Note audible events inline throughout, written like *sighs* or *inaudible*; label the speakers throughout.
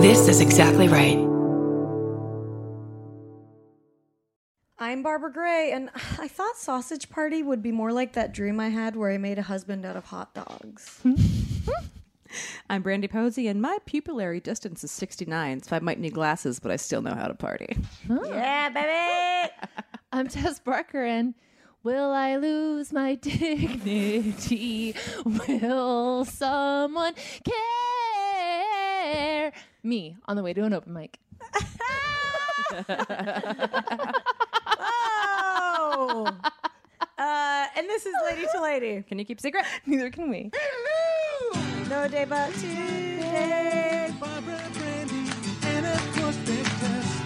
Speaker 1: This is exactly right.
Speaker 2: I'm Barbara Gray, and *sighs* I thought Sausage Party would be more like that dream I had where I made a husband out of hot dogs.
Speaker 3: I'm Brandy Posey, and my pupillary distance is 69, so I might need glasses, but I still know how to party. *laughs*
Speaker 4: I'm Tess Barker, and will I lose my *laughs* dignity? Will someone care? Me on the way to an open mic.
Speaker 2: oh! Uh, and this is Lady to
Speaker 3: *laughs*
Speaker 2: Lady.
Speaker 3: Can you keep secret?
Speaker 4: Neither can we.
Speaker 2: No day but today.
Speaker 5: Barbara Brandy, and of course Big Tess.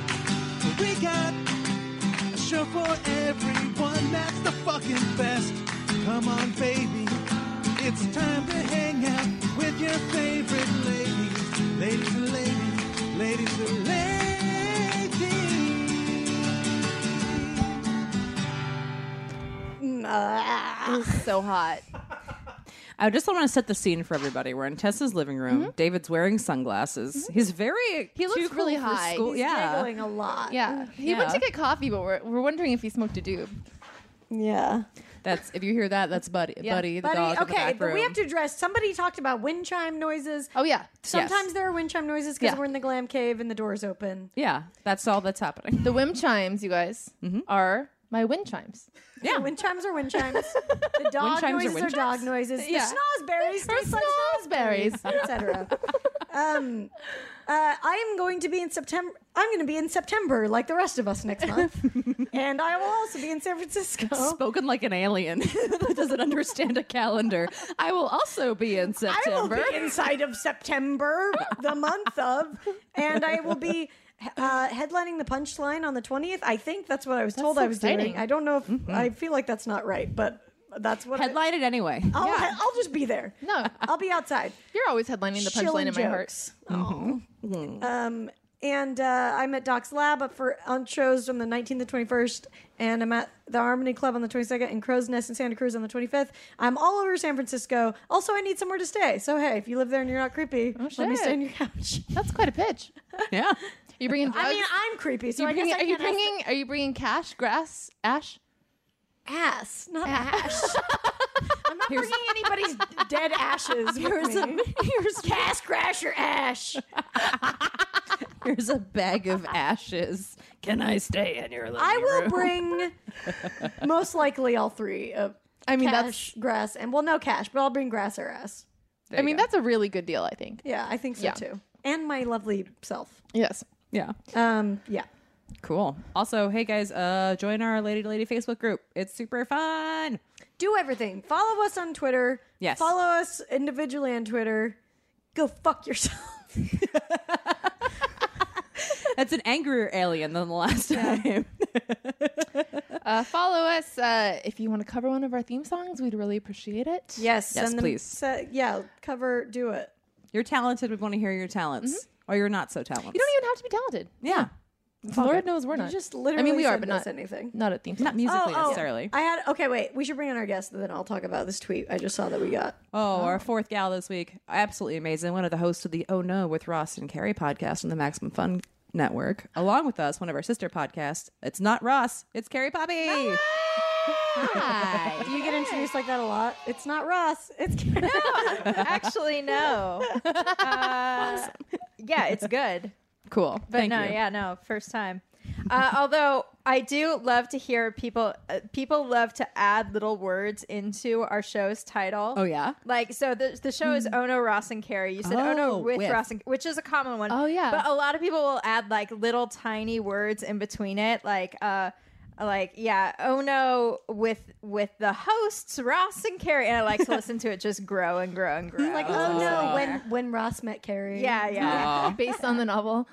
Speaker 5: We got a show for everyone that's the fucking best. Come on, baby, it's time to hang out with your favorite ladies. Ladies and ladies, ladies and ladies.
Speaker 2: *laughs*
Speaker 4: So hot.
Speaker 3: I just want to set the scene for everybody. We're in Tessa's living room.
Speaker 2: Mm-hmm.
Speaker 3: David's wearing sunglasses. He's very
Speaker 4: He looks
Speaker 3: too cool
Speaker 4: really
Speaker 3: for
Speaker 4: high.
Speaker 3: School.
Speaker 4: He's
Speaker 3: yeah,
Speaker 2: Giggling a lot.
Speaker 4: Yeah. He went to
Speaker 3: Yeah.
Speaker 4: get coffee, but we're, we're wondering if he smoked a doob.
Speaker 2: Yeah.
Speaker 3: that's if you hear that, that's Buddy.
Speaker 4: Yeah.
Speaker 3: Buddy, the dog.
Speaker 2: Buddy,
Speaker 3: in the
Speaker 2: okay,
Speaker 3: back
Speaker 2: but we
Speaker 3: room.
Speaker 2: have to address. Somebody talked about wind chime noises.
Speaker 4: Oh, yeah.
Speaker 2: Sometimes
Speaker 3: yes.
Speaker 2: there are wind chime noises because
Speaker 4: Yeah.
Speaker 2: we're in the glam cave and the door's open.
Speaker 3: Yeah, that's all that's happening.
Speaker 4: The whim chimes, you guys, are my wind chimes.
Speaker 2: Yeah, wind chimes are wind
Speaker 3: *laughs*
Speaker 2: chimes. The dog
Speaker 3: Wind chimes are
Speaker 2: noises
Speaker 3: wind
Speaker 2: are dog
Speaker 3: chimes?
Speaker 2: noises. The
Speaker 4: Yeah.
Speaker 2: snozberries
Speaker 4: Or
Speaker 2: taste like *laughs*
Speaker 4: snozberries.
Speaker 2: etc. Um, uh, I am going to be in September. I'm going to be in September, like the rest of us
Speaker 4: *laughs*
Speaker 2: next month, and I will also be in San Francisco.
Speaker 3: Spoken like an alien *laughs* that doesn't understand a calendar. I will also be in
Speaker 2: I will
Speaker 3: September.
Speaker 2: be inside of September, the month of, and I will be uh, headlining the punchline on the 20th. I think that's what I was told
Speaker 4: so
Speaker 2: I was doing.
Speaker 4: exciting. Mm-hmm.
Speaker 2: I don't know if I feel like that's not right, but that's what I-
Speaker 3: Headline it anyway.
Speaker 2: I'll,
Speaker 4: Yeah.
Speaker 2: I'll just be there.
Speaker 4: No.
Speaker 2: I'll be outside.
Speaker 4: You're always headlining the punchline
Speaker 2: Shilling
Speaker 4: in my heart.
Speaker 2: jokes. Aw. Um, and uh, I'm at Doc's lab up for on shows from the 19th to 21st, and I'm at the Harmony Club on the 22nd, and Crow's Nest in Santa Cruz on the 25th. I'm all over San Francisco. Also, I need somewhere to stay. So hey, if you live there and you're not creepy, let me
Speaker 4: Oh, shit.
Speaker 2: stay on your
Speaker 4: *laughs*
Speaker 2: couch.
Speaker 4: That's quite a pitch.
Speaker 3: Yeah.
Speaker 4: You bringing drugs?
Speaker 2: I mean, I'm creepy, so
Speaker 4: you
Speaker 2: I guess
Speaker 4: bringing-
Speaker 2: I
Speaker 4: are you
Speaker 2: can't ask
Speaker 4: bringing? Are you bringing cash, grass, ash?
Speaker 2: ass, not ash. *laughs* I'm not bringing anybody's dead
Speaker 4: *laughs*
Speaker 2: ashes. Here's a here's cash crash or ash.
Speaker 3: Here's a bag of ashes. Can I stay in your living
Speaker 2: I will
Speaker 3: room?
Speaker 4: *laughs*
Speaker 2: bring most likely all three of
Speaker 4: I mean,
Speaker 2: cash, grass, and well, no cash, but I'll bring grass or ass.
Speaker 4: that's. I mean, that's a really good deal. I think.
Speaker 2: Yeah, I think so
Speaker 4: Yeah.
Speaker 2: too. And my lovely self.
Speaker 4: Yes.
Speaker 3: yeah.
Speaker 2: Um, yeah.
Speaker 3: Cool. Also, hey guys, uh, join our Lady to Lady Facebook group. It's super fun.
Speaker 2: Do everything. Follow us on Twitter.
Speaker 3: Yes.
Speaker 2: Follow us individually on Twitter. Go fuck yourself.
Speaker 4: *laughs*
Speaker 3: That's an angrier alien than the last time. *laughs*
Speaker 4: Uh, follow us uh, if you want to cover one of our theme songs. We'd really appreciate it.
Speaker 2: Yes.
Speaker 3: Yes,
Speaker 2: send them-
Speaker 3: please.
Speaker 2: se- yeah. Cover. Do it.
Speaker 3: you're talented. We want to hear your talents,
Speaker 6: Mm-hmm.
Speaker 3: or you're not so talented.
Speaker 4: You don't even have to be talented.
Speaker 3: yeah.
Speaker 4: Lord knows we're not.
Speaker 2: just literally.
Speaker 4: I mean, we are,
Speaker 2: send
Speaker 4: but
Speaker 2: us
Speaker 4: not
Speaker 2: anything. Oh,
Speaker 4: Not at theme.
Speaker 3: Not
Speaker 4: songs.
Speaker 6: Oh,
Speaker 3: musically necessarily.
Speaker 2: I had okay. Wait, we should bring in our guest, and then I'll talk about this tweet I just saw that we got.
Speaker 3: Oh, our fourth gal this week. Absolutely amazing. One of the hosts of the Oh No with Ross and Carrie podcast on the Maximum Fun Network, along with us, one of our sister podcasts. It's not Ross, it's Carrie Poppy.
Speaker 6: Ah.
Speaker 2: Do you get introduced like that a lot? It's not Ross. It's *laughs*
Speaker 6: Actually, no. Uh, Yeah,
Speaker 3: *laughs*
Speaker 6: it's good.
Speaker 3: Cool.
Speaker 6: But
Speaker 3: Thank
Speaker 6: no,
Speaker 3: you.
Speaker 6: yeah, no, first time. Uh, although I do love to hear people, uh, people love to add little words into our show's title.
Speaker 3: Oh, yeah? Hmm.
Speaker 6: Like so, the the show is Ono Ross and Carrie. You said
Speaker 3: Oh,
Speaker 6: Ono with,
Speaker 3: with.
Speaker 6: Ross and which is a common one.
Speaker 4: Oh, yeah.
Speaker 6: But a lot of people will add like little tiny words in between it, like uh, like yeah, Ono with with the hosts Ross and Carrie, and I like to listen to it just grow and grow
Speaker 3: *laughs*
Speaker 6: and grow.
Speaker 2: like, oh no, when when Ross met Carrie.
Speaker 6: Yeah, yeah.
Speaker 4: *laughs* based on the novel.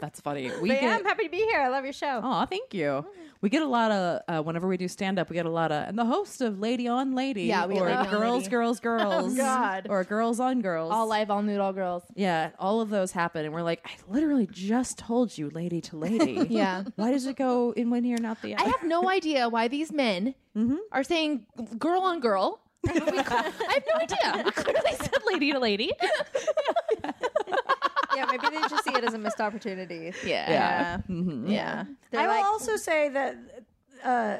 Speaker 3: That's
Speaker 6: *laughs*
Speaker 3: funny. We
Speaker 6: But yeah,
Speaker 3: get,
Speaker 6: I'm happy to be here. I love your show.
Speaker 3: Aw, thank
Speaker 4: Mm-hmm.
Speaker 3: you. We get a lot of uh, whenever we do stand up, we get a lot of and the host of Lady on Lady,
Speaker 4: Yeah, we get
Speaker 3: or
Speaker 4: Lady on
Speaker 3: Girls,
Speaker 4: Lady. *laughs* Oh,
Speaker 3: Girls, Girls,
Speaker 6: God.
Speaker 3: or Girls on Girls,
Speaker 4: All live, all nude, all girls. *laughs*
Speaker 3: yeah, all of those happen, and we're like, I literally just told you, Lady to Lady,
Speaker 4: *laughs* Yeah.
Speaker 3: Why does it go in one ear, not the
Speaker 4: I
Speaker 3: other?
Speaker 4: have no idea why these men are saying girl on *laughs* girl. I have no idea. We clearly said lady to lady.
Speaker 6: they just see it as a missed opportunity.
Speaker 4: Yeah.
Speaker 6: Yeah. Mm.
Speaker 4: Yeah.
Speaker 6: They're
Speaker 2: I will
Speaker 6: like,
Speaker 2: also say that uh,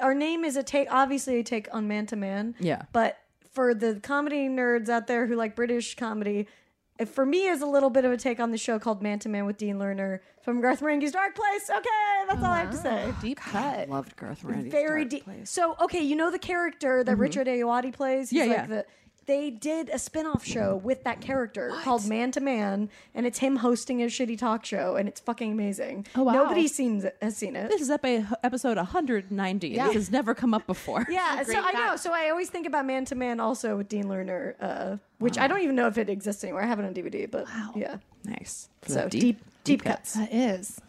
Speaker 2: our name is a take, obviously a take on Man to Man.
Speaker 3: Yeah.
Speaker 2: But for the comedy nerds out there who like British comedy, it, for me is a little bit of a take on the show called Man to Man with Dean Lerner from Garth Marenghi's Dark Place. Okay, that's all I have to say.
Speaker 3: *laughs*
Speaker 4: Deep cut.
Speaker 3: Loved Garth Marenghi's
Speaker 2: Very
Speaker 3: Dark
Speaker 2: deep.
Speaker 3: Place.
Speaker 2: So okay, you know the character that Richard Ayoade plays. He's
Speaker 3: Yeah,
Speaker 2: like
Speaker 3: yeah.
Speaker 2: The, they did a spin-off show with that character called Man to Man, and it's him hosting a shitty talk show, and it's fucking amazing.
Speaker 4: Oh, wow.
Speaker 2: Nobody's seen it- has seen it.
Speaker 3: This is epi- episode 190.
Speaker 4: Yeah.
Speaker 3: This has never come up before.
Speaker 2: Yeah, so
Speaker 4: great
Speaker 2: I know.
Speaker 4: fact.
Speaker 2: So I always think about Man to Man also with Dean Lerner, uh, which I don't even know if it exists anywhere. I have it on DVD, but yeah.
Speaker 3: Nice. For
Speaker 2: So
Speaker 3: the
Speaker 2: deep, deep, cuts.
Speaker 4: That is.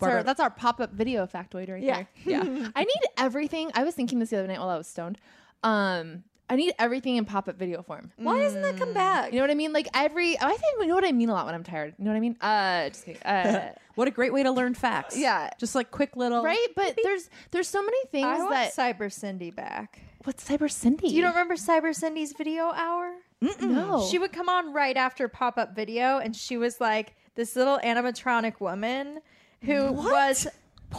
Speaker 3: Barbara-
Speaker 4: Sorry, that's our pop-up video factoid right
Speaker 2: Yeah.
Speaker 4: there. Yeah. I need everything. I was thinking this the other night while I was stoned. Um, I need everything in pop-up video form.
Speaker 2: Why doesn't that come back?
Speaker 4: You know what I mean? Like every. Oh, I think you know what I mean a lot when I'm tired. You know what I mean? Uh, just kidding.
Speaker 6: *laughs*
Speaker 4: Uh,
Speaker 3: What a great way to learn facts.
Speaker 4: Yeah.
Speaker 3: Just like quick little.
Speaker 4: right? But there's there's so many things
Speaker 6: I want
Speaker 4: that.
Speaker 6: Cyber Cindy back.
Speaker 4: what's Cyber Cindy?
Speaker 6: You don't remember Cyber Cindy's video hour?
Speaker 4: know.
Speaker 6: She would come on right after pop up video, and she was like this little animatronic woman who was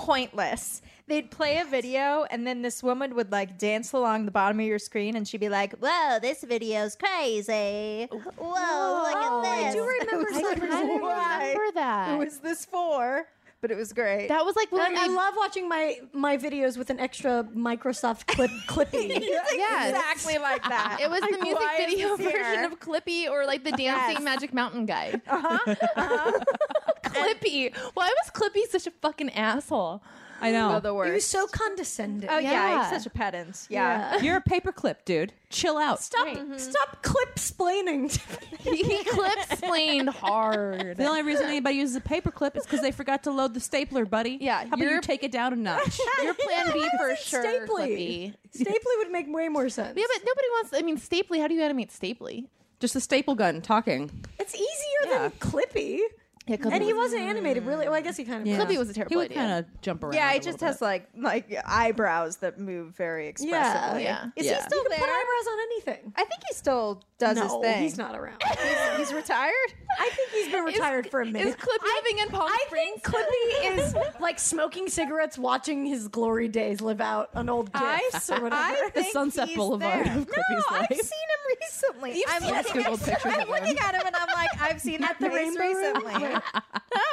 Speaker 6: pointless. They'd play a video, and then this woman would like dance along the bottom of your screen, and she'd be like, "Whoa, this video's crazy! Whoa, look at
Speaker 2: I
Speaker 6: this!"
Speaker 2: do remember
Speaker 4: *laughs*
Speaker 6: was
Speaker 4: I
Speaker 2: Cyber
Speaker 4: kind of
Speaker 2: Cindy.
Speaker 4: remember that.
Speaker 6: Who was this for? But it was great.
Speaker 4: that was like when
Speaker 2: And I
Speaker 4: we-
Speaker 2: love watching my my videos with an extra Microsoft
Speaker 6: *laughs*
Speaker 2: clip clipping.
Speaker 4: Yes.
Speaker 6: exactly like that.
Speaker 4: It was the
Speaker 6: Like,
Speaker 4: music
Speaker 6: why is
Speaker 4: video
Speaker 6: this here?
Speaker 4: version of Clippy or like the dancing Magic Mountain
Speaker 6: *laughs*
Speaker 4: guy.
Speaker 6: Uh-huh.
Speaker 4: *laughs* Clippy. Why was Clippy such a fucking asshole?
Speaker 3: I know.
Speaker 6: Oh, the
Speaker 2: He
Speaker 6: worst.
Speaker 2: was so condescending.
Speaker 6: Oh yeah,
Speaker 4: Yeah.
Speaker 6: he's such a pedant. Yeah.
Speaker 3: You're a paperclip, dude. Chill out.
Speaker 2: Stop
Speaker 6: Mm-hmm.
Speaker 2: stop clip splaining. *laughs*
Speaker 4: He, he clip explained hard.
Speaker 3: The only reason anybody uses a paperclip is because they forgot to load the stapler, buddy.
Speaker 4: Yeah,
Speaker 3: How about you
Speaker 4: you're-
Speaker 3: take it down
Speaker 2: *laughs*
Speaker 3: a notch?
Speaker 4: Your plan B for sure,
Speaker 2: Stapley.
Speaker 4: Clippy.
Speaker 2: Stapley would make way more sense.
Speaker 4: Yeah, but nobody wants. I mean, Stapley. How do you animate Stapley?
Speaker 3: Just a staple gun talking.
Speaker 2: it's easier than Clippy.
Speaker 4: Yeah, Clippy
Speaker 2: And he
Speaker 4: was-
Speaker 2: wasn't animated, really. Well, I guess he kind of.
Speaker 4: Clippy was a terrible
Speaker 3: He would
Speaker 4: idea.
Speaker 3: kind of jump around. *laughs*
Speaker 6: Yeah,
Speaker 3: a
Speaker 6: he just
Speaker 3: little
Speaker 6: has
Speaker 3: bit.
Speaker 6: like like eyebrows that move very expressively.
Speaker 4: Yeah.
Speaker 6: Is he
Speaker 3: Yeah.
Speaker 6: still
Speaker 2: Put
Speaker 6: there?
Speaker 2: eyebrows on anything.
Speaker 6: I think he still does his
Speaker 2: no,
Speaker 6: thing.
Speaker 2: he's not around.
Speaker 6: He's, he's retired.
Speaker 2: I think he's
Speaker 4: *laughs*
Speaker 2: been retired for a
Speaker 4: Is
Speaker 2: minute.
Speaker 4: Clippy living in Palm
Speaker 2: I
Speaker 4: Springs?
Speaker 2: think
Speaker 4: *laughs*
Speaker 2: Clippy is like smoking cigarettes, watching his glory days live out on old
Speaker 3: *laughs*
Speaker 6: I,
Speaker 2: gifts or whatever.
Speaker 6: I
Speaker 3: The
Speaker 6: think
Speaker 3: Sunset
Speaker 6: he's
Speaker 3: Boulevard
Speaker 6: there.
Speaker 3: of Clippy's
Speaker 6: no,
Speaker 3: life.
Speaker 6: I've seen him recently. I'm,
Speaker 3: seen
Speaker 6: looking
Speaker 3: Google
Speaker 6: at,
Speaker 3: pictures
Speaker 6: I'm
Speaker 3: of him.
Speaker 6: looking at him and I'm like, I've *laughs* seen that
Speaker 2: the
Speaker 6: face
Speaker 2: Rainbow Room?
Speaker 3: *laughs*
Speaker 6: recently.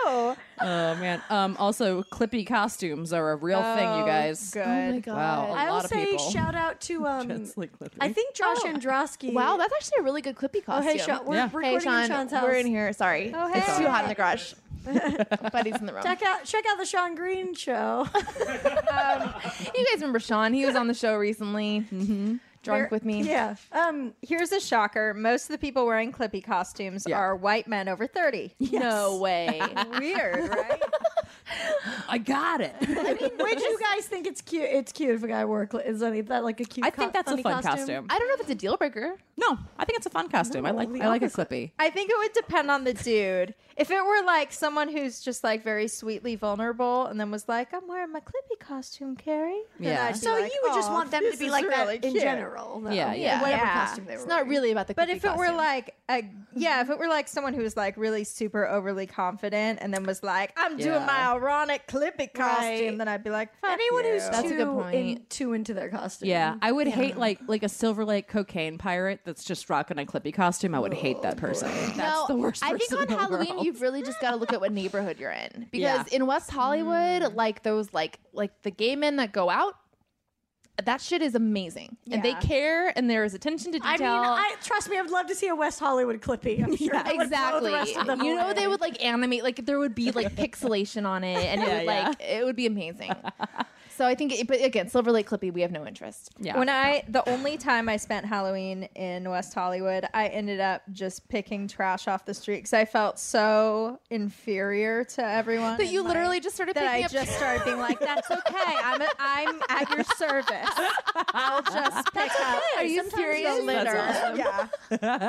Speaker 6: no.
Speaker 3: Oh man. Um. Also, Clippy costumes are a real thing, you guys.
Speaker 6: Good.
Speaker 4: Oh my god.
Speaker 3: Wow. A
Speaker 2: I will
Speaker 3: lot of
Speaker 2: say
Speaker 3: people.
Speaker 2: shout out to um.
Speaker 3: Just like Clippy.
Speaker 2: I think Josh Androsky.
Speaker 4: Wow, that's actually a really good Clippy
Speaker 2: Oh
Speaker 4: costume.
Speaker 2: hey Sean, we're
Speaker 3: Yeah.
Speaker 2: recording
Speaker 4: Hey, Sean,
Speaker 2: in Sean's house.
Speaker 4: we're in here. Sorry,
Speaker 6: Oh,
Speaker 4: it's
Speaker 6: hey.
Speaker 4: too hot in the garage.
Speaker 2: *laughs*
Speaker 4: Buddy's in the room.
Speaker 2: Check out check out the Sean Green show.
Speaker 4: You guys remember Sean? He was on the show recently,
Speaker 2: Mm-hmm.
Speaker 4: drunk with me.
Speaker 2: yeah. Um. *laughs*
Speaker 6: Here's a shocker. Most of the people wearing Clippy costumes
Speaker 3: Yeah.
Speaker 6: are white men
Speaker 3: *laughs*
Speaker 6: over 30.
Speaker 4: No
Speaker 2: *laughs*
Speaker 4: way.
Speaker 6: Weird, right?
Speaker 3: I got it.
Speaker 2: Which you guys think it's cute? It's cute if a guy wore cl- is that, is that like a cute?
Speaker 3: I
Speaker 2: co-
Speaker 3: think that's a
Speaker 2: funny
Speaker 3: fun costume.
Speaker 4: I don't know if it's a deal breaker.
Speaker 3: No, I think it's a fun costume. I like.
Speaker 2: the
Speaker 3: I like a
Speaker 2: opposite.
Speaker 3: Clippy.
Speaker 6: I think it would depend on the dude. If it were like someone who's just like very sweetly vulnerable and then was like, I'm wearing my Clippy costume, Carrie. then
Speaker 3: Yeah.
Speaker 6: I'd be
Speaker 2: So
Speaker 6: like,
Speaker 2: you would just
Speaker 6: "Aw,
Speaker 2: want them to
Speaker 6: this
Speaker 2: be
Speaker 6: is
Speaker 2: like
Speaker 6: really
Speaker 2: that in
Speaker 6: cute."
Speaker 2: general. though.
Speaker 3: Yeah, yeah.
Speaker 2: Whatever
Speaker 6: Yeah.
Speaker 2: costume they were.
Speaker 4: It's not really about the.
Speaker 6: But
Speaker 4: Clippy
Speaker 6: if it were
Speaker 4: costume.
Speaker 6: like a yeah, if it were like someone who was like really super overly confident and then was like, I'm doing
Speaker 3: Yeah.
Speaker 6: my ironic Clippy costume,
Speaker 2: Right.
Speaker 6: then I'd be like, Fuck
Speaker 2: Anyone
Speaker 6: you.
Speaker 2: who's
Speaker 4: That's a
Speaker 2: too,
Speaker 4: good point.
Speaker 2: in- too into their costume.
Speaker 3: Yeah, I would hate like like a Silver Lake cocaine pirate that's just rocking a Clippy costume. I would hate that person. That's
Speaker 4: No,
Speaker 3: the worst.
Speaker 4: I think
Speaker 3: person
Speaker 4: on
Speaker 3: in the
Speaker 4: Halloween
Speaker 3: world.
Speaker 4: you've really just got to look at what neighborhood you're in because
Speaker 3: Yeah.
Speaker 4: in West Hollywood, like those like like the gay men that go out, that shit is amazing and they
Speaker 6: Yeah.
Speaker 4: care and there is attention to
Speaker 2: I mean,
Speaker 4: detail.
Speaker 2: I, trust me, I would love to see a West Hollywood Clippy. I'm sure. I would blow the
Speaker 4: exactly.
Speaker 2: rest of them
Speaker 4: You know
Speaker 2: away.
Speaker 4: they would like animate like there would be like pixelation on it and it would
Speaker 3: yeah.
Speaker 4: like it would be amazing. So I think it, but again, Silver Lake Clippy, we have no interest.
Speaker 3: yeah.
Speaker 6: When I the only time I spent Halloween in West Hollywood, I ended up just picking trash off the street because I felt so inferior to everyone.
Speaker 4: That
Speaker 6: in
Speaker 4: you
Speaker 6: my-
Speaker 4: literally just started
Speaker 6: that I
Speaker 4: picking up
Speaker 6: just started being like, *laughs* "That's okay. I'm a, I'm at your service. I'll just pick up."
Speaker 4: Are you serious?
Speaker 6: The litter.
Speaker 3: That's
Speaker 6: Yeah.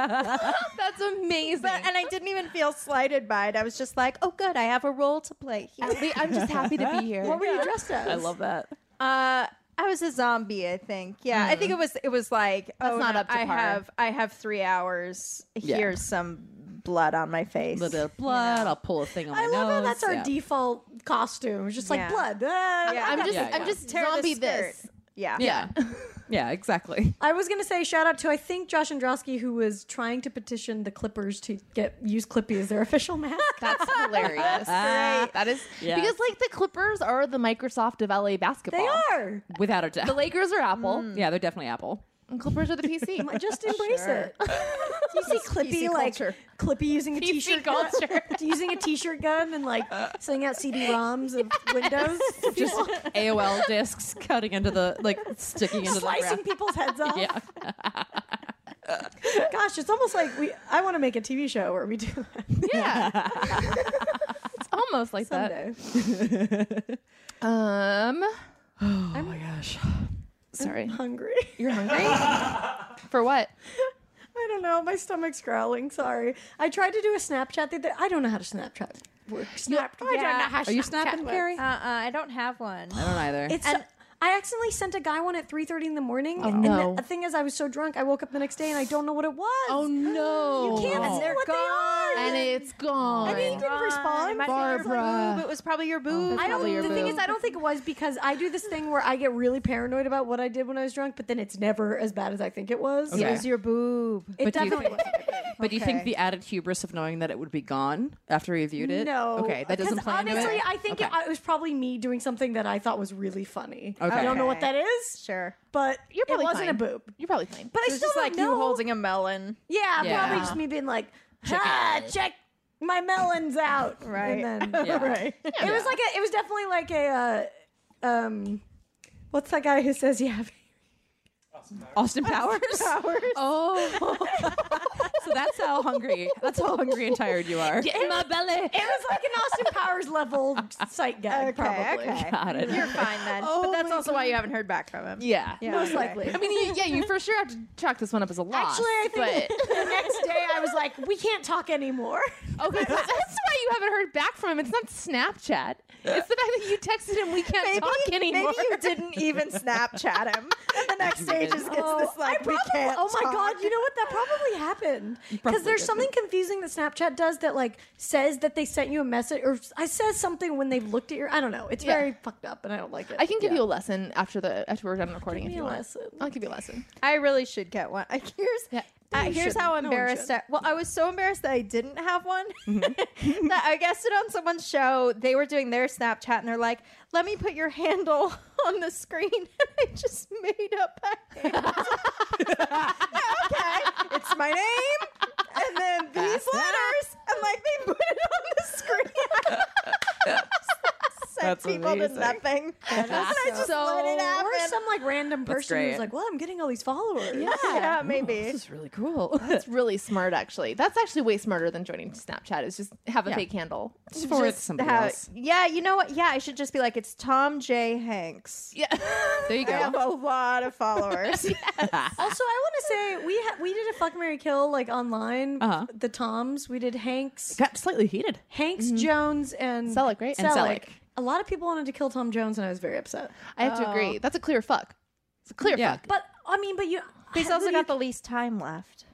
Speaker 4: That's amazing.
Speaker 6: *laughs* But and I didn't even feel slighted by it. I was just like, "Oh, good. I have a role to play here."
Speaker 4: At least- I'm just happy to be here.
Speaker 2: What were you dressed as?
Speaker 3: I love that.
Speaker 6: Uh, I was a zombie, I think. Yeah, I think it was. It was like, oh,
Speaker 4: not
Speaker 6: no,
Speaker 4: up to
Speaker 6: I
Speaker 4: par.
Speaker 6: have, I have three hours.
Speaker 3: Yeah.
Speaker 6: Here's some blood on my face.
Speaker 3: little blood. I'll pull a thing on my
Speaker 2: I love how
Speaker 3: nose.
Speaker 2: that's our
Speaker 3: yeah.
Speaker 2: default costume. It's just like
Speaker 6: Yeah.
Speaker 2: blood. Ah,
Speaker 6: Yeah.
Speaker 2: I
Speaker 4: I'm
Speaker 2: got
Speaker 4: just
Speaker 3: Yeah,
Speaker 4: I'm
Speaker 3: yeah.
Speaker 4: just
Speaker 6: Tear the
Speaker 4: zombie
Speaker 6: skirt.
Speaker 4: this.
Speaker 6: Yeah.
Speaker 3: Yeah. *laughs* yeah, exactly.
Speaker 2: I was gonna say shout out to I think Josh Androsky who was trying to petition the Clippers to get use Clippy as their *laughs* official mask.
Speaker 4: That's
Speaker 2: *laughs*
Speaker 4: hilarious. That is
Speaker 3: Yeah.
Speaker 4: because like the Clippers are the Microsoft of LA basketball.
Speaker 2: they are. Mm.
Speaker 3: Without a doubt.
Speaker 4: The Lakers are Apple.
Speaker 3: *laughs* yeah, they're definitely Apple.
Speaker 4: And Clippers are the
Speaker 2: *laughs*
Speaker 4: PC. *laughs*
Speaker 2: Just embrace it. you see Clippy
Speaker 6: PC
Speaker 2: like
Speaker 6: culture.
Speaker 2: Clippy using a
Speaker 4: PC
Speaker 2: t-shirt gun, *laughs*
Speaker 4: culture.
Speaker 2: using a t-shirt gun and like sending out CD-ROMs of Windows,
Speaker 3: Just AOL discs cutting into the like sticking *laughs* into
Speaker 2: slicing
Speaker 3: the
Speaker 2: people's heads off.
Speaker 3: ground.
Speaker 2: *laughs* Gosh, it's almost like we. I want to make a TV show where we do that
Speaker 4: *laughs*
Speaker 2: *laughs*
Speaker 4: yeah. it's almost like
Speaker 2: someday.
Speaker 4: that. Um
Speaker 2: *sighs*
Speaker 3: Yeah. Oh my gosh.
Speaker 2: *laughs*
Speaker 4: sorry.
Speaker 2: Hungry.
Speaker 4: You're hungry? For what?
Speaker 2: I don't know. My stomach's growling. Sorry. I tried to do a Snapchat the other. I don't know how to Snapchat. Work. Snap. I don't know
Speaker 6: yeah.
Speaker 2: how.
Speaker 3: Are you
Speaker 2: Snapchat
Speaker 3: snapping,
Speaker 2: works.
Speaker 3: Carrie?
Speaker 6: Uh, uh, I don't have one.
Speaker 3: I don't either.
Speaker 2: It's. so- I accidentally sent a guy one at 3:30 in the morning. and
Speaker 4: no.
Speaker 2: the thing is, I was so drunk, I woke up the next day and I don't know what it was.
Speaker 4: no.
Speaker 2: *gasps* You can't
Speaker 6: And
Speaker 2: see
Speaker 6: they're
Speaker 2: what they are.
Speaker 4: And it's gone.
Speaker 2: And he didn't respond.
Speaker 6: It might be your
Speaker 4: Barbara.
Speaker 6: boob. It was probably your boob.
Speaker 2: I
Speaker 4: probably
Speaker 2: don't.
Speaker 4: your
Speaker 2: The thing
Speaker 4: boob.
Speaker 2: is, I don't think it was because I do this thing where I get really paranoid about what I did when I was drunk, but then it's never as bad as I think it was.
Speaker 3: Okay.
Speaker 6: It was your boob.
Speaker 2: It
Speaker 3: But do you
Speaker 2: definitely
Speaker 3: think-
Speaker 2: was.
Speaker 3: But do you think
Speaker 6: Okay.
Speaker 3: the added hubris of knowing that it would be gone after we viewed it?
Speaker 2: No.
Speaker 3: Okay, that doesn't
Speaker 2: Because
Speaker 3: play into
Speaker 2: Honestly,
Speaker 3: it.
Speaker 2: I think
Speaker 3: Okay.
Speaker 2: it, I- it was probably me doing something that I thought was really funny.
Speaker 3: Okay.
Speaker 2: I don't know what
Speaker 6: Okay.
Speaker 2: that is,
Speaker 6: Sure.
Speaker 2: but
Speaker 4: You're
Speaker 2: it
Speaker 4: probably
Speaker 2: wasn't
Speaker 4: fine.
Speaker 2: a boob.
Speaker 4: You're probably fine.
Speaker 2: But I
Speaker 6: It was
Speaker 2: still
Speaker 6: just
Speaker 2: don't
Speaker 6: like
Speaker 2: know.
Speaker 6: you holding a melon.
Speaker 2: Yeah,
Speaker 3: Yeah.
Speaker 2: probably just me being like, ah, check my melons out.
Speaker 6: Right.
Speaker 2: And then,
Speaker 3: *laughs* Yeah.
Speaker 2: right. *laughs* It was like a, it was definitely like a, uh, um, what's that guy who says you have *laughs*
Speaker 3: Austin Powers. *laughs* Oh, *laughs* so that's how hungry. That's how hungry and tired you are.
Speaker 4: in my belly.
Speaker 2: It was like an Austin Powers level sight gag, probably.
Speaker 6: Okay.
Speaker 3: Got it.
Speaker 6: You're fine then. but that's also why you haven't heard back from him.
Speaker 3: Yeah.
Speaker 6: Yeah,
Speaker 2: Most
Speaker 6: okay.
Speaker 2: likely.
Speaker 4: I mean, you- yeah, you for sure have to chalk this one up as a loss.
Speaker 2: Actually, I think
Speaker 4: but
Speaker 2: the next day I was like, we can't talk anymore. *laughs*
Speaker 4: okay, but that's why you haven't heard back from him. It's not Snapchat. It's the fact that you texted him. We can't talk
Speaker 6: *laughs* Maybe,
Speaker 4: anymore.
Speaker 6: maybe you didn't even Snapchat him. And the next day just gets this like, we
Speaker 2: Oh, probably-
Speaker 6: can't
Speaker 2: oh my
Speaker 6: talk.
Speaker 2: god you know what that probably
Speaker 6: *laughs*
Speaker 2: happened
Speaker 3: Probably
Speaker 2: because there's something confusing that snapchat does that like says that they sent you a message or i says something when they've looked at your i don't know it's
Speaker 4: Yeah.
Speaker 2: very fucked up and i don't like it
Speaker 4: *laughs* I can give you a lesson after the after we're done recording.
Speaker 2: Give
Speaker 4: if
Speaker 2: me
Speaker 4: you
Speaker 2: a
Speaker 4: want.
Speaker 2: lesson.
Speaker 4: I'll give you a lesson.
Speaker 6: I really should get one. *laughs* I- Here's
Speaker 4: Yeah.
Speaker 6: uh,
Speaker 2: you
Speaker 6: here's
Speaker 2: shouldn't.
Speaker 6: how
Speaker 2: No one
Speaker 6: embarrassed.
Speaker 2: should.
Speaker 6: I, well, I was so embarrassed that I didn't have one. *laughs* that I guessed it on someone's show. They were doing their Snapchat and they're like, "Let me put your handle *laughs* on the screen." And I just made up. a handle. *laughs* okay, it's my name, and then these letters, and like they put it on the screen. *laughs* Sent
Speaker 3: That's
Speaker 6: people
Speaker 3: amazing.
Speaker 6: to nothing. And I just let it happen.
Speaker 2: or some like random person
Speaker 3: great.
Speaker 2: who's like well i'm getting all these followers yeah
Speaker 6: yeah, maybe.
Speaker 3: This is really cool.
Speaker 4: It's really smart, actually. That's actually way smarter than joining Snapchat. Is just have a
Speaker 3: Yeah.
Speaker 4: fake handle.
Speaker 3: *laughs* Just forward
Speaker 6: just
Speaker 3: somebody
Speaker 6: how-
Speaker 3: else.
Speaker 6: Yeah, you know what? Yeah, I should just be like, it's Tom J. Hanks.
Speaker 4: Yeah.
Speaker 3: There you
Speaker 6: I have
Speaker 3: go.
Speaker 6: a lot of
Speaker 2: *laughs*
Speaker 6: followers.
Speaker 2: also i want to say we ha- we did a fuck mary kill like online
Speaker 3: Uh-huh.
Speaker 2: the toms we did hanks
Speaker 3: Got slightly heated.
Speaker 2: hanks
Speaker 6: Mm-hmm.
Speaker 2: jones and
Speaker 4: Selleck, right?
Speaker 3: And Selleck.
Speaker 2: a lot of people wanted to kill tom jones and i was very upset
Speaker 4: I have to agree. That's a clear fuck. It's a clear
Speaker 3: Yeah.
Speaker 4: fuck.
Speaker 2: but i mean but you
Speaker 6: *laughs* He's
Speaker 2: who
Speaker 6: also
Speaker 2: do
Speaker 6: got
Speaker 2: you
Speaker 6: the least time left.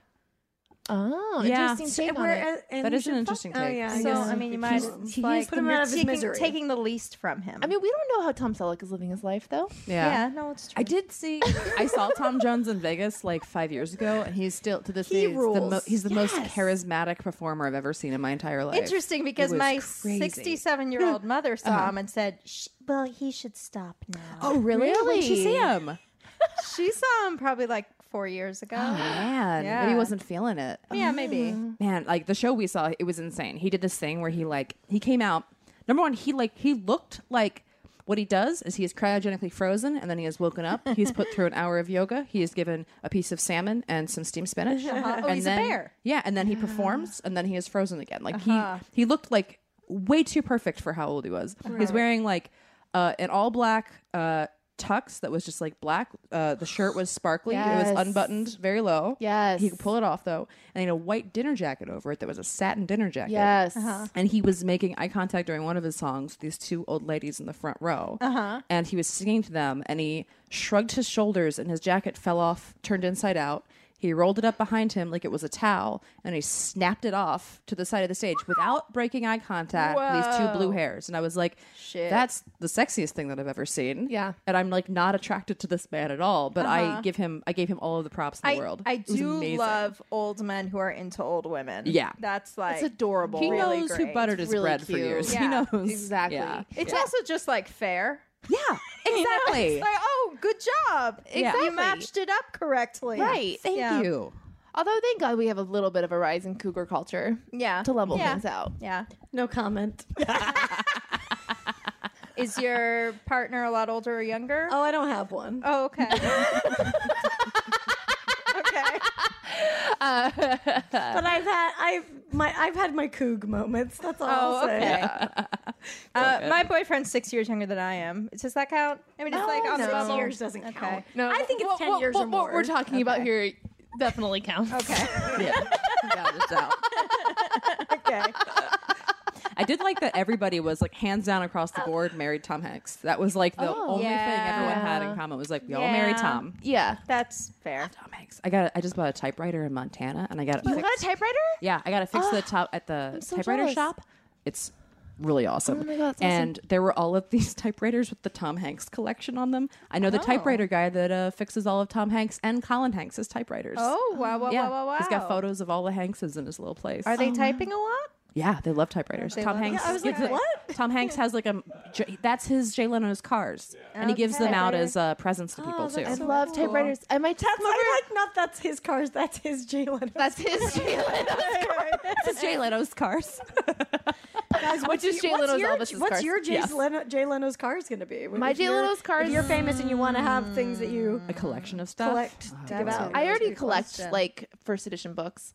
Speaker 4: Oh,
Speaker 3: Yeah.
Speaker 4: interesting take on
Speaker 2: Where-
Speaker 4: it.
Speaker 2: and- and
Speaker 3: That
Speaker 2: you
Speaker 3: is an
Speaker 2: should
Speaker 3: interesting
Speaker 2: fuck-
Speaker 3: take.
Speaker 2: Oh, yeah.
Speaker 6: So
Speaker 2: guess
Speaker 6: I mean,
Speaker 2: if
Speaker 6: you might
Speaker 2: just-
Speaker 6: it's
Speaker 2: you
Speaker 6: like,
Speaker 2: just put him
Speaker 6: you're
Speaker 2: out of his
Speaker 6: taking,
Speaker 2: misery.
Speaker 6: taking the least from him.
Speaker 4: I mean, we don't know how Tom Selleck is living his life, though.
Speaker 6: yeah, no, it's true.
Speaker 3: I did see. I saw Tom Jones in Vegas like five years ago, and he's still to this
Speaker 2: He
Speaker 3: day. he's The
Speaker 2: rules.
Speaker 3: he's the most charismatic performer I've ever seen in my entire life.
Speaker 6: Interesting because
Speaker 3: was
Speaker 6: my
Speaker 3: crazy.
Speaker 6: *laughs* sixty-seven-year-old mother saw him and said, "Sh- "Well, he should stop now."
Speaker 3: Oh, really? When did you see
Speaker 4: Really?
Speaker 3: him? Oh,
Speaker 6: She saw him probably like four years *gasps* ago.
Speaker 3: Man,
Speaker 6: Yeah.
Speaker 3: maybe he wasn't feeling it.
Speaker 6: yeah, maybe.
Speaker 3: Man, like the show we saw, it was insane. He did this thing where he like he came out. Number one, he like he looked like what he does is he is cryogenically frozen and then he is woken up. He's put through an hour of yoga. He is given a piece of salmon and some steamed spinach.
Speaker 6: Oh,
Speaker 3: And
Speaker 6: he's a
Speaker 3: then,
Speaker 6: bear. Ah. Uh-huh.
Speaker 3: Yeah, and then he performs and then he is frozen again. Like he he looked like way too perfect for how old he was. He's wearing like uh, an all black uh, tux that was just like black. Uh, the shirt was sparkly. It
Speaker 4: Yes.
Speaker 3: was unbuttoned, very low.
Speaker 4: Yes.
Speaker 3: he could pull it off though, and he had a white dinner jacket over it that was a satin dinner jacket.
Speaker 4: Yes.
Speaker 3: And he was making eye contact during one of his songs with these two old ladies in the front row. Uh-huh. And he was singing to them, and he shrugged his shoulders, and his jacket fell off, turned inside out. He rolled it up behind him like it was a towel, and he snapped it off to the side of the stage without breaking eye contact. These two blue hairs, and I was like,
Speaker 6: Shit.
Speaker 3: that's the sexiest thing that I've ever seen."
Speaker 4: Yeah.
Speaker 3: and I'm like not attracted to this man at all, but I give him, I gave him all of the props in the
Speaker 6: Uh-huh. I,
Speaker 3: world.
Speaker 6: I
Speaker 3: It was
Speaker 6: do
Speaker 3: amazing.
Speaker 6: love old men who are into old women.
Speaker 3: Yeah.
Speaker 6: That's like
Speaker 4: It's adorable.
Speaker 3: He
Speaker 6: really
Speaker 3: knows who
Speaker 6: great.
Speaker 3: buttered his
Speaker 4: Really
Speaker 3: bread for
Speaker 4: cute.
Speaker 3: years. He
Speaker 6: Yeah,
Speaker 3: *laughs* knows
Speaker 4: exactly.
Speaker 3: Yeah,
Speaker 6: It's also just like fair.
Speaker 3: *laughs* yeah
Speaker 6: It's
Speaker 3: exactly.
Speaker 6: like, oh, good job.
Speaker 3: Yeah.
Speaker 6: You matched it up correctly.
Speaker 4: Right.
Speaker 3: Thank
Speaker 6: Yeah.
Speaker 3: you.
Speaker 4: Although, thank God we have a little bit of a rise in cougar culture
Speaker 6: Yeah.
Speaker 4: to level
Speaker 6: yeah.
Speaker 4: things out.
Speaker 6: Yeah.
Speaker 2: No comment.
Speaker 6: Is your *laughs* partner a lot older or younger?
Speaker 2: Oh, I don't have one.
Speaker 6: Oh, okay. okay.
Speaker 2: But I've had I've my I've had my coog moments. That's all. I'll
Speaker 6: Oh,
Speaker 2: say.
Speaker 6: okay. Uh, my boyfriend's six years younger than I am. Does that count? I mean, it's like on the
Speaker 2: Oh, six
Speaker 6: bubble.
Speaker 2: years doesn't
Speaker 6: Okay.
Speaker 2: count.
Speaker 4: No,
Speaker 2: I think it's
Speaker 4: what-
Speaker 2: ten
Speaker 4: what-
Speaker 2: years
Speaker 4: what,
Speaker 2: or more.
Speaker 4: What we're talking about here
Speaker 2: *laughs*
Speaker 4: definitely counts.
Speaker 6: *laughs* Okay.
Speaker 3: Yeah. Without a doubt.
Speaker 6: okay.
Speaker 3: I did like that everybody was like hands down across the board married Tom Hanks. That was like the
Speaker 4: Oh.
Speaker 3: only
Speaker 6: Yeah.
Speaker 3: thing everyone had in common was like we all married
Speaker 6: Yeah.
Speaker 3: Tom.
Speaker 4: Yeah.
Speaker 6: That's fair.
Speaker 3: Tom Hanks. I got. I just bought a typewriter in Montana, and I got it.
Speaker 4: You
Speaker 3: fixed.
Speaker 4: got a typewriter?
Speaker 3: yeah, I got it fixed at the top at the
Speaker 4: so
Speaker 3: typewriter
Speaker 4: jealous.
Speaker 3: shop. It's really awesome.
Speaker 4: Oh my God, that's awesome.
Speaker 3: and there were all of these *laughs* typewriters with the Tom Hanks collection on them. I know the
Speaker 4: Oh.
Speaker 3: typewriter guy that uh, fixes all of Tom Hanks and Colin Hanks's typewriters.
Speaker 6: Oh, wow, wow,
Speaker 3: yeah.
Speaker 6: wow, wow, wow.
Speaker 3: He's got photos of all the Hankses in his little place.
Speaker 6: Are they typing a lot?
Speaker 3: Yeah, they love typewriters. Tom
Speaker 6: love
Speaker 3: Hanks.
Speaker 6: them. Yeah, I was
Speaker 3: gives
Speaker 6: like,
Speaker 3: it- Tom Hanks has like a J- that's his Jay Leno's cars, and he gives them out
Speaker 6: Okay.
Speaker 3: as uh, presents to people too.
Speaker 2: that's
Speaker 4: I
Speaker 2: So
Speaker 4: love
Speaker 2: cool.
Speaker 4: typewriters. And my
Speaker 2: That's
Speaker 4: remember-
Speaker 2: i like not that's his cars. That's his Jalen. *laughs*
Speaker 4: *laughs* That's his
Speaker 3: It's his Jay Leno's cars.
Speaker 2: Guys, what's
Speaker 4: is
Speaker 2: your-
Speaker 4: Jay Leno's
Speaker 2: what's
Speaker 4: Elvis's
Speaker 2: your, what's
Speaker 4: cars?
Speaker 2: your Jay,
Speaker 3: Yes.
Speaker 2: Leno, Jay Leno's cars going to be?
Speaker 4: My
Speaker 2: If
Speaker 4: Jay
Speaker 2: you're-
Speaker 4: Leno's cars- Mm.
Speaker 2: If you're famous and you want to have things that you
Speaker 3: a collection of stuff.
Speaker 2: collect to give out,
Speaker 4: I already collect
Speaker 6: question.
Speaker 4: like first edition books.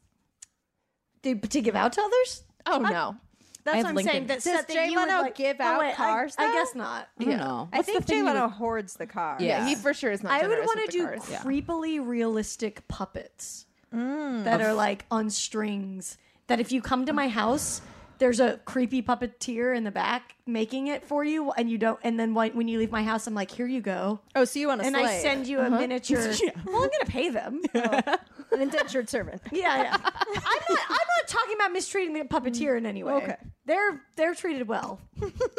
Speaker 2: to, to give out to others.
Speaker 4: Oh no.
Speaker 2: That's
Speaker 3: have
Speaker 2: what I'm
Speaker 3: LinkedIn.
Speaker 2: saying. That's
Speaker 6: Does
Speaker 2: stuff that
Speaker 6: Jay
Speaker 2: you would,
Speaker 6: Leno
Speaker 2: like-
Speaker 6: give
Speaker 2: Oh,
Speaker 6: out
Speaker 2: wait, I-
Speaker 6: cars,
Speaker 2: I,
Speaker 6: though?
Speaker 2: guess not.
Speaker 3: You know,
Speaker 6: I think Jay Leno hoards the car.
Speaker 3: Yeah.
Speaker 4: He for sure is not.
Speaker 2: I would
Speaker 4: want to
Speaker 2: do
Speaker 4: Cars.
Speaker 2: creepily realistic puppets
Speaker 6: Mm.
Speaker 2: that are like on strings. That if you come to my house, there's a creepy puppeteer in the back making it for you, and you don't. And then when when you leave my house, I'm like, here you go,
Speaker 6: Oh, so you want to
Speaker 2: and I send you a miniature. Well, I'm gonna pay them. yeah,
Speaker 6: an indentured servant.
Speaker 2: yeah. *laughs* I'm not. I'm not talking about mistreating the puppeteer in any way.
Speaker 6: Okay.
Speaker 2: They're they're treated well.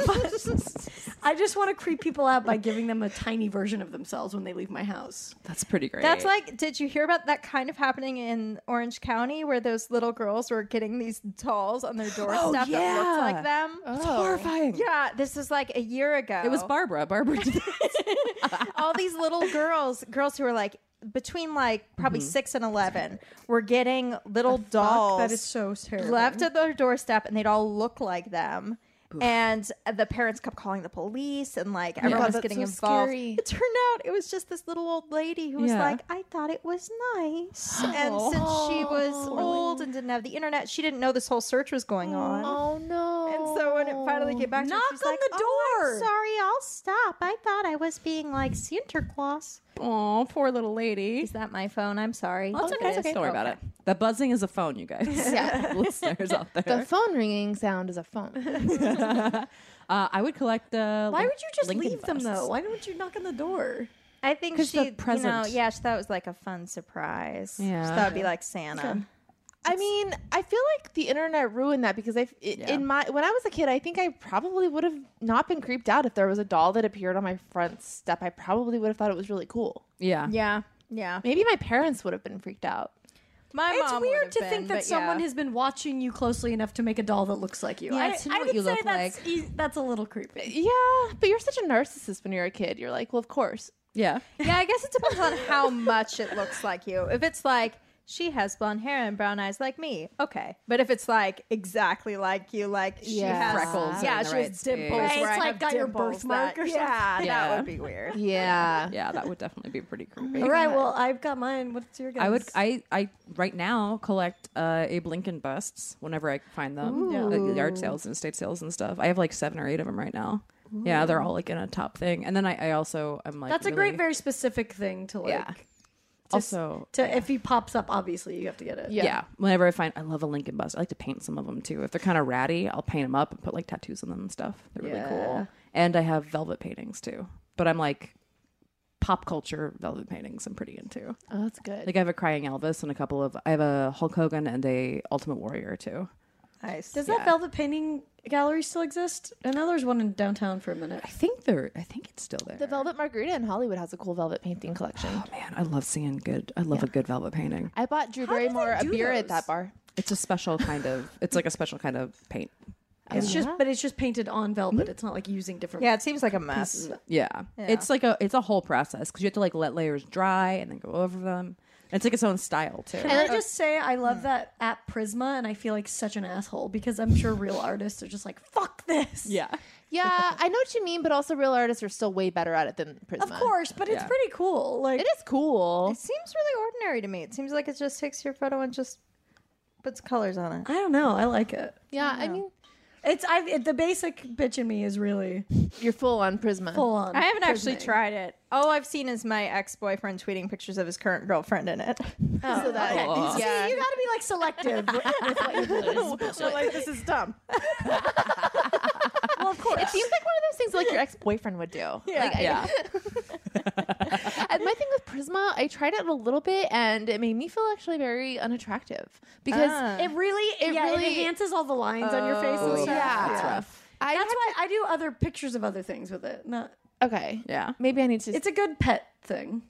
Speaker 2: But I just want to creep people out by giving them a tiny version of themselves when they leave my house.
Speaker 3: That's pretty great.
Speaker 6: That's like, did you hear about that kind of happening in Orange County where those little girls were getting these dolls on their doorstep that
Speaker 3: yeah.
Speaker 6: looked like them?
Speaker 4: Oh.
Speaker 3: horrifying.
Speaker 6: Yeah, Oh. this was like a year ago.
Speaker 3: It was Barbara. Barbara did that.
Speaker 6: all these little girls, girls who were like between like probably six and eleven, were getting little dolls
Speaker 2: That is so terrible.
Speaker 6: left at their doorstep, and they'd all look like them. And the parents kept calling the police, and like everyone was
Speaker 4: that's
Speaker 6: getting
Speaker 4: so
Speaker 6: involved.
Speaker 4: scary.
Speaker 6: It turned out it was just this little old lady who was
Speaker 3: Yeah.
Speaker 6: like, "I thought it was nice," and since she was old and didn't have the internet, she didn't know this whole search was going on.
Speaker 4: Oh no.
Speaker 6: And so when it finally came back,
Speaker 2: Knock
Speaker 6: to her, she's
Speaker 2: on
Speaker 6: like,
Speaker 2: the
Speaker 6: "Oh, I'm
Speaker 2: door."
Speaker 6: sorry, I'll stop. I thought I was being like Santa Claus.
Speaker 3: Oh, poor little lady.
Speaker 6: Is that my phone? I'm sorry.
Speaker 3: That's okay. Don't worry about it. The buzzing is a phone, you guys.
Speaker 2: *laughs*
Speaker 3: *laughs*
Speaker 4: Yeah.
Speaker 3: Listeners out there.
Speaker 4: the phone ringing sound is a phone.
Speaker 3: Uh, I would collect the.
Speaker 2: Why would you just
Speaker 3: Lincoln
Speaker 2: leave them
Speaker 3: busts.
Speaker 2: though? Why don't you knock on the door?
Speaker 6: I think
Speaker 3: 'Cause
Speaker 6: she,
Speaker 3: the
Speaker 6: you know,
Speaker 3: present.
Speaker 6: yeah, she thought it was like a fun surprise.
Speaker 3: Yeah.
Speaker 6: She thought it'd be like Santa.
Speaker 4: I mean, I feel like the internet ruined that because I, it, in my when I was a kid, I think I probably would have not been creeped out if there was a doll that appeared on my front step. I probably would have thought it was really cool.
Speaker 3: Yeah.
Speaker 6: Yeah. Yeah.
Speaker 4: Maybe my parents would have been freaked out.
Speaker 6: My
Speaker 2: It's
Speaker 6: mom
Speaker 2: weird
Speaker 6: would've
Speaker 2: to
Speaker 6: been,
Speaker 2: think that
Speaker 6: but
Speaker 2: someone
Speaker 6: yeah.
Speaker 2: has been watching you closely enough to make a doll that looks like you. I,
Speaker 3: to know
Speaker 2: I
Speaker 3: what
Speaker 2: would
Speaker 3: you
Speaker 2: say
Speaker 3: look
Speaker 2: that's e- that's a little creepy.
Speaker 4: Yeah, but you're such a narcissist when you're a kid. You're like, well, of course.
Speaker 3: Yeah.
Speaker 6: *laughs* Yeah, I guess it depends on how much it looks like you. If it's like she has blonde hair and brown eyes like me, okay. But if it's like exactly like you, like she
Speaker 4: Yeah.
Speaker 6: has
Speaker 3: Freckles
Speaker 6: Yeah,
Speaker 3: and the
Speaker 6: she
Speaker 3: right
Speaker 6: has
Speaker 3: stage.
Speaker 6: dimples.
Speaker 2: Right,
Speaker 6: where
Speaker 2: it's
Speaker 6: I
Speaker 2: like
Speaker 6: have
Speaker 2: got your
Speaker 6: dimples
Speaker 2: birthmark
Speaker 6: that-
Speaker 2: or
Speaker 6: *laughs* Yeah,
Speaker 3: Yeah.
Speaker 6: that would be *laughs* weird.
Speaker 4: Yeah.
Speaker 3: Yeah, that would definitely be pretty creepy.
Speaker 2: All right, well, I've got mine. What's your guess?
Speaker 3: I would. I. I right now collect uh, Abe Lincoln busts whenever I find them
Speaker 2: Ooh.
Speaker 3: at yard sales and estate sales and stuff. I have like seven or eight of them right now. Yeah, they're all like in a top thing. And then I, I also am like
Speaker 2: that's a
Speaker 3: really-
Speaker 2: great, very specific thing to like.
Speaker 3: Yeah.
Speaker 2: just
Speaker 3: Also-
Speaker 2: to if he pops up, obviously you have to get it.
Speaker 3: yeah. Whenever I find, I love a Lincoln bust. I like to paint some of them too. If they're kind of ratty, I'll paint them up and put like tattoos on them and stuff. They're really
Speaker 2: Yeah.
Speaker 3: cool. And I have velvet paintings too. But I'm like, pop culture velvet paintings I'm pretty into.
Speaker 4: Oh, that's good.
Speaker 3: Like I have a crying Elvis and a couple of I have a Hulk Hogan and a Ultimate Warrior too.
Speaker 6: Nice.
Speaker 2: Does that velvet painting gallery still exist? I know there's one in downtown for a minute.
Speaker 3: I think they're I think it's still there.
Speaker 4: the Velvet Margarita in Hollywood has a cool velvet painting collection.
Speaker 3: Man, I love seeing good I love a good velvet painting.
Speaker 4: I bought Drew Barrymore a
Speaker 2: do
Speaker 4: beer at
Speaker 2: those?
Speaker 4: that bar.
Speaker 3: It's a special kind of it's like a special kind of paint.
Speaker 2: It's just, but it's just painted on velvet. It's not like using different.
Speaker 6: Yeah, it seems like a mess.
Speaker 3: Yeah. It's like a it's a whole process cuz you have to like let layers dry and then go over them. And it's like its own style too.
Speaker 2: Can I just say I love that app Prisma, and I feel like such an asshole because I'm sure real artists are just like, "Fuck this."
Speaker 3: yeah.
Speaker 4: *laughs* Yeah, I know what you mean, but also real artists are still way better at it than Prisma.
Speaker 2: of course, but it's
Speaker 3: Yeah.
Speaker 2: pretty cool. Like,
Speaker 4: It is cool.
Speaker 6: It seems really ordinary to me. It seems like it just takes your photo and just puts colors on it.
Speaker 2: I don't know. I like it.
Speaker 4: yeah, I mean,
Speaker 2: It's I it, the basic bitch in me is really
Speaker 4: you're full on Prisma.
Speaker 2: full on.
Speaker 4: *laughs*
Speaker 6: I haven't actually
Speaker 2: prismatic.
Speaker 6: tried it. All I've seen is my ex boyfriend tweeting pictures of his current girlfriend in *laughs* it.
Speaker 4: So that, yeah.
Speaker 2: Oh, You got to be like selective with with what you
Speaker 4: *laughs*
Speaker 2: do.
Speaker 4: So, like, this is dumb.
Speaker 2: Well, of course.
Speaker 4: It seems like one of those things like your ex boyfriend would do. Yeah. Like, I-
Speaker 3: Yeah.
Speaker 4: *laughs* And my thing with Prisma, I tried it a little bit and it made me feel actually very unattractive because
Speaker 6: Ah.
Speaker 2: It really, it
Speaker 4: It
Speaker 2: yeah,
Speaker 4: really-
Speaker 2: it enhances all the lines on your face and
Speaker 4: yeah,
Speaker 2: stuff.
Speaker 4: that's rough. I
Speaker 2: That's
Speaker 4: had
Speaker 2: why I do other pictures of other things with it. Not,
Speaker 4: to- okay,
Speaker 3: Yeah.
Speaker 4: maybe I need to.
Speaker 2: it's a good pet thing.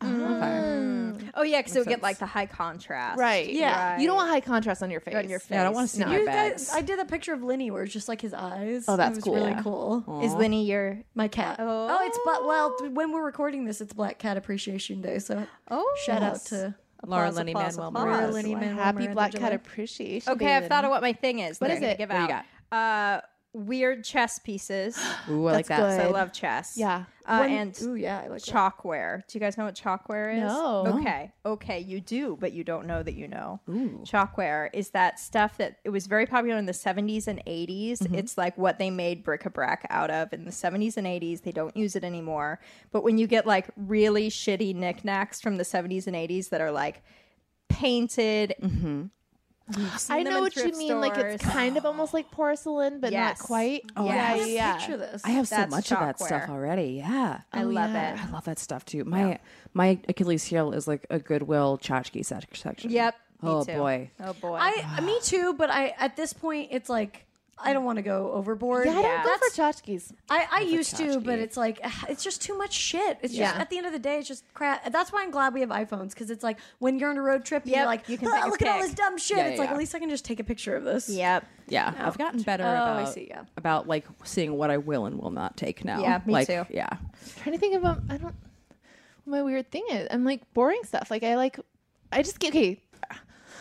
Speaker 6: Oh yeah, because it would get like the high contrast.
Speaker 4: right,
Speaker 2: yeah.
Speaker 4: You don't want high contrast on your face.
Speaker 6: On your face.
Speaker 3: Yeah, I don't want to see
Speaker 4: No.
Speaker 3: my
Speaker 2: You
Speaker 3: bags.
Speaker 2: guys, I did a picture of Linny where it's just like his eyes.
Speaker 4: Oh, that's
Speaker 2: it was
Speaker 4: cool. Oh.
Speaker 2: Really
Speaker 4: Yeah.
Speaker 2: cool.
Speaker 6: Is Lenny your
Speaker 2: My cat. Oh. it's but well, th- when we're recording this, it's Black Cat Appreciation Day. So
Speaker 6: Oh,
Speaker 2: shout
Speaker 6: yes.
Speaker 2: out to
Speaker 3: Laura
Speaker 6: Applause,
Speaker 3: Lenny
Speaker 6: applause,
Speaker 3: Manuel
Speaker 6: applause.
Speaker 2: Laura
Speaker 3: Miranda.
Speaker 6: Yes.
Speaker 2: Lenny Manuel
Speaker 4: Happy
Speaker 2: Miranda
Speaker 4: Black Cat
Speaker 2: July.
Speaker 4: Appreciation.
Speaker 6: Okay,
Speaker 4: Day,
Speaker 6: I've thought
Speaker 4: then.
Speaker 6: of what my thing is. What
Speaker 4: What
Speaker 6: is
Speaker 4: is it?
Speaker 6: Give
Speaker 4: What
Speaker 6: out.
Speaker 4: do you
Speaker 6: Uh, weird chess pieces.
Speaker 3: Ooh, I like
Speaker 4: That's
Speaker 3: that.
Speaker 4: good.
Speaker 6: So I love chess.
Speaker 4: Yeah.
Speaker 6: Uh,
Speaker 2: One-
Speaker 6: and
Speaker 2: ooh, yeah, I like that.
Speaker 6: chalkware. Do you guys know what chalkware is?
Speaker 4: No. No.
Speaker 6: Okay. Okay, you do, but you don't know that you know. Chalkware is that stuff that it was very popular in the 70s and 80s. It's like what they made bric-a-brac out of in the 70s and 80s. They don't use it anymore. But when you get like really shitty knickknacks from the 70s and 80s that are like painted
Speaker 4: I
Speaker 6: seen them
Speaker 4: know
Speaker 6: in
Speaker 4: what you
Speaker 6: thrift
Speaker 4: mean. Like it's
Speaker 6: stores.
Speaker 4: kind of almost like porcelain, but
Speaker 6: Yes.
Speaker 4: not quite.
Speaker 6: Oh,
Speaker 4: yeah,
Speaker 6: I
Speaker 2: I
Speaker 4: yeah.
Speaker 6: have
Speaker 2: just
Speaker 4: yeah.
Speaker 2: picture this.
Speaker 3: I have so
Speaker 6: That's
Speaker 3: much of that stuff
Speaker 6: chalkware.
Speaker 3: already. Yeah.
Speaker 6: I love it.
Speaker 3: I love that stuff too. My my Achilles heel is like a Goodwill tchotchke sec- section.
Speaker 6: Yep. me
Speaker 3: Oh
Speaker 6: too.
Speaker 3: boy.
Speaker 6: Oh
Speaker 4: *sighs*
Speaker 6: boy.
Speaker 2: I me too, but I at this point it's like I don't want to go overboard.
Speaker 4: Yeah, I don't go
Speaker 2: That's-
Speaker 4: for tchotchkes.
Speaker 2: I, I used to, but it's like *sighs* ugh, it's just too much shit. It's just
Speaker 4: Yeah.
Speaker 2: at the end of the day, it's just crap. That's why I'm glad we have iPhones because it's like when you're on a road trip, you're
Speaker 6: Yep,
Speaker 2: like,
Speaker 6: you can
Speaker 2: *laughs* "Ah,
Speaker 6: take a
Speaker 2: look at all
Speaker 6: pic."
Speaker 2: this dumb shit.
Speaker 3: Yeah,
Speaker 2: it's
Speaker 3: yeah,
Speaker 2: like
Speaker 3: yeah.
Speaker 2: at least I can just take a picture of this.
Speaker 6: Yep.
Speaker 3: Yeah. I've gotten better
Speaker 2: Oh, I
Speaker 3: about
Speaker 2: see, yeah.
Speaker 3: about like seeing what I will and will not take now.
Speaker 6: Yeah, me
Speaker 3: like,
Speaker 6: too.
Speaker 3: Yeah.
Speaker 4: trying to think of um, I don't what my weird thing is. I'm like boring stuff. Like I like I just get okay.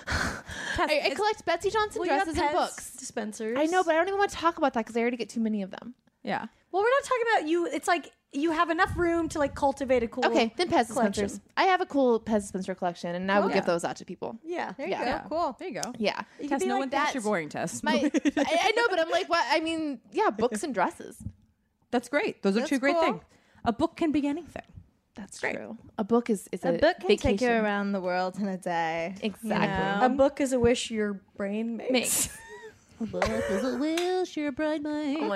Speaker 4: I, I collect Betsy Johnson
Speaker 2: Well, you have
Speaker 4: dresses and
Speaker 2: Pez
Speaker 4: books.
Speaker 2: dispensers.
Speaker 4: I know, but I don't even want to talk about that because I already get too many of them.
Speaker 3: Yeah.
Speaker 2: well, we're not talking about you. It's like you have enough room to like cultivate a cool.
Speaker 4: Okay, then Pez dispensers.
Speaker 2: collection.
Speaker 4: I have a cool Pez dispenser collection, and I would give those out to people.
Speaker 2: Yeah.
Speaker 6: There you
Speaker 4: Yeah.
Speaker 6: go.
Speaker 4: Yeah.
Speaker 6: Cool.
Speaker 3: There you go.
Speaker 4: Yeah,
Speaker 3: Tess,
Speaker 2: be
Speaker 3: no
Speaker 2: like
Speaker 3: one thinks
Speaker 4: that.
Speaker 3: you're boring, Tess.
Speaker 6: *laughs*
Speaker 4: my I, I know, but I'm like, what? I mean, yeah, books and dresses.
Speaker 3: *laughs* That's great. Those are two
Speaker 6: That's
Speaker 3: great
Speaker 6: cool.
Speaker 3: things. A book can be anything.
Speaker 4: That's true. A book is is a,
Speaker 6: A book can
Speaker 4: vacation.
Speaker 6: take you around the world in a day.
Speaker 4: Exactly.
Speaker 2: A book is a wish your brain Um, makes. *laughs*
Speaker 4: Oh my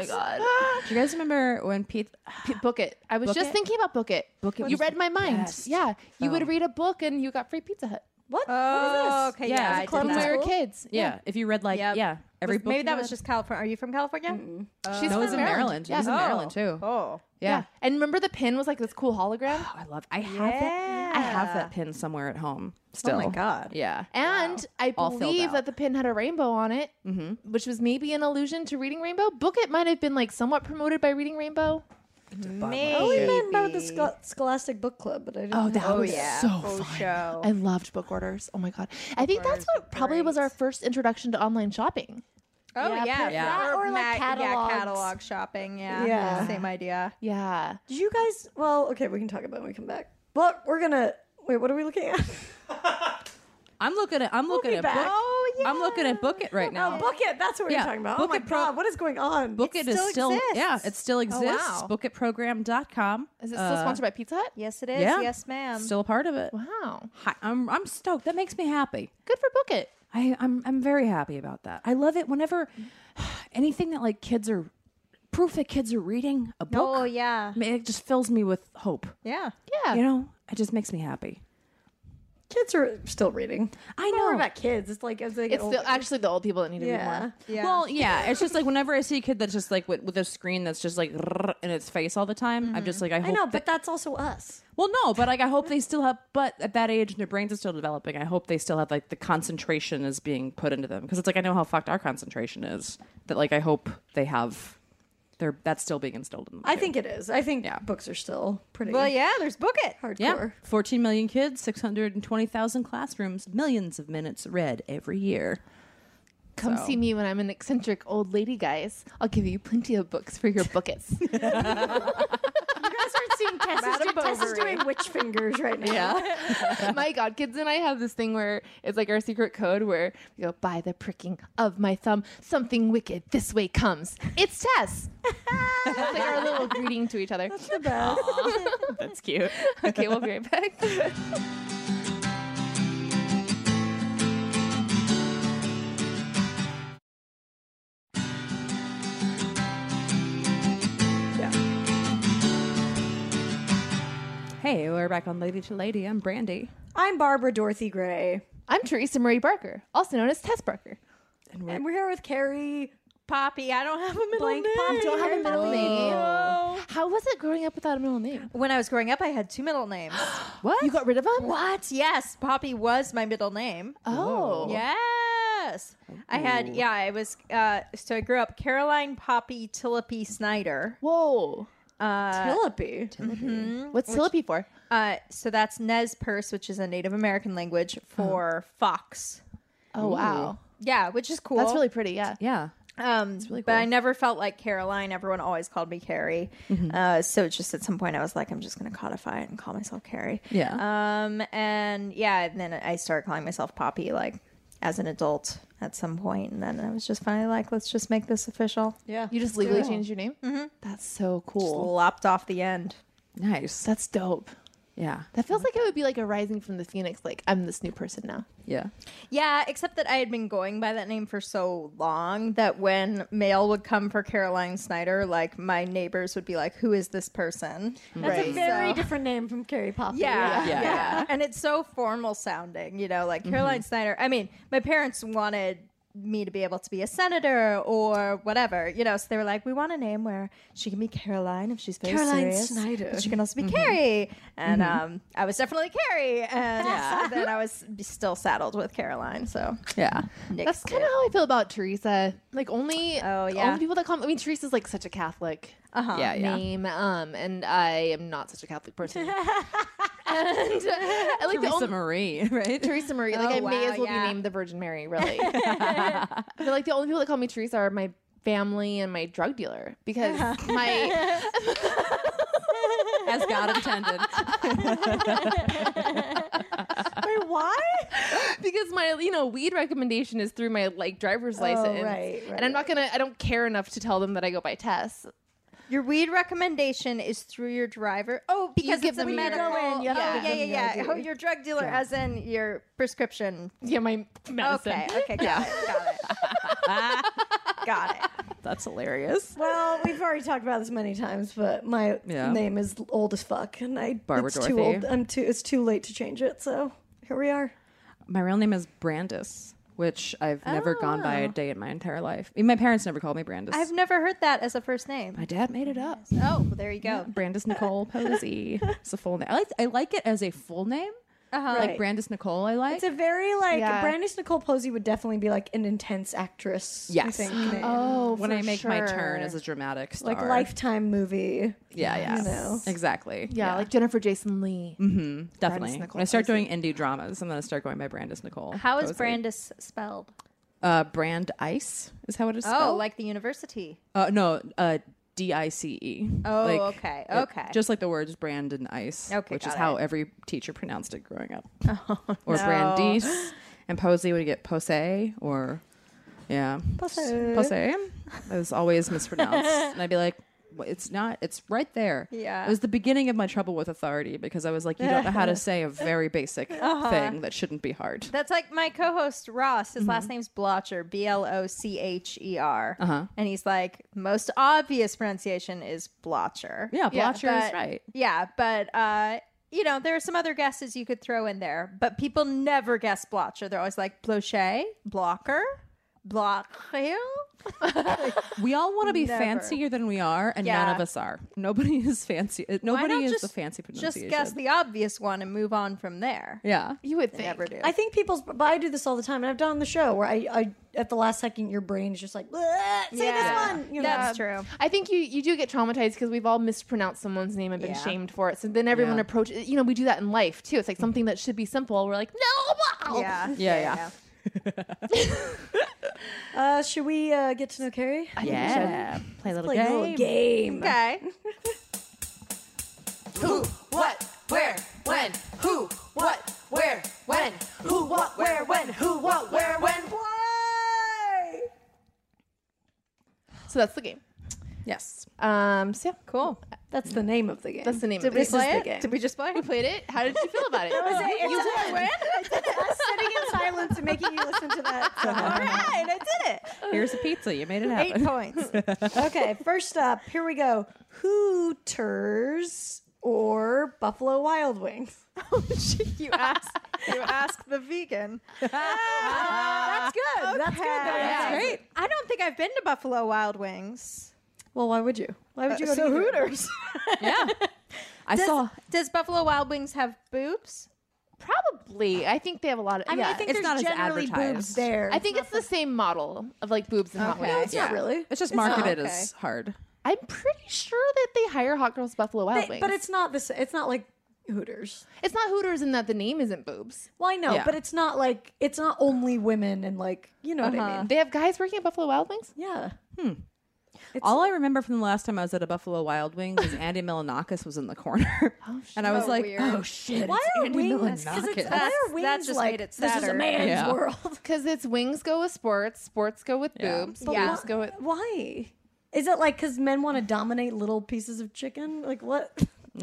Speaker 4: god.
Speaker 3: Do you guys remember when Pete
Speaker 4: P- book it. I was just
Speaker 3: It?
Speaker 4: thinking about book it.
Speaker 3: Book It
Speaker 4: You
Speaker 3: was
Speaker 4: read my mind.
Speaker 3: best.
Speaker 4: Yeah, you
Speaker 3: Oh.
Speaker 4: would read a book and you got free Pizza Hut.
Speaker 2: What?
Speaker 6: Oh,
Speaker 2: what is this?
Speaker 6: okay.
Speaker 3: Yeah,
Speaker 6: Yeah,
Speaker 3: it's
Speaker 6: I
Speaker 2: club
Speaker 6: did
Speaker 4: when
Speaker 6: that.
Speaker 4: we were
Speaker 2: Cool.
Speaker 4: kids.
Speaker 3: Yeah. If you read like
Speaker 6: Yep.
Speaker 3: yeah, every
Speaker 6: Was-
Speaker 3: book
Speaker 6: Maybe
Speaker 3: you
Speaker 6: that was
Speaker 3: read-
Speaker 6: just California. Are you from California?
Speaker 4: She's
Speaker 3: No, it
Speaker 4: from
Speaker 3: was in Maryland. It was in
Speaker 4: Yeah.
Speaker 3: Maryland too.
Speaker 6: Oh,
Speaker 4: Yeah.
Speaker 3: Yeah.
Speaker 4: And remember the pin was like this cool hologram?
Speaker 3: *gasps* Oh, I love. I have that. I have that pin somewhere at home. Still.
Speaker 6: my God.
Speaker 3: Yeah.
Speaker 4: And I
Speaker 3: All filled
Speaker 4: believe
Speaker 3: out. Mm-hmm.
Speaker 4: that the pin had a rainbow on it, which was maybe an allusion to Reading Rainbow. Book It might have been like somewhat promoted by Reading Rainbow.
Speaker 2: I
Speaker 6: maybe.
Speaker 2: remember about the Schol- Scholastic Book Club, but I didn't. know.
Speaker 4: that
Speaker 6: Oh yeah. oh,
Speaker 4: I
Speaker 6: show.
Speaker 4: loved book orders. Oh my god! I think that's what probably was our first introduction to online shopping.
Speaker 6: Oh yeah.
Speaker 2: yeah.
Speaker 3: Yeah.
Speaker 2: Or, like,
Speaker 6: yeah,
Speaker 2: catalogs.
Speaker 6: catalog shopping. Yeah.
Speaker 2: Yeah.
Speaker 6: Same idea.
Speaker 4: Yeah.
Speaker 2: Did you guys? Well, okay, we can talk about it when we come back. But we're gonna wait. What are we looking at?
Speaker 3: I'm looking at. I'm looking
Speaker 2: be
Speaker 3: at.
Speaker 2: back.
Speaker 3: Book,
Speaker 6: Oh, yeah.
Speaker 3: I'm looking at book it right now.
Speaker 2: Oh, book it. That's what we're
Speaker 3: Yeah,
Speaker 2: talking about. oh
Speaker 3: Book
Speaker 2: my
Speaker 3: It Pro-
Speaker 2: god, what is going on?
Speaker 3: book it, is
Speaker 6: still
Speaker 3: still.
Speaker 6: exists.
Speaker 3: Yeah, it still exists.
Speaker 6: wow.
Speaker 3: Bookitprogram.com.
Speaker 4: Is it still
Speaker 3: Uh,
Speaker 4: sponsored by Pizza Hut?
Speaker 6: Yes, it is.
Speaker 3: Yeah.
Speaker 6: Yes, ma'am.
Speaker 3: Still a part of it.
Speaker 4: Wow.
Speaker 3: Hi, I'm. I'm stoked. That makes me happy.
Speaker 4: Good for Book It.
Speaker 3: *sighs* I, I'm I'm very happy about that. I love it whenever anything that like kids are proof that kids are reading a book.
Speaker 6: Oh yeah,
Speaker 3: I mean, it just fills me with hope.
Speaker 6: yeah.
Speaker 4: Yeah.
Speaker 3: You know, it just makes me happy.
Speaker 2: Kids are still reading.
Speaker 3: I
Speaker 2: Don't worry
Speaker 3: know.
Speaker 2: about kids. It's like as they get
Speaker 4: it's
Speaker 2: older.
Speaker 4: the, actually the old people that need to read
Speaker 2: yeah.
Speaker 4: more.
Speaker 6: Yeah.
Speaker 3: Well, yeah, it's just like whenever I see a kid that's just like with, with a screen that's just like *laughs* in its face all the time, I'm just like, I hope.
Speaker 2: I know,
Speaker 3: that-
Speaker 2: but that's also us.
Speaker 3: well, no, but like I hope they still have. But at that age, and their brains are still developing. I hope they still have like the concentration is being put into them because it's like I know how fucked our concentration is. That like I hope they have. They're that's still being instilled in them.
Speaker 2: I
Speaker 3: too.
Speaker 2: think it is. I think
Speaker 3: Yeah.
Speaker 2: books are still pretty
Speaker 6: Well, yeah. There's book it.
Speaker 2: hardcore.
Speaker 3: Yeah, 14 million kids, 620,000 classrooms, millions of minutes read every year.
Speaker 4: Come
Speaker 3: So.
Speaker 4: see me when I'm an eccentric old lady, guys. I'll give you plenty of books for your buckets.
Speaker 2: You guys aren't *laughs* seeing Tess. is doing- Tess is doing witch fingers right now. Yeah.
Speaker 4: *laughs* my God, kids and I have this thing where it's like our secret code where we go, by the pricking of my thumb, something wicked this way comes. It's Tess. it's like our little greeting to each other.
Speaker 3: That's cute.
Speaker 4: Okay, we'll be right back. *laughs*
Speaker 3: Hey, we're back on Lady to Lady. I'm Brandy.
Speaker 2: I'm Barbara Dorothy Gray.
Speaker 4: I'm Teresa Marie Barker, also known as Tess Barker.
Speaker 2: And we're here with Carrie
Speaker 6: Poppy. I don't have a middle
Speaker 2: Blank
Speaker 6: name.
Speaker 2: Poppy.
Speaker 4: Don't have a middle
Speaker 6: Oh.
Speaker 4: name. How was it growing up without a middle name?
Speaker 6: When I was growing up, I had two middle *gasps* names.
Speaker 4: What? You got rid of them?
Speaker 6: what? Yes, Poppy was my middle name.
Speaker 4: Oh.
Speaker 6: Yes. I had, yeah, I was, uh, so I grew up Caroline Poppy Tillapi Snyder.
Speaker 4: Whoa.
Speaker 6: Uh,
Speaker 2: Philippi.
Speaker 4: What's Tillapi for?
Speaker 6: uh, so that's Nez Perce, which is a Native American language
Speaker 3: Uh-huh.
Speaker 6: for fox.
Speaker 4: Oh, wow.
Speaker 6: Yeah, which is cool.
Speaker 4: That's really pretty, yeah.
Speaker 3: Yeah.
Speaker 6: um,
Speaker 3: really
Speaker 6: but
Speaker 3: cool.
Speaker 6: I never felt like Caroline. Everyone always called me Carrie.
Speaker 3: Mm-hmm.
Speaker 6: Uh, so it's just at some point I was like, I'm just going to codify it and call myself Carrie.
Speaker 3: Yeah.
Speaker 6: Um, and yeah, and then I started calling myself Poppy like as an adult at some point, and then I was just finally like, let's just make this official.
Speaker 2: Yeah.
Speaker 4: You just legally changed your name? Mm-hmm. That's so
Speaker 6: Just
Speaker 4: cool.
Speaker 6: lopped off the end.
Speaker 3: Nice.
Speaker 4: That's dope.
Speaker 3: Yeah.
Speaker 4: That feels like it would be like a rising from the phoenix. Like I'm this new person now.
Speaker 3: Yeah.
Speaker 6: Yeah, except that I had been going by that name for so long that when mail would come for Caroline Snyder, like my neighbors would be like, "Who is this person?"
Speaker 2: That's a
Speaker 4: Right.
Speaker 2: very
Speaker 6: So-
Speaker 2: different name from Carrie Poppy.
Speaker 6: *laughs* Yeah,
Speaker 3: Yeah.
Speaker 6: yeah,
Speaker 3: Yeah.
Speaker 6: And it's so formal sounding, you know,
Speaker 2: Mm-hmm.
Speaker 6: like Caroline Snyder. I mean, my parents wanted me to be able to be a senator or whatever, you know, so they were like, we want a name where she can be Caroline if she's very
Speaker 2: Caroline
Speaker 6: serious,
Speaker 2: Snyder. Mm-hmm.
Speaker 6: but she can also be Carrie. And um, I was definitely Carrie. And yeah. then I was still saddled with Caroline. So
Speaker 3: Yeah.
Speaker 4: That's kind of how I feel about Teresa. Like only
Speaker 6: Oh, yeah.
Speaker 4: only people that call. I mean, Teresa's like such a Catholic
Speaker 6: Uh-huh.
Speaker 3: Yeah. Yeah.
Speaker 4: name, um, and I am not such a Catholic *laughs* person. and I like the
Speaker 3: Teresa
Speaker 4: only.
Speaker 3: Marie, *laughs* right?
Speaker 4: Teresa Marie, like
Speaker 6: Oh,
Speaker 4: I may
Speaker 6: wow,
Speaker 4: as well
Speaker 6: yeah.
Speaker 4: be named the Virgin Mary, really. *laughs* but like the only people that call me Teresa are my family and my drug dealer because *laughs* my
Speaker 3: As God intended.
Speaker 2: Wait, why?
Speaker 4: *laughs* because my you know weed recommendation is through my like driver's
Speaker 6: Oh,
Speaker 4: license,
Speaker 2: right, right,
Speaker 4: and I'm not gonna I don't care enough to tell them that I go by Tess.
Speaker 6: Your weed recommendation is through your driver. Oh, because
Speaker 4: give
Speaker 6: it's a
Speaker 4: them your-
Speaker 6: medical. Oh,
Speaker 4: You go
Speaker 2: in, you have to
Speaker 6: yeah,
Speaker 2: give
Speaker 6: yeah,
Speaker 2: them
Speaker 6: yeah,
Speaker 2: your
Speaker 6: yeah. Oh, your drug dealer, as in your prescription.
Speaker 4: Yeah, my medicine.
Speaker 6: Okay,
Speaker 4: *laughs*
Speaker 6: okay, got it, got it, got it.
Speaker 3: That's hilarious.
Speaker 2: Well, we've already talked about this many times, but my
Speaker 3: Yeah.
Speaker 2: name is old as fuck, and I
Speaker 3: Barbara
Speaker 2: it's too
Speaker 3: Dorothy.
Speaker 2: old. I'm too. It's too late to change it. So here we are.
Speaker 3: My real name is Brandis, which I've never gone by a day in my entire life. Even my parents never called me Brandis.
Speaker 6: I've never heard that as a first name.
Speaker 3: my dad made it up.
Speaker 6: Oh, well, there you go.
Speaker 3: Brandis Nicole Posey. It's a full name. I like I like it as a full name.
Speaker 6: Uh-huh.
Speaker 3: Like
Speaker 2: Right.
Speaker 3: Brandis Nicole, I like.
Speaker 2: It's a very like
Speaker 4: Yeah.
Speaker 2: Brandish Nicole Posey would definitely be like an intense actress. I
Speaker 3: Yes.
Speaker 6: *gasps*
Speaker 2: think, name.
Speaker 4: Oh,
Speaker 3: when
Speaker 4: for
Speaker 3: I make my
Speaker 4: sure.
Speaker 3: turn as a dramatic star.
Speaker 2: like Lifetime movie.
Speaker 3: Yeah, yeah.
Speaker 2: You know.
Speaker 3: Exactly.
Speaker 4: *laughs*
Speaker 3: Hmm.
Speaker 4: Yeah, like Jennifer Jason Lee.
Speaker 6: Mm-hmm.
Speaker 3: definitely.
Speaker 4: Nicole
Speaker 3: When I start
Speaker 4: Posey.
Speaker 3: doing indie dramas, I'm going to start going by Brandis Nicole.
Speaker 6: How is
Speaker 3: Posey.
Speaker 6: Brandis spelled?
Speaker 3: Uh, Brand Ice is how it is spelled.
Speaker 6: Oh, like the university.
Speaker 3: uh, no, uh, D I C E.
Speaker 6: Oh, okay, okay.
Speaker 3: just like the words brand and ice,
Speaker 6: Okay,
Speaker 3: which
Speaker 6: got
Speaker 3: is how
Speaker 6: it.
Speaker 3: every teacher pronounced it growing up. or
Speaker 6: *gasps*
Speaker 3: Brandice, and Posey would get Posey
Speaker 6: *laughs*
Speaker 3: or yeah, Posey. Posey. It was always mispronounced, and I'd be like, it's not it's right there
Speaker 6: Yeah.
Speaker 3: it was the beginning of my trouble with authority because i was like you don't know how
Speaker 6: *laughs*
Speaker 3: to say a very basic
Speaker 6: Uh-huh.
Speaker 3: thing that shouldn't be hard
Speaker 6: That's like my co-host Ross. His last name's Blocher, B L O C H E R,
Speaker 3: Uh-huh.
Speaker 6: and he's like most obvious pronunciation is Blocher.
Speaker 3: yeah
Speaker 4: Yeah,
Speaker 3: blotcher is
Speaker 6: but-
Speaker 3: right
Speaker 6: yeah, but uh, you know there are some other guesses you could throw in there, but people never guess Blocher. They're always like Blocher, Blocker, Blocher.
Speaker 3: we all want to be
Speaker 6: Never.
Speaker 3: fancier than we are and
Speaker 6: Yeah.
Speaker 3: none of us are nobody is fancy uh, nobody
Speaker 6: not
Speaker 3: is the
Speaker 6: just-
Speaker 3: fancy
Speaker 6: Just
Speaker 3: pronunciation
Speaker 6: guess the obvious one and move on from there.
Speaker 3: yeah
Speaker 4: You would
Speaker 6: They
Speaker 4: think.
Speaker 6: never do.
Speaker 2: I think people's, but I do this all the time, and I've done it on the show where I, I at the last second, your brain is just like, "Bleh, say this
Speaker 6: Yeah.
Speaker 2: one. You know?
Speaker 3: Um,
Speaker 6: That's true.
Speaker 4: I think you, you do get traumatized because we've all mispronounced someone's name and been
Speaker 6: Yeah.
Speaker 4: shamed for it. So then everyone
Speaker 3: Yeah.
Speaker 4: approaches, you know, we do that in life too. It's like something that should be simple. We're like, no, wow.
Speaker 6: Yeah.
Speaker 3: Yeah, yeah.
Speaker 2: Uh, should we uh, get to know Carrie?
Speaker 3: yeah play a little
Speaker 2: Play a little
Speaker 3: game
Speaker 2: game.
Speaker 6: Okay.
Speaker 1: Who, what, where, when? Who, what, where, when? Who, what, where, when? Who, what, where, when? Why?
Speaker 4: So that's the game.
Speaker 3: yes
Speaker 4: Um, so yeah, cool.
Speaker 2: That's the name of the game.
Speaker 4: That's the name
Speaker 6: Did
Speaker 4: of
Speaker 6: we
Speaker 4: it.
Speaker 6: play
Speaker 2: the
Speaker 6: it?
Speaker 2: game.
Speaker 6: Did we just play
Speaker 4: We
Speaker 6: it?
Speaker 4: played it. How did you feel
Speaker 6: *laughs*
Speaker 4: about it?
Speaker 2: Oh, You won. *laughs*
Speaker 6: us
Speaker 2: sitting in silence and making you listen to *laughs* that. song.
Speaker 6: All right, I did it.
Speaker 3: here's a pizza you made it happen
Speaker 6: *laughs* Eight points.
Speaker 2: okay, first up, here we go. Hooters or Buffalo Wild Wings?
Speaker 6: you ask. You ask the vegan. that's good. That's good.
Speaker 3: That's great.
Speaker 6: I don't think I've been to Buffalo Wild Wings.
Speaker 2: Well, why would you? Why would you go
Speaker 6: Uh, so
Speaker 2: to either?
Speaker 6: Hooters.
Speaker 3: yeah i
Speaker 6: does,
Speaker 3: saw
Speaker 6: does Buffalo Wild Wings have boobs?
Speaker 4: Probably. I think they have a lot of.
Speaker 2: I mean,
Speaker 4: yeah.
Speaker 2: I think
Speaker 3: it's
Speaker 2: there's
Speaker 3: not as
Speaker 2: generally boobs
Speaker 3: advertised.
Speaker 2: there.
Speaker 4: I think it's the same model of like boobs and hot
Speaker 6: Okay.
Speaker 4: women.
Speaker 6: No,
Speaker 2: it's not really.
Speaker 3: it's just marketed
Speaker 6: okay.
Speaker 3: as hard
Speaker 4: I'm pretty sure that they hire hot girls Buffalo Wild
Speaker 2: They-
Speaker 4: Wings,
Speaker 2: but it's not this. It's not like Hooters.
Speaker 4: it's not Hooters in that the name isn't boobs.
Speaker 2: Well, I know,
Speaker 3: Yeah.
Speaker 2: but it's not like it's not only women and like you know what I mean.
Speaker 4: They have guys working at Buffalo Wild Wings.
Speaker 2: Yeah.
Speaker 3: All I remember from the last time I was at a Buffalo Wild Wings is Andy Milanakis was in the corner, *laughs* and I was like,
Speaker 6: weird.
Speaker 3: "Oh shit!"
Speaker 2: Why
Speaker 3: it's
Speaker 2: are
Speaker 3: Andy
Speaker 2: wings? 'cause it's-
Speaker 3: Milonakis."
Speaker 2: Why are
Speaker 6: That's-
Speaker 2: wings
Speaker 6: that just
Speaker 2: like
Speaker 6: made it
Speaker 2: this is a
Speaker 6: sadder.
Speaker 2: man's
Speaker 3: Yeah.
Speaker 2: world? *laughs*
Speaker 4: Because it's wings go with sports, sports go with
Speaker 3: Yeah.
Speaker 4: boobs,
Speaker 6: But Yeah.
Speaker 4: boobs go with.
Speaker 2: Why? Is it like because men want to dominate little pieces of chicken? Like what?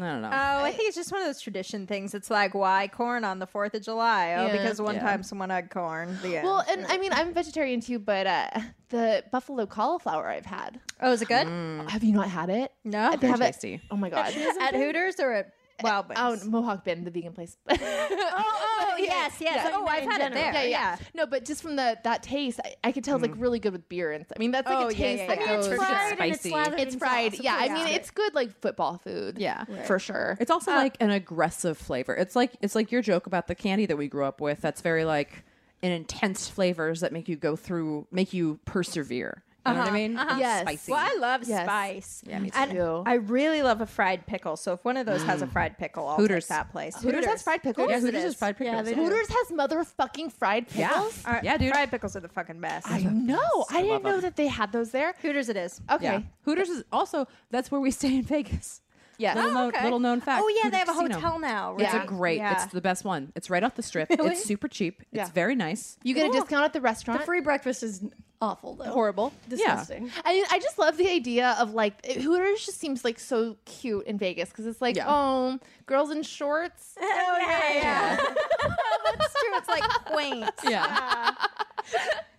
Speaker 3: I don't know.
Speaker 6: Oh, I think it's just one of those tradition things. It's like why corn on the Fourth of July? Oh,
Speaker 4: Yeah.
Speaker 6: because one
Speaker 3: Yeah.
Speaker 6: time someone had corn. The end.
Speaker 4: Well, and I mean, I'm vegetarian too, but uh, the buffalo cauliflower I've had.
Speaker 6: oh, is it good?
Speaker 3: Mm.
Speaker 4: Have you not had it?
Speaker 6: No.
Speaker 4: They have it-
Speaker 3: tasty.
Speaker 4: Oh my god.
Speaker 6: At Hooters or at Wild Wings?
Speaker 4: Oh, Mohawk Bend, the vegan place. *laughs* oh, *laughs*
Speaker 6: *laughs* oh, yes, yes. Oh, I've had it there.
Speaker 4: Yeah, yeah,
Speaker 6: Yeah.
Speaker 4: No, but just from the that taste, I, I could tell it's like really good with beer and. I mean, that's like
Speaker 6: Oh,
Speaker 4: a
Speaker 6: yeah,
Speaker 4: taste
Speaker 6: yeah,
Speaker 4: that
Speaker 6: yeah. I mean,
Speaker 4: goes.
Speaker 6: it's
Speaker 3: fried and it's slathered
Speaker 4: It's fried. Yeah, I mean, it's good like football food.
Speaker 3: Yeah.
Speaker 4: for sure.
Speaker 3: It's
Speaker 6: Uh,
Speaker 3: also like an aggressive flavor. It's like it's like your joke about the candy that we grew up with. That's very like an intense flavors that make you go through, make you persevere. You
Speaker 6: Uh-huh,
Speaker 3: know what I mean? It's
Speaker 4: Yes.
Speaker 3: Spicy.
Speaker 6: Well, I love
Speaker 4: Yes.
Speaker 6: spice.
Speaker 3: Yeah, me
Speaker 6: Mm. And
Speaker 4: too.
Speaker 6: I really love a fried pickle. So if one of those has a fried pickle, I'll
Speaker 3: Mm. Hooters.
Speaker 6: take that place.
Speaker 4: Hooters has fried pickles?
Speaker 3: yeah,
Speaker 4: Yes, it
Speaker 3: Hooters
Speaker 4: is.
Speaker 3: is fried pickles.
Speaker 2: Yeah, they do.
Speaker 4: Hooters has motherfucking fried
Speaker 3: Yeah.
Speaker 4: pickles.
Speaker 6: Alright,
Speaker 3: Yeah, dude.
Speaker 6: Fried pickles are the fucking best.
Speaker 4: No, I
Speaker 3: love
Speaker 4: didn't know
Speaker 3: them.
Speaker 4: that they had those there.
Speaker 6: Hooters, it is.
Speaker 4: Okay.
Speaker 3: Yeah. Hooters is also that's where we stay in
Speaker 4: *laughs*
Speaker 3: Vegas.
Speaker 4: Yes.
Speaker 3: Little, known,
Speaker 6: okay.
Speaker 3: little known fact.
Speaker 6: Oh yeah, they have
Speaker 3: Hooters
Speaker 6: a
Speaker 3: Casino.
Speaker 6: hotel now. Right?
Speaker 4: It's a
Speaker 3: It's a great.
Speaker 6: Yeah.
Speaker 3: It's the best one. It's right off the strip. It's super cheap.
Speaker 4: Yeah.
Speaker 3: It's very nice.
Speaker 6: *laughs*
Speaker 4: You get a discount at the restaurant.
Speaker 2: The free breakfast is awful though.
Speaker 4: horrible.
Speaker 2: Disgusting.
Speaker 4: I, I just love the idea of like Hooters just seems like so cute in Vegas because it's like
Speaker 3: Yeah.
Speaker 4: oh girls in shorts. It's
Speaker 6: *laughs* oh yeah, yeah. *laughs* That's true. It's like quaint.
Speaker 3: Yeah.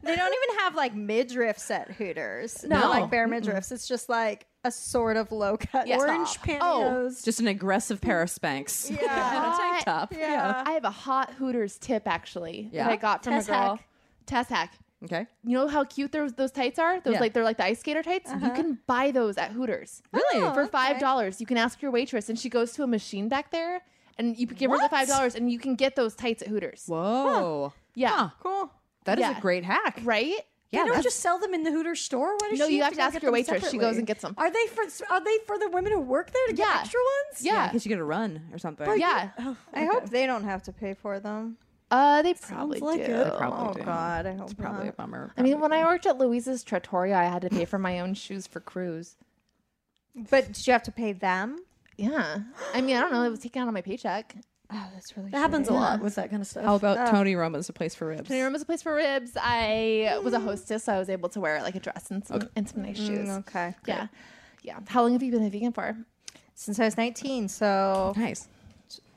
Speaker 6: They don't even have like midriffs at Hooters. No,
Speaker 3: No.
Speaker 6: like bare midriffs. It's just like a sort of low cut
Speaker 4: Yes.
Speaker 6: orange
Speaker 4: Top.
Speaker 6: pantyhose.
Speaker 3: Just an aggressive pair of Spanx. *laughs*
Speaker 6: Yeah.
Speaker 3: and a tank top.
Speaker 6: Yeah.
Speaker 4: Um, I have a hot Hooters tip actually
Speaker 3: Yeah.
Speaker 4: that I got from
Speaker 2: Tess
Speaker 4: a girl.
Speaker 2: Hack.
Speaker 4: Tess Hack.
Speaker 3: Okay.
Speaker 4: You know how cute those those tights are? Those
Speaker 3: Yeah.
Speaker 4: like they're like the ice skater tights. You can buy those at Hooters.
Speaker 3: Really?
Speaker 4: For five dollars, you can ask your waitress, and she goes to a machine back there, and you give her the five dollars, and you can get those tights at Hooters.
Speaker 3: Whoa.
Speaker 4: Yeah.
Speaker 3: Huh.
Speaker 2: Cool.
Speaker 3: That is
Speaker 4: Yeah.
Speaker 3: a great hack.
Speaker 4: Right?
Speaker 2: Yeah,
Speaker 3: Yeah.
Speaker 2: they don't
Speaker 3: that's-
Speaker 2: just sell them in the Hooters store. Why does
Speaker 4: No,
Speaker 2: she
Speaker 4: you have to
Speaker 2: go
Speaker 4: ask
Speaker 2: get
Speaker 4: your
Speaker 2: them
Speaker 4: waitress. She
Speaker 2: separately?
Speaker 4: goes and gets them.
Speaker 2: Are they for Are they for the women who work there to get
Speaker 4: Yeah.
Speaker 2: extra ones?
Speaker 3: yeah.
Speaker 4: Yeah.
Speaker 3: In case you get a run or something.
Speaker 4: Yeah.
Speaker 6: I hope they don't have to pay for them.
Speaker 4: Uh, they probably
Speaker 2: like
Speaker 4: do.
Speaker 2: it. They
Speaker 3: Probably
Speaker 6: Oh
Speaker 3: do.
Speaker 6: God, I hope
Speaker 3: Probably a
Speaker 6: not.
Speaker 3: bummer.
Speaker 4: I mean, when I worked at Louise's Trattoria, I had to pay for my own shoes for cruise.
Speaker 6: But did you have to pay them?
Speaker 4: Yeah. I mean, I don't know. It was taken out of my paycheck.
Speaker 6: Oh, that's really.
Speaker 2: That happens a lot with that kind of stuff.
Speaker 3: how about Tony Roma's a place for ribs?
Speaker 4: My room was a place for ribs. Mm. I was a hostess, so I was able to wear like a dress and some, and some nice shoes.
Speaker 6: Okay.
Speaker 4: Yeah. Yeah. How long have you been a vegan for?
Speaker 6: Since I was 19, so
Speaker 3: Nice.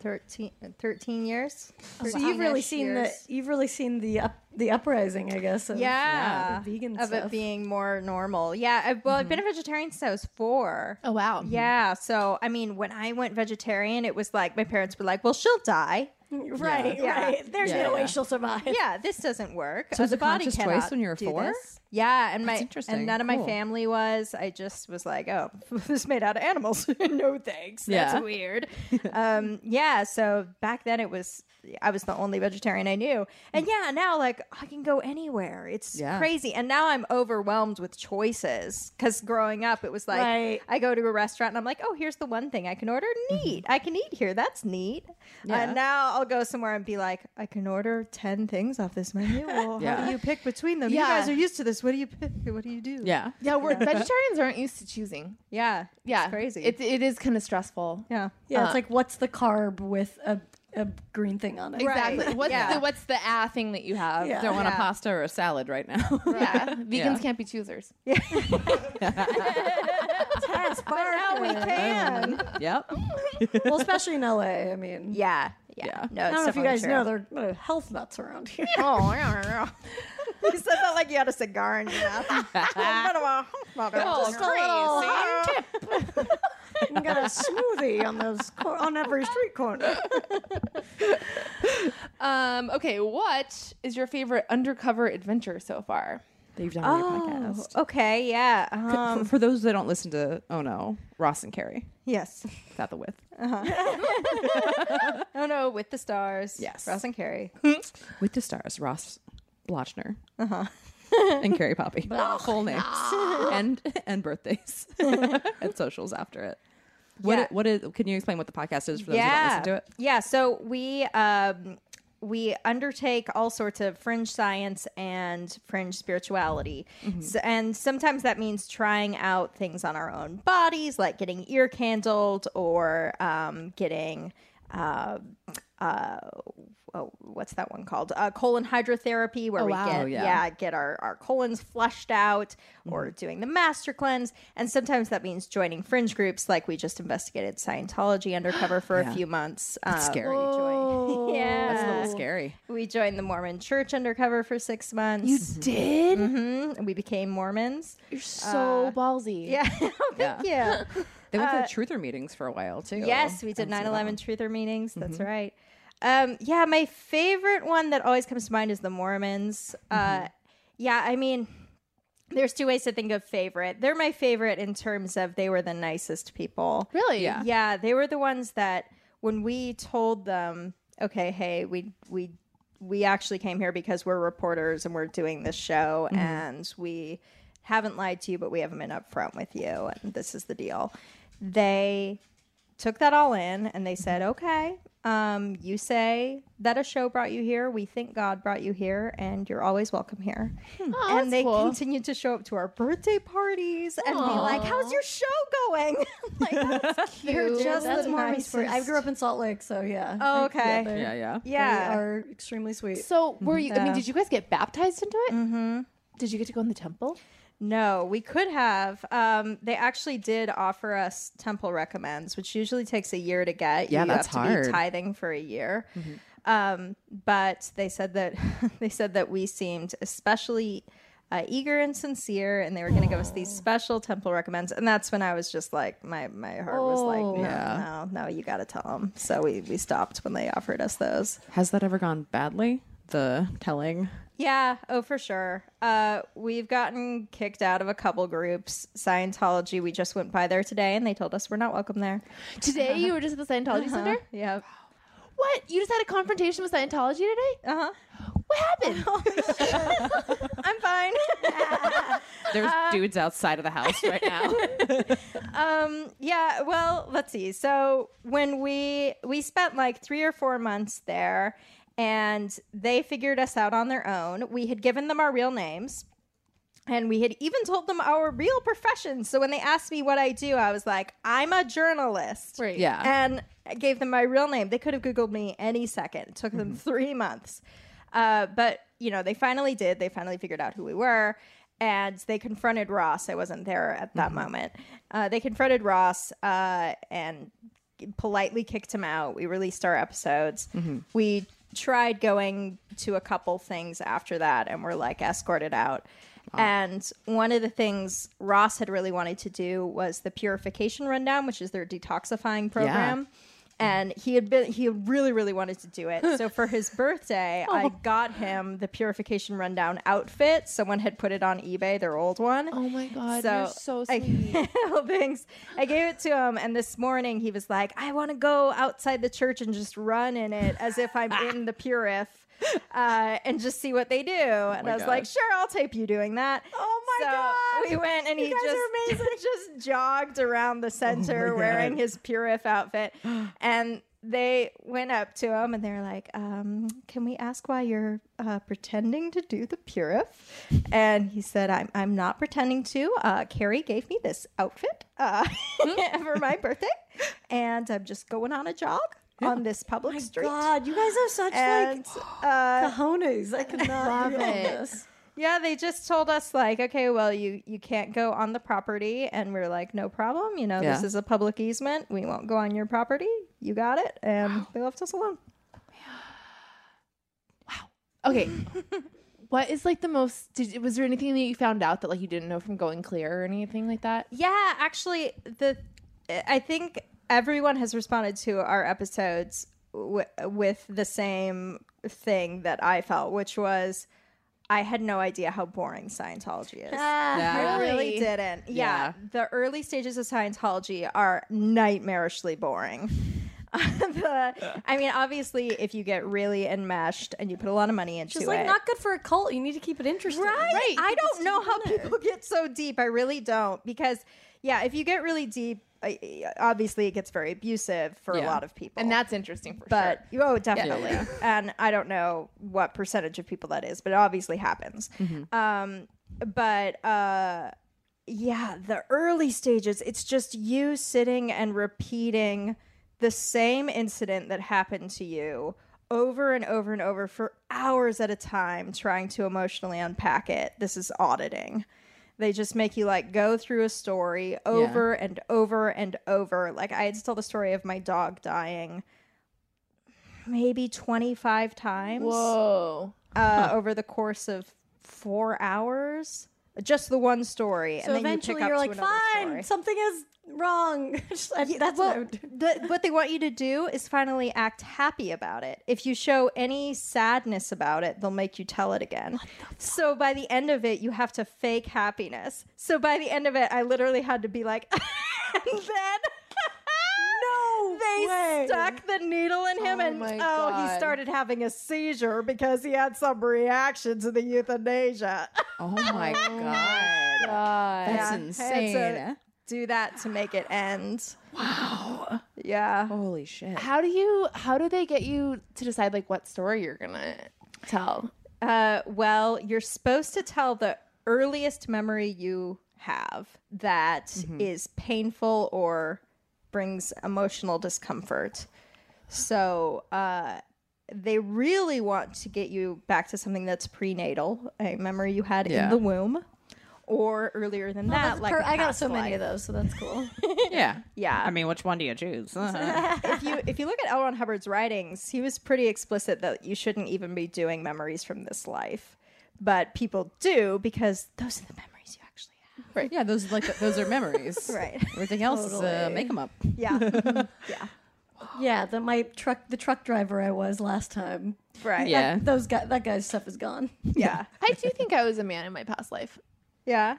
Speaker 6: 13, 13 years.
Speaker 2: So
Speaker 6: 13-ish
Speaker 2: you've really seen
Speaker 6: years.
Speaker 2: the you've really seen the up, the uprising, I guess. Of,
Speaker 6: yeah,
Speaker 2: the vegan
Speaker 6: of
Speaker 2: stuff.
Speaker 6: it being more normal. Yeah, I, well, I've been a vegetarian since I was four.
Speaker 4: Oh wow.
Speaker 6: Yeah, so I mean, when I went vegetarian, it was like my parents were like, "Well, she'll die.
Speaker 2: right,
Speaker 6: Yeah.
Speaker 2: right. There's
Speaker 3: Yeah,
Speaker 2: no way
Speaker 3: yeah.
Speaker 2: she'll survive.
Speaker 6: *laughs* Yeah, this doesn't work. Uh,
Speaker 3: So it was
Speaker 6: the
Speaker 3: a
Speaker 6: body
Speaker 3: conscious
Speaker 6: cannot
Speaker 3: choice when you were
Speaker 6: do
Speaker 3: four?
Speaker 6: this." Yeah, and my
Speaker 3: interesting.
Speaker 6: and none of my
Speaker 3: Cool.
Speaker 6: family was. I just was like, "Oh, *laughs* this is made out of animals. *laughs* no thanks. That's
Speaker 3: Yeah. *laughs*
Speaker 6: weird." um, yeah, so back then it was I was the only vegetarian I knew. And yeah, now like I can go anywhere. It's
Speaker 3: Yeah.
Speaker 6: crazy. And now I'm overwhelmed with choices cuz growing up it was like
Speaker 2: Right.
Speaker 6: I go to a restaurant and I'm like, "Oh, here's the one thing I can order. Neat. I can eat here. That's neat."
Speaker 3: Yeah.
Speaker 6: And now I'll go somewhere and be like, "I can order 10 things off this *laughs* menu. Well, how
Speaker 3: Yeah.
Speaker 6: do you pick between them? You
Speaker 4: Yeah.
Speaker 6: guys are used to this. What do you pick? What do you do?"
Speaker 3: Yeah.
Speaker 4: Yeah, *laughs* we're vegetarians aren't used to choosing.
Speaker 6: Yeah.
Speaker 4: Yeah.
Speaker 6: It's crazy.
Speaker 4: It, it is kind of stressful.
Speaker 6: yeah.
Speaker 2: Yeah,
Speaker 4: Uh,
Speaker 2: it's like what's the carb with a, a green thing on it?
Speaker 4: Exactly.
Speaker 6: Right.
Speaker 4: What's
Speaker 6: Yeah.
Speaker 4: the what's the ah thing that you have?
Speaker 2: Yeah.
Speaker 3: Don't want
Speaker 6: Yeah.
Speaker 3: a pasta or a salad right now. *laughs*
Speaker 4: Yeah. *laughs*
Speaker 3: Yeah.
Speaker 4: Vegans can't be choosers.
Speaker 6: *laughs*
Speaker 2: Tess
Speaker 6: Now we
Speaker 2: Barker.
Speaker 6: can.
Speaker 3: yep.
Speaker 2: well, especially in LA. I mean,
Speaker 6: Yeah. Yeah.
Speaker 3: Yeah.
Speaker 6: No,
Speaker 2: I don't
Speaker 6: it's
Speaker 2: know if you
Speaker 6: definitely
Speaker 2: guys
Speaker 6: true.
Speaker 2: know, there are uh, health nuts around here.
Speaker 6: *laughs* Oh, *laughs* you said that like you had a cigar in your *laughs* mouth.
Speaker 2: *laughs*
Speaker 6: Oh,
Speaker 2: Just a little
Speaker 4: Uh-huh.
Speaker 2: hot tip. you can get a smoothie on those cor- on every street corner.
Speaker 4: Um, okay, what is your favorite undercover adventure so far?
Speaker 3: That you've done on your
Speaker 6: Oh,
Speaker 3: podcast.
Speaker 6: okay, yeah.
Speaker 3: For-
Speaker 6: Um,
Speaker 3: for, for those that don't listen to Oh No, Ross and Carrie.
Speaker 6: yes.
Speaker 3: Without the with.
Speaker 6: Oh no, with the stars.
Speaker 3: Yes.
Speaker 6: Ross and Carrie.
Speaker 3: With the stars, Ross Blochner.
Speaker 6: Uh-huh.
Speaker 3: *laughs* and Carrie Poppy. Full
Speaker 6: *laughs*
Speaker 3: names. and and birthdays. and socials after it. What
Speaker 6: Yeah.
Speaker 3: what is can you explain what the podcast is for those
Speaker 6: yeah.
Speaker 3: who don't listen to it?
Speaker 6: Yeah. So we um, we undertake all sorts of fringe science and fringe spirituality,
Speaker 3: Mm-hmm.
Speaker 6: so, and sometimes that means trying out things on our own bodies, like getting ear candled or um, getting. Uh, uh, oh, what's that one called? Uh, colon hydrotherapy, where we
Speaker 4: wow.
Speaker 6: get
Speaker 3: Oh, yeah.
Speaker 6: yeah, uh, get our, our colons flushed out or
Speaker 3: Mm-hmm.
Speaker 6: doing the master cleanse. And sometimes that means joining fringe groups like we just investigated Scientology undercover for a
Speaker 3: Yeah.
Speaker 6: few months. Um,
Speaker 3: Scary.
Speaker 6: *laughs* joined- yeah. Oh,
Speaker 3: That's a little scary.
Speaker 6: We joined the Mormon church undercover for six months.
Speaker 4: did?
Speaker 6: Mhm. And we became
Speaker 3: *laughs*
Speaker 6: Mormons.
Speaker 4: You're so ballsy.
Speaker 6: Yeah. Oh, Thank you. Uh,
Speaker 3: They went to the truther meetings for a while too.
Speaker 6: Yes, we did 9 11 truther meetings. That's right. Um, yeah, my favorite one that always comes to mind is the Mormons. Uh, yeah, I mean, there's two ways to think of favorite. They're my favorite in terms of they were the nicest people.
Speaker 4: Really?
Speaker 3: Yeah.
Speaker 6: Yeah, they were the ones that when we told them, okay, hey, we we we actually came here because we're reporters and we're doing this show
Speaker 4: Mm-hmm.
Speaker 6: and we haven't lied to you, but we haven't been upfront with you, and this is the deal. They took that all in and they
Speaker 4: Mm-hmm.
Speaker 6: said, okay, um, you say that a show brought you here. We think God brought you here, and you're always welcome here.
Speaker 4: Oh, that's
Speaker 6: and they
Speaker 4: cool.
Speaker 6: continued to show up to our birthday parties and be like, how's your show going? *laughs* like, that's cute.
Speaker 4: They're
Speaker 2: Just
Speaker 6: That's
Speaker 2: the Mormons. for- I
Speaker 6: nicest.
Speaker 2: grew up in Salt Lake, so yeah.
Speaker 6: Oh,
Speaker 2: I-
Speaker 6: okay.
Speaker 2: they're-
Speaker 3: Yeah, yeah.
Speaker 6: Yeah.
Speaker 2: They are extremely sweet.
Speaker 4: So were you I
Speaker 6: Yeah.
Speaker 4: mean, did you guys get baptized into it? Mm-hmm. Did you get to go in the *laughs* temple?
Speaker 6: No, we could have. Um, they actually did offer us temple recommends, which usually takes a year to get.
Speaker 3: Yeah,
Speaker 6: you
Speaker 3: that's
Speaker 6: have to Be
Speaker 3: hard. Mm-hmm.
Speaker 6: tithing for a year, um, but they said that *laughs* they said that we seemed especially uh, eager and sincere, and they were going to give us these special temple recommends. And that's when I was just like, my my heart was like, no,
Speaker 3: Oh. Yeah.
Speaker 6: no, no, you got to tell them. So we we stopped when they offered us those.
Speaker 3: Has that ever gone badly? The telling.
Speaker 6: Yeah, oh for sure. Uh, we've gotten kicked out of a couple groups. Scientology, we just went by there today and they told us we're not welcome there.
Speaker 4: Today you were just at the Scientology Center?
Speaker 6: Yeah.
Speaker 4: What? You just had a confrontation with Scientology today?
Speaker 6: Uh-huh.
Speaker 4: What *laughs* happened?
Speaker 6: I'm fine. *laughs*
Speaker 3: There's
Speaker 6: Uh,
Speaker 3: dudes outside of the house right now.
Speaker 6: um yeah, well, let's see. So when we we spent like 3 or 4 months there and they figured us out on their own. We had given them our real names. And we had even told them our real professions. So when they asked me what I do, I was like, I'm a journalist.
Speaker 4: Right.
Speaker 3: yeah.
Speaker 6: and I gave them my real name. They could have Googled me any second. It took them three months. Uh, but, you know, they finally did. They finally figured out who we were. and they confronted Ross. I wasn't there at that moment. Uh, they confronted Ross uh, and politely kicked him out. We released our episodes.
Speaker 4: Mm-hmm.
Speaker 6: We tried going to a couple things after that and were like escorted out. And one of the things Ross had really wanted to do was the purification rundown, which is their detoxifying program.
Speaker 4: Mm-hmm.
Speaker 6: And he had been he really, really wanted to do it. So for
Speaker 4: *laughs*
Speaker 6: his birthday,
Speaker 4: Oh.
Speaker 6: I got him the purification rundown outfit. Someone had put it on eBay, their old one.
Speaker 4: Oh my god,
Speaker 6: So,
Speaker 4: you're so
Speaker 6: I-
Speaker 4: sweet.
Speaker 6: *laughs* oh, thanks. I gave it to him, and this morning he was like, "I want to go outside the church and just run in it as if I'm in the purif, uh, and just see what they do." and I was like, "Sure, I'll tape you doing that."
Speaker 2: Oh my God.
Speaker 6: We went and
Speaker 2: You
Speaker 6: he
Speaker 2: guys are Oh
Speaker 6: just *laughs* just jogged around the center wearing his purif
Speaker 2: *gasps*
Speaker 6: outfit, and. They went up to him and they were like, um, "Can we ask why you're uh, pretending to do the purif?" and he said, "I'm I'm not pretending to. Uh, Carrie gave me this outfit
Speaker 2: *laughs*
Speaker 6: uh, *laughs* for my birthday, and I'm just going on a jog on this public street."
Speaker 2: God, you guys have such *gasps*
Speaker 6: And uh,
Speaker 2: like cojones. I could not love this.
Speaker 6: yeah, they just told us like, okay, well, you you can't go on the property, and we are like, no problem. You know, this
Speaker 3: Yeah.
Speaker 6: is a public easement. We won't go on your property. You got it, and they left us alone.
Speaker 4: Okay. What is like the most? Did was there anything that you found out that like you didn't know from going clear or anything like that?
Speaker 6: Yeah, actually, the I think everyone has responded to our episodes w- with the same thing that I felt, which was I had no idea how boring Scientology is.
Speaker 4: Uh,
Speaker 6: I really didn't.
Speaker 3: Yeah.
Speaker 6: Yeah, the early stages of Scientology are nightmarishly boring. *laughs* The- I mean, obviously, if you get really enmeshed and you put a lot of money into
Speaker 2: Just like
Speaker 6: it,
Speaker 2: not good for a cult. You need to keep it interesting.
Speaker 6: Right. I
Speaker 2: It's
Speaker 6: don't know how
Speaker 2: kinda-
Speaker 6: people *laughs* get so deep. I really don't because yeah, if you get really deep, I- I- obviously it gets very abusive for a
Speaker 3: Yeah.
Speaker 6: lot of people.
Speaker 4: And that's interesting for sure.
Speaker 6: but oh, definitely. And I don't know what percentage of people that is, but it obviously happens.
Speaker 4: Mm-hmm.
Speaker 6: Um, but uh, yeah, the early stages, it's just you sitting and repeating the same incident that happened to you over and over and over for hours at a time, trying to emotionally unpack it. This is auditing. They just make you like go through a story over and over and over. Like I had to tell the story of my dog dying maybe 25 times
Speaker 4: Whoa.
Speaker 6: uh, over the course of four hours. Just the one story,
Speaker 2: So
Speaker 6: and then
Speaker 2: eventually you
Speaker 6: you pick
Speaker 2: are
Speaker 6: up
Speaker 2: like,
Speaker 6: to another
Speaker 2: fine,
Speaker 6: story.
Speaker 2: something is wrong. *laughs* Just- I- that's what I
Speaker 6: Well,
Speaker 2: would do.
Speaker 6: *laughs* the, what they want you to do is finally act happy about it. If you show any sadness about it, they'll make you tell it again. So by the end of it, you have to fake happiness. So by the end of it, I literally had to be like, *laughs* and then. No *laughs* they
Speaker 2: way.
Speaker 6: stuck the needle in him
Speaker 4: Oh
Speaker 6: and
Speaker 4: my
Speaker 6: oh he
Speaker 4: God.
Speaker 6: started having a seizure because he had some reaction to the euthanasia. *laughs*
Speaker 3: Oh my god.
Speaker 4: God.
Speaker 3: That's
Speaker 6: Yeah,
Speaker 3: insane.
Speaker 6: had to do that to make it end. Wow. Yeah.
Speaker 3: Holy shit.
Speaker 4: How do you? How do they get you to decide like what story you're gonna tell?
Speaker 6: Uh, well, you're supposed to tell the earliest memory you have that is painful or brings emotional discomfort. So uh, they really want to get you back to something that's prenatal, a memory you had in
Speaker 3: Yeah.
Speaker 6: the womb. Or earlier than that, like
Speaker 2: Per-
Speaker 6: a
Speaker 2: I got
Speaker 6: past
Speaker 2: so many
Speaker 6: life.
Speaker 2: of those, so that's *laughs* cool.
Speaker 3: Yeah.
Speaker 6: *laughs* Yeah,
Speaker 7: I mean, which one do you choose?
Speaker 6: if you if you look at L. Ron Hubbard's writings, he was pretty explicit that you shouldn't even be doing memories from this life, but people do because those are the memories you actually have.
Speaker 3: Yeah, those like those are *laughs* memories.
Speaker 6: Right.
Speaker 3: Everything else is uh,
Speaker 2: Totally.
Speaker 3: make 'em up.
Speaker 6: *laughs* Yeah.
Speaker 2: yeah, the my truck, the truck driver I was last time.
Speaker 6: right.
Speaker 3: Yeah.
Speaker 2: Those guy, that guy's stuff is gone.
Speaker 6: Yeah.
Speaker 4: I do think I was a man in my past life.
Speaker 6: Yeah.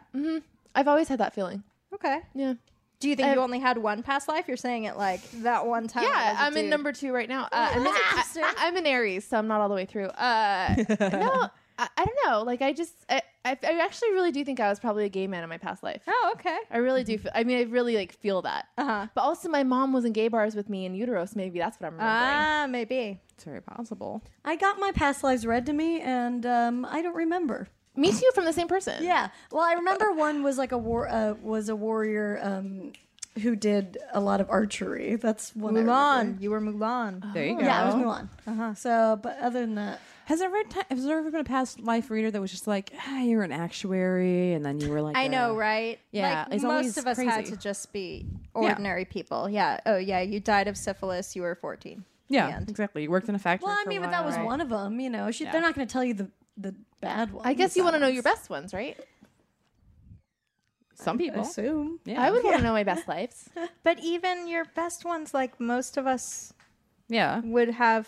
Speaker 4: I've always had that feeling.
Speaker 6: Okay.
Speaker 4: Yeah.
Speaker 6: Do you think you only had one past life? You're saying it like that one time.
Speaker 4: Yeah,
Speaker 6: as a
Speaker 4: I'm in
Speaker 6: dude.
Speaker 4: number two right now. Uh, I'm, in- I, am in Aries, so I'm not all the way through. Uh, no, I, I don't know. Like, I just, I, I, I actually really do think I was probably a gay man in my past life.
Speaker 6: Oh, okay.
Speaker 4: I really do. Feel, I mean, I really like feel that.
Speaker 6: Uh-huh.
Speaker 4: But also, my mom was in gay bars with me in uterus. Maybe that's what I'm remembering.
Speaker 6: Ah, maybe.
Speaker 3: *laughs* It's very possible.
Speaker 2: I got my past lives read to me, and um, I don't remember.
Speaker 4: me too, from the same person.
Speaker 2: Yeah. Well, I remember one was like a war uh, was a warrior um, who did a lot of archery. That's one. I remember.
Speaker 6: Mulan. You were Mulan.
Speaker 3: There you go.
Speaker 2: Yeah, it was Mulan. Uh-huh. So, but other than that,
Speaker 3: Has there ever ti- has there ever been a past life reader that was just like, ah, you were an actuary, and then you were like,
Speaker 6: I know,
Speaker 3: a-
Speaker 6: right?
Speaker 3: Yeah,
Speaker 6: like
Speaker 3: it's
Speaker 6: most
Speaker 3: always
Speaker 6: of us had
Speaker 3: crazy.
Speaker 6: to just be ordinary people. Yeah. Oh, yeah. You died of syphilis. You were fourteen.
Speaker 3: Yeah,
Speaker 6: The end.
Speaker 3: exactly. You worked in a factory.
Speaker 2: Well, I
Speaker 3: for a
Speaker 2: mean, but
Speaker 3: while.
Speaker 2: that was one of them. You know, she, they're not going to tell you the the bad one.
Speaker 4: I guess you want to know your best ones, right?
Speaker 3: some people.
Speaker 2: Assume.
Speaker 3: Yeah,
Speaker 4: I would want to know my best lives.
Speaker 6: But even your best ones, like most of us,
Speaker 3: yeah.
Speaker 6: would have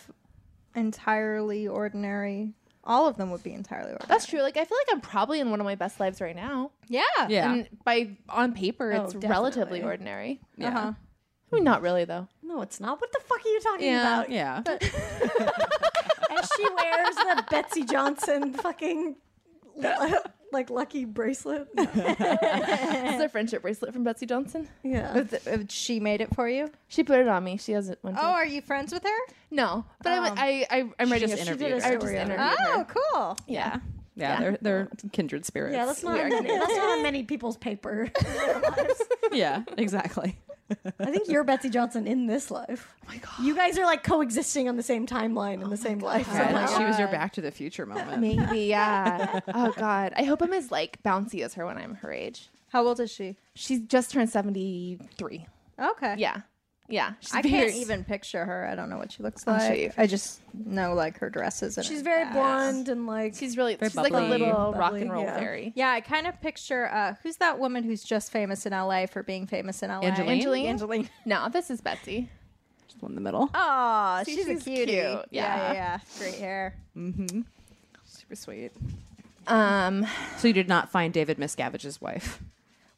Speaker 6: entirely ordinary. All of them would be entirely ordinary.
Speaker 4: That's true. Like I feel like I'm probably in one of my best lives right now.
Speaker 6: yeah.
Speaker 3: Yeah.
Speaker 4: And by on paper,
Speaker 2: Oh,
Speaker 4: it's
Speaker 2: definitely.
Speaker 4: relatively ordinary.
Speaker 3: yeah.
Speaker 6: Uh-huh.
Speaker 4: I mean, not really though.
Speaker 2: No, it's not. What the fuck are you talking
Speaker 4: Yeah.
Speaker 2: about?
Speaker 3: Yeah. *laughs*
Speaker 2: And she wears *laughs* the Betsy Johnson fucking *laughs* like lucky bracelet.
Speaker 4: It's a friendship bracelet from Betsy Johnson.
Speaker 2: Yeah.
Speaker 6: But th- uh, she made it for you.
Speaker 4: She put it on me. She has it one. too.
Speaker 6: Oh, are you friends with her?
Speaker 4: no, but I, went- I, I, I'm writing
Speaker 3: just
Speaker 4: a
Speaker 3: interviewed
Speaker 4: I just
Speaker 2: her.
Speaker 4: interviewed her.
Speaker 6: Oh, cool.
Speaker 4: Yeah.
Speaker 3: yeah, They're they're kindred spirits.
Speaker 2: Yeah, that's not on many, that's not on many people's *laughs* paper.
Speaker 3: *laughs* yeah, exactly.
Speaker 2: I think you're Betsy Johnson in this life. Oh my god. You guys are like coexisting on the same timeline in the same life.
Speaker 3: Yeah, like
Speaker 2: somehow.
Speaker 3: she was your Back to the Future moment.
Speaker 4: Maybe, yeah. oh God, I hope I'm as like bouncy as her when I'm her age.
Speaker 6: How old is she?
Speaker 4: She's just turned 73.
Speaker 6: Okay.
Speaker 4: Yeah, yeah. She's
Speaker 6: I
Speaker 4: very-
Speaker 6: can't even picture her. I don't know what she looks
Speaker 4: I'll show
Speaker 6: like.
Speaker 4: you.
Speaker 6: I just know like her dresses. And
Speaker 2: She's
Speaker 6: her
Speaker 2: very
Speaker 6: bag.
Speaker 2: blonde and like
Speaker 4: She's really.
Speaker 3: Very
Speaker 4: she's like a
Speaker 3: bubbly.
Speaker 4: little rock
Speaker 2: Bubbly,
Speaker 4: and roll
Speaker 2: yeah.
Speaker 4: fairy.
Speaker 6: Yeah, I kind of picture uh, who's that woman who's just famous in LA for being famous in LA?
Speaker 3: Angeline?
Speaker 4: Angeline?
Speaker 6: Angeline.
Speaker 4: No, this is Betsy.
Speaker 3: Just one in the middle.
Speaker 6: Oh,
Speaker 4: See,
Speaker 6: she's, a
Speaker 4: she's
Speaker 6: cutie.
Speaker 4: cute.
Speaker 6: Yeah.
Speaker 4: Yeah.
Speaker 6: yeah, yeah. Great hair.
Speaker 3: Super sweet.
Speaker 4: Um,
Speaker 3: So you did not find David Miscavige's wife.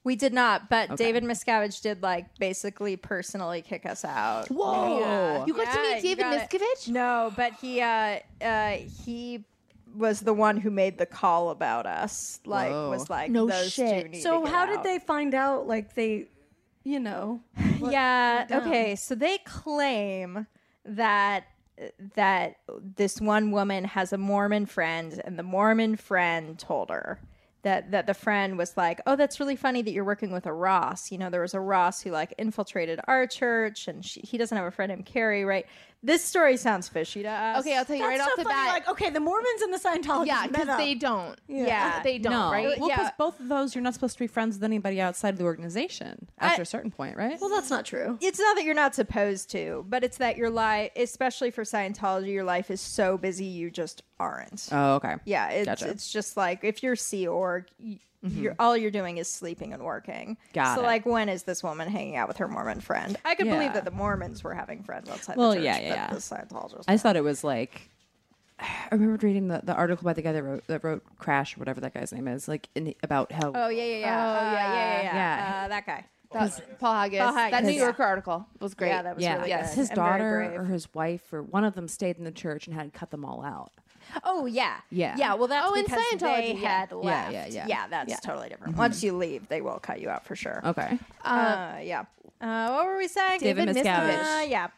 Speaker 6: We did not, but David Miscavige did like basically personally kick us out.
Speaker 4: whoa!
Speaker 3: Yeah.
Speaker 4: You got to
Speaker 6: Yeah,
Speaker 4: meet
Speaker 6: you
Speaker 4: David
Speaker 6: got it.
Speaker 4: Miscavige.
Speaker 6: No, but he uh, uh, he was the one who made the call about us. Like
Speaker 3: Whoa.
Speaker 6: was like
Speaker 4: No
Speaker 6: those Two
Speaker 4: shit.
Speaker 6: need
Speaker 2: So
Speaker 6: to get
Speaker 2: how
Speaker 6: out."
Speaker 2: did they find out like they you know
Speaker 6: yeah.
Speaker 2: down.
Speaker 6: Okay. So they claim that that this one woman has a Mormon friend, and the Mormon friend told her that that the friend was like, "Oh, that's really funny that you're working with a Ross. You know, there was a Ross who like infiltrated our church, and she, he doesn't have a friend named Carrie, right? This story sounds fishy to us.
Speaker 4: Okay, I'll tell you
Speaker 2: That's
Speaker 4: right
Speaker 2: so
Speaker 4: off the
Speaker 2: funny,
Speaker 4: bat.
Speaker 2: Like, okay, the Mormons and the Scientologists.
Speaker 4: yeah,
Speaker 2: met
Speaker 4: because
Speaker 2: up.
Speaker 4: they don't.
Speaker 6: Yeah.
Speaker 4: they don't.
Speaker 3: No,
Speaker 4: Right?
Speaker 3: Well,
Speaker 6: Yeah.
Speaker 3: because both of those, you're not supposed to be friends with anybody outside the organization after a certain point, right?
Speaker 2: Well, that's not true.
Speaker 6: it's not that you're not supposed to, but it's that your life, especially for Scientology, your life is so busy you just aren't.
Speaker 3: oh, okay.
Speaker 6: Yeah, it's
Speaker 3: Gotcha. Mm-hmm.
Speaker 6: it's just like if you're Sea Org, y- you're, all you're doing is sleeping and working.
Speaker 3: Got
Speaker 6: so
Speaker 3: it.
Speaker 6: like, when is this woman hanging out with her Mormon friend? I could believe
Speaker 3: Yeah.
Speaker 6: that the Mormons were having friends outside.
Speaker 3: Well,
Speaker 6: the church,
Speaker 3: yeah, yeah, yeah.
Speaker 6: but The Scientologists.
Speaker 3: I just thought it was like I remembered reading the, the article by the guy that wrote that wrote Crash or whatever that guy's name is, like in about how
Speaker 6: oh yeah, yeah, yeah,
Speaker 4: Oh,
Speaker 6: Uh, yeah, yeah, yeah,
Speaker 3: yeah.
Speaker 6: Uh, that guy.
Speaker 4: That's Paul Haggis.
Speaker 6: Paul
Speaker 4: That
Speaker 6: Haggis.
Speaker 4: New Yorker article was great.
Speaker 6: Yeah, that was
Speaker 3: yeah,
Speaker 6: really
Speaker 3: yes,
Speaker 6: good.
Speaker 3: his
Speaker 6: and very
Speaker 3: daughter
Speaker 6: brave.
Speaker 3: or his wife or one of them stayed in the church and had cut them all out.
Speaker 6: Oh yeah,
Speaker 3: Yeah.
Speaker 6: yeah. Well, that's
Speaker 4: Oh, in
Speaker 6: because they
Speaker 4: Scientology, yeah.
Speaker 6: had left.
Speaker 3: yeah, yeah. Mm-hmm.
Speaker 6: that's totally different. Once you leave, they will cut you out for sure.
Speaker 3: Okay,
Speaker 6: Uh, yeah. Uh, what were we saying?
Speaker 3: David David Miscavige.
Speaker 6: Uh, yeah.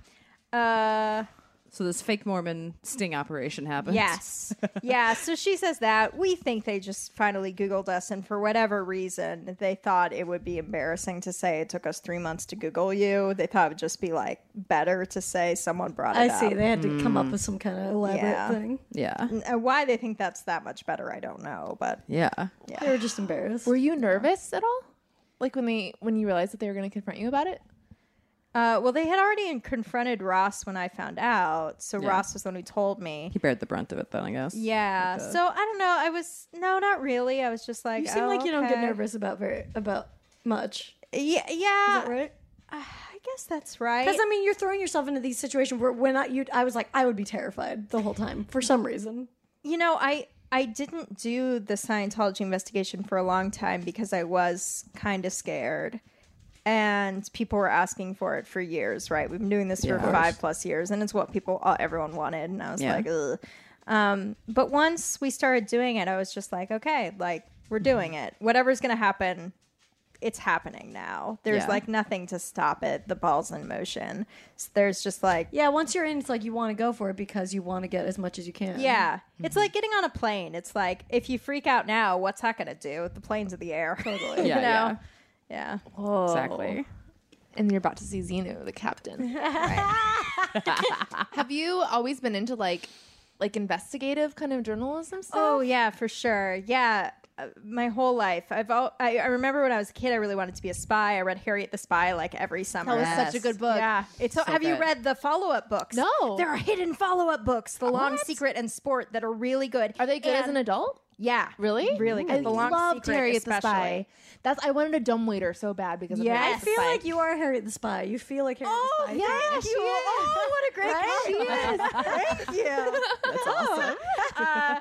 Speaker 6: Uh,
Speaker 3: so this fake Mormon sting operation happened.
Speaker 6: yes. yeah. So she says that we think they just finally Googled us, and for whatever reason, they thought it would be embarrassing to say it took us three months to Google you. They thought it would just be like better to say someone brought it
Speaker 2: I
Speaker 6: up.
Speaker 2: see. They had to come
Speaker 4: Mm.
Speaker 2: up with some kind of elaborate
Speaker 6: Yeah.
Speaker 2: thing.
Speaker 3: yeah,
Speaker 6: Uh, Why they think that's that much better, I don't know. But
Speaker 3: yeah.
Speaker 2: They were just embarrassed.
Speaker 4: Were you nervous at all? Like when they when you realized that they were going to confront you about it?
Speaker 6: uh, well, they had already confronted Ross when I found out. So Ross was the one who told me.
Speaker 3: He bared the brunt of it then, I guess.
Speaker 6: Yeah. So I don't know. I was no, not really. I was just like,
Speaker 2: You seem
Speaker 6: oh,
Speaker 2: like you don't get
Speaker 6: okay.
Speaker 2: nervous about very about much.
Speaker 6: Yeah,
Speaker 2: Is
Speaker 6: yeah.
Speaker 2: that right?
Speaker 6: I guess that's right.
Speaker 2: Because I mean, you're throwing yourself into these situations where when I you, I was like, I would be terrified the whole time for some reason.
Speaker 6: you know, I I didn't do the Scientology investigation for a long time because I was kind of scared. And people were asking for it for years, right? We've been doing this for
Speaker 3: Yeah.
Speaker 6: five plus years, and it's what people, uh, everyone wanted. And I was
Speaker 3: Yeah.
Speaker 6: like, ugh. Um, but once we started doing it, I was just like, okay, like we're
Speaker 3: Mm-hmm.
Speaker 6: doing it. Whatever's going to happen, it's happening now. There's
Speaker 3: Yeah.
Speaker 6: like nothing to stop it. The ball's in motion. So there's just like,
Speaker 2: Yeah, once you're in, it's like you want to go for it because you want to get as much as you can.
Speaker 6: yeah.
Speaker 3: Mm-hmm.
Speaker 6: It's like getting on a plane. It's like if you freak out now, what's that going to do? The plane's in the air. *laughs* Totally.
Speaker 3: Yeah,
Speaker 6: you
Speaker 3: yeah.
Speaker 6: know? yeah.
Speaker 3: exactly.
Speaker 4: And you're about to see Xenu, the captain. Have you always been into like like investigative kind of journalism stuff.
Speaker 6: Oh yeah, for sure. Yeah, uh, my whole life. I've all, I, I remember when I was a kid, I really wanted to be a spy. I read Harriet the Spy like every summer.
Speaker 4: that was
Speaker 3: Yes.
Speaker 4: such a good book.
Speaker 6: Yeah, it's.
Speaker 3: So
Speaker 6: have you
Speaker 3: good.
Speaker 6: read the follow-up books?
Speaker 4: No.
Speaker 6: there are hidden follow-up books, The Long Secret and Sport, that are really good.
Speaker 4: Are they good as an
Speaker 6: And-
Speaker 4: adult?
Speaker 6: Yeah,
Speaker 4: Really?
Speaker 6: really good.
Speaker 4: I
Speaker 6: the Long
Speaker 4: loved
Speaker 6: Secret,
Speaker 4: Harriet the
Speaker 6: especially.
Speaker 4: Spy. That's I wanted a dumbwaiter so bad because of
Speaker 6: Yes.
Speaker 2: I
Speaker 4: Harriet the
Speaker 2: feel
Speaker 4: Spy.
Speaker 2: like you are Harriet the Spy. You feel like Harriet
Speaker 6: Oh,
Speaker 2: the Spy.
Speaker 6: yeah,
Speaker 4: Yes, she
Speaker 6: she is. Oh, what a great
Speaker 2: Thank you.
Speaker 6: *laughs* uh,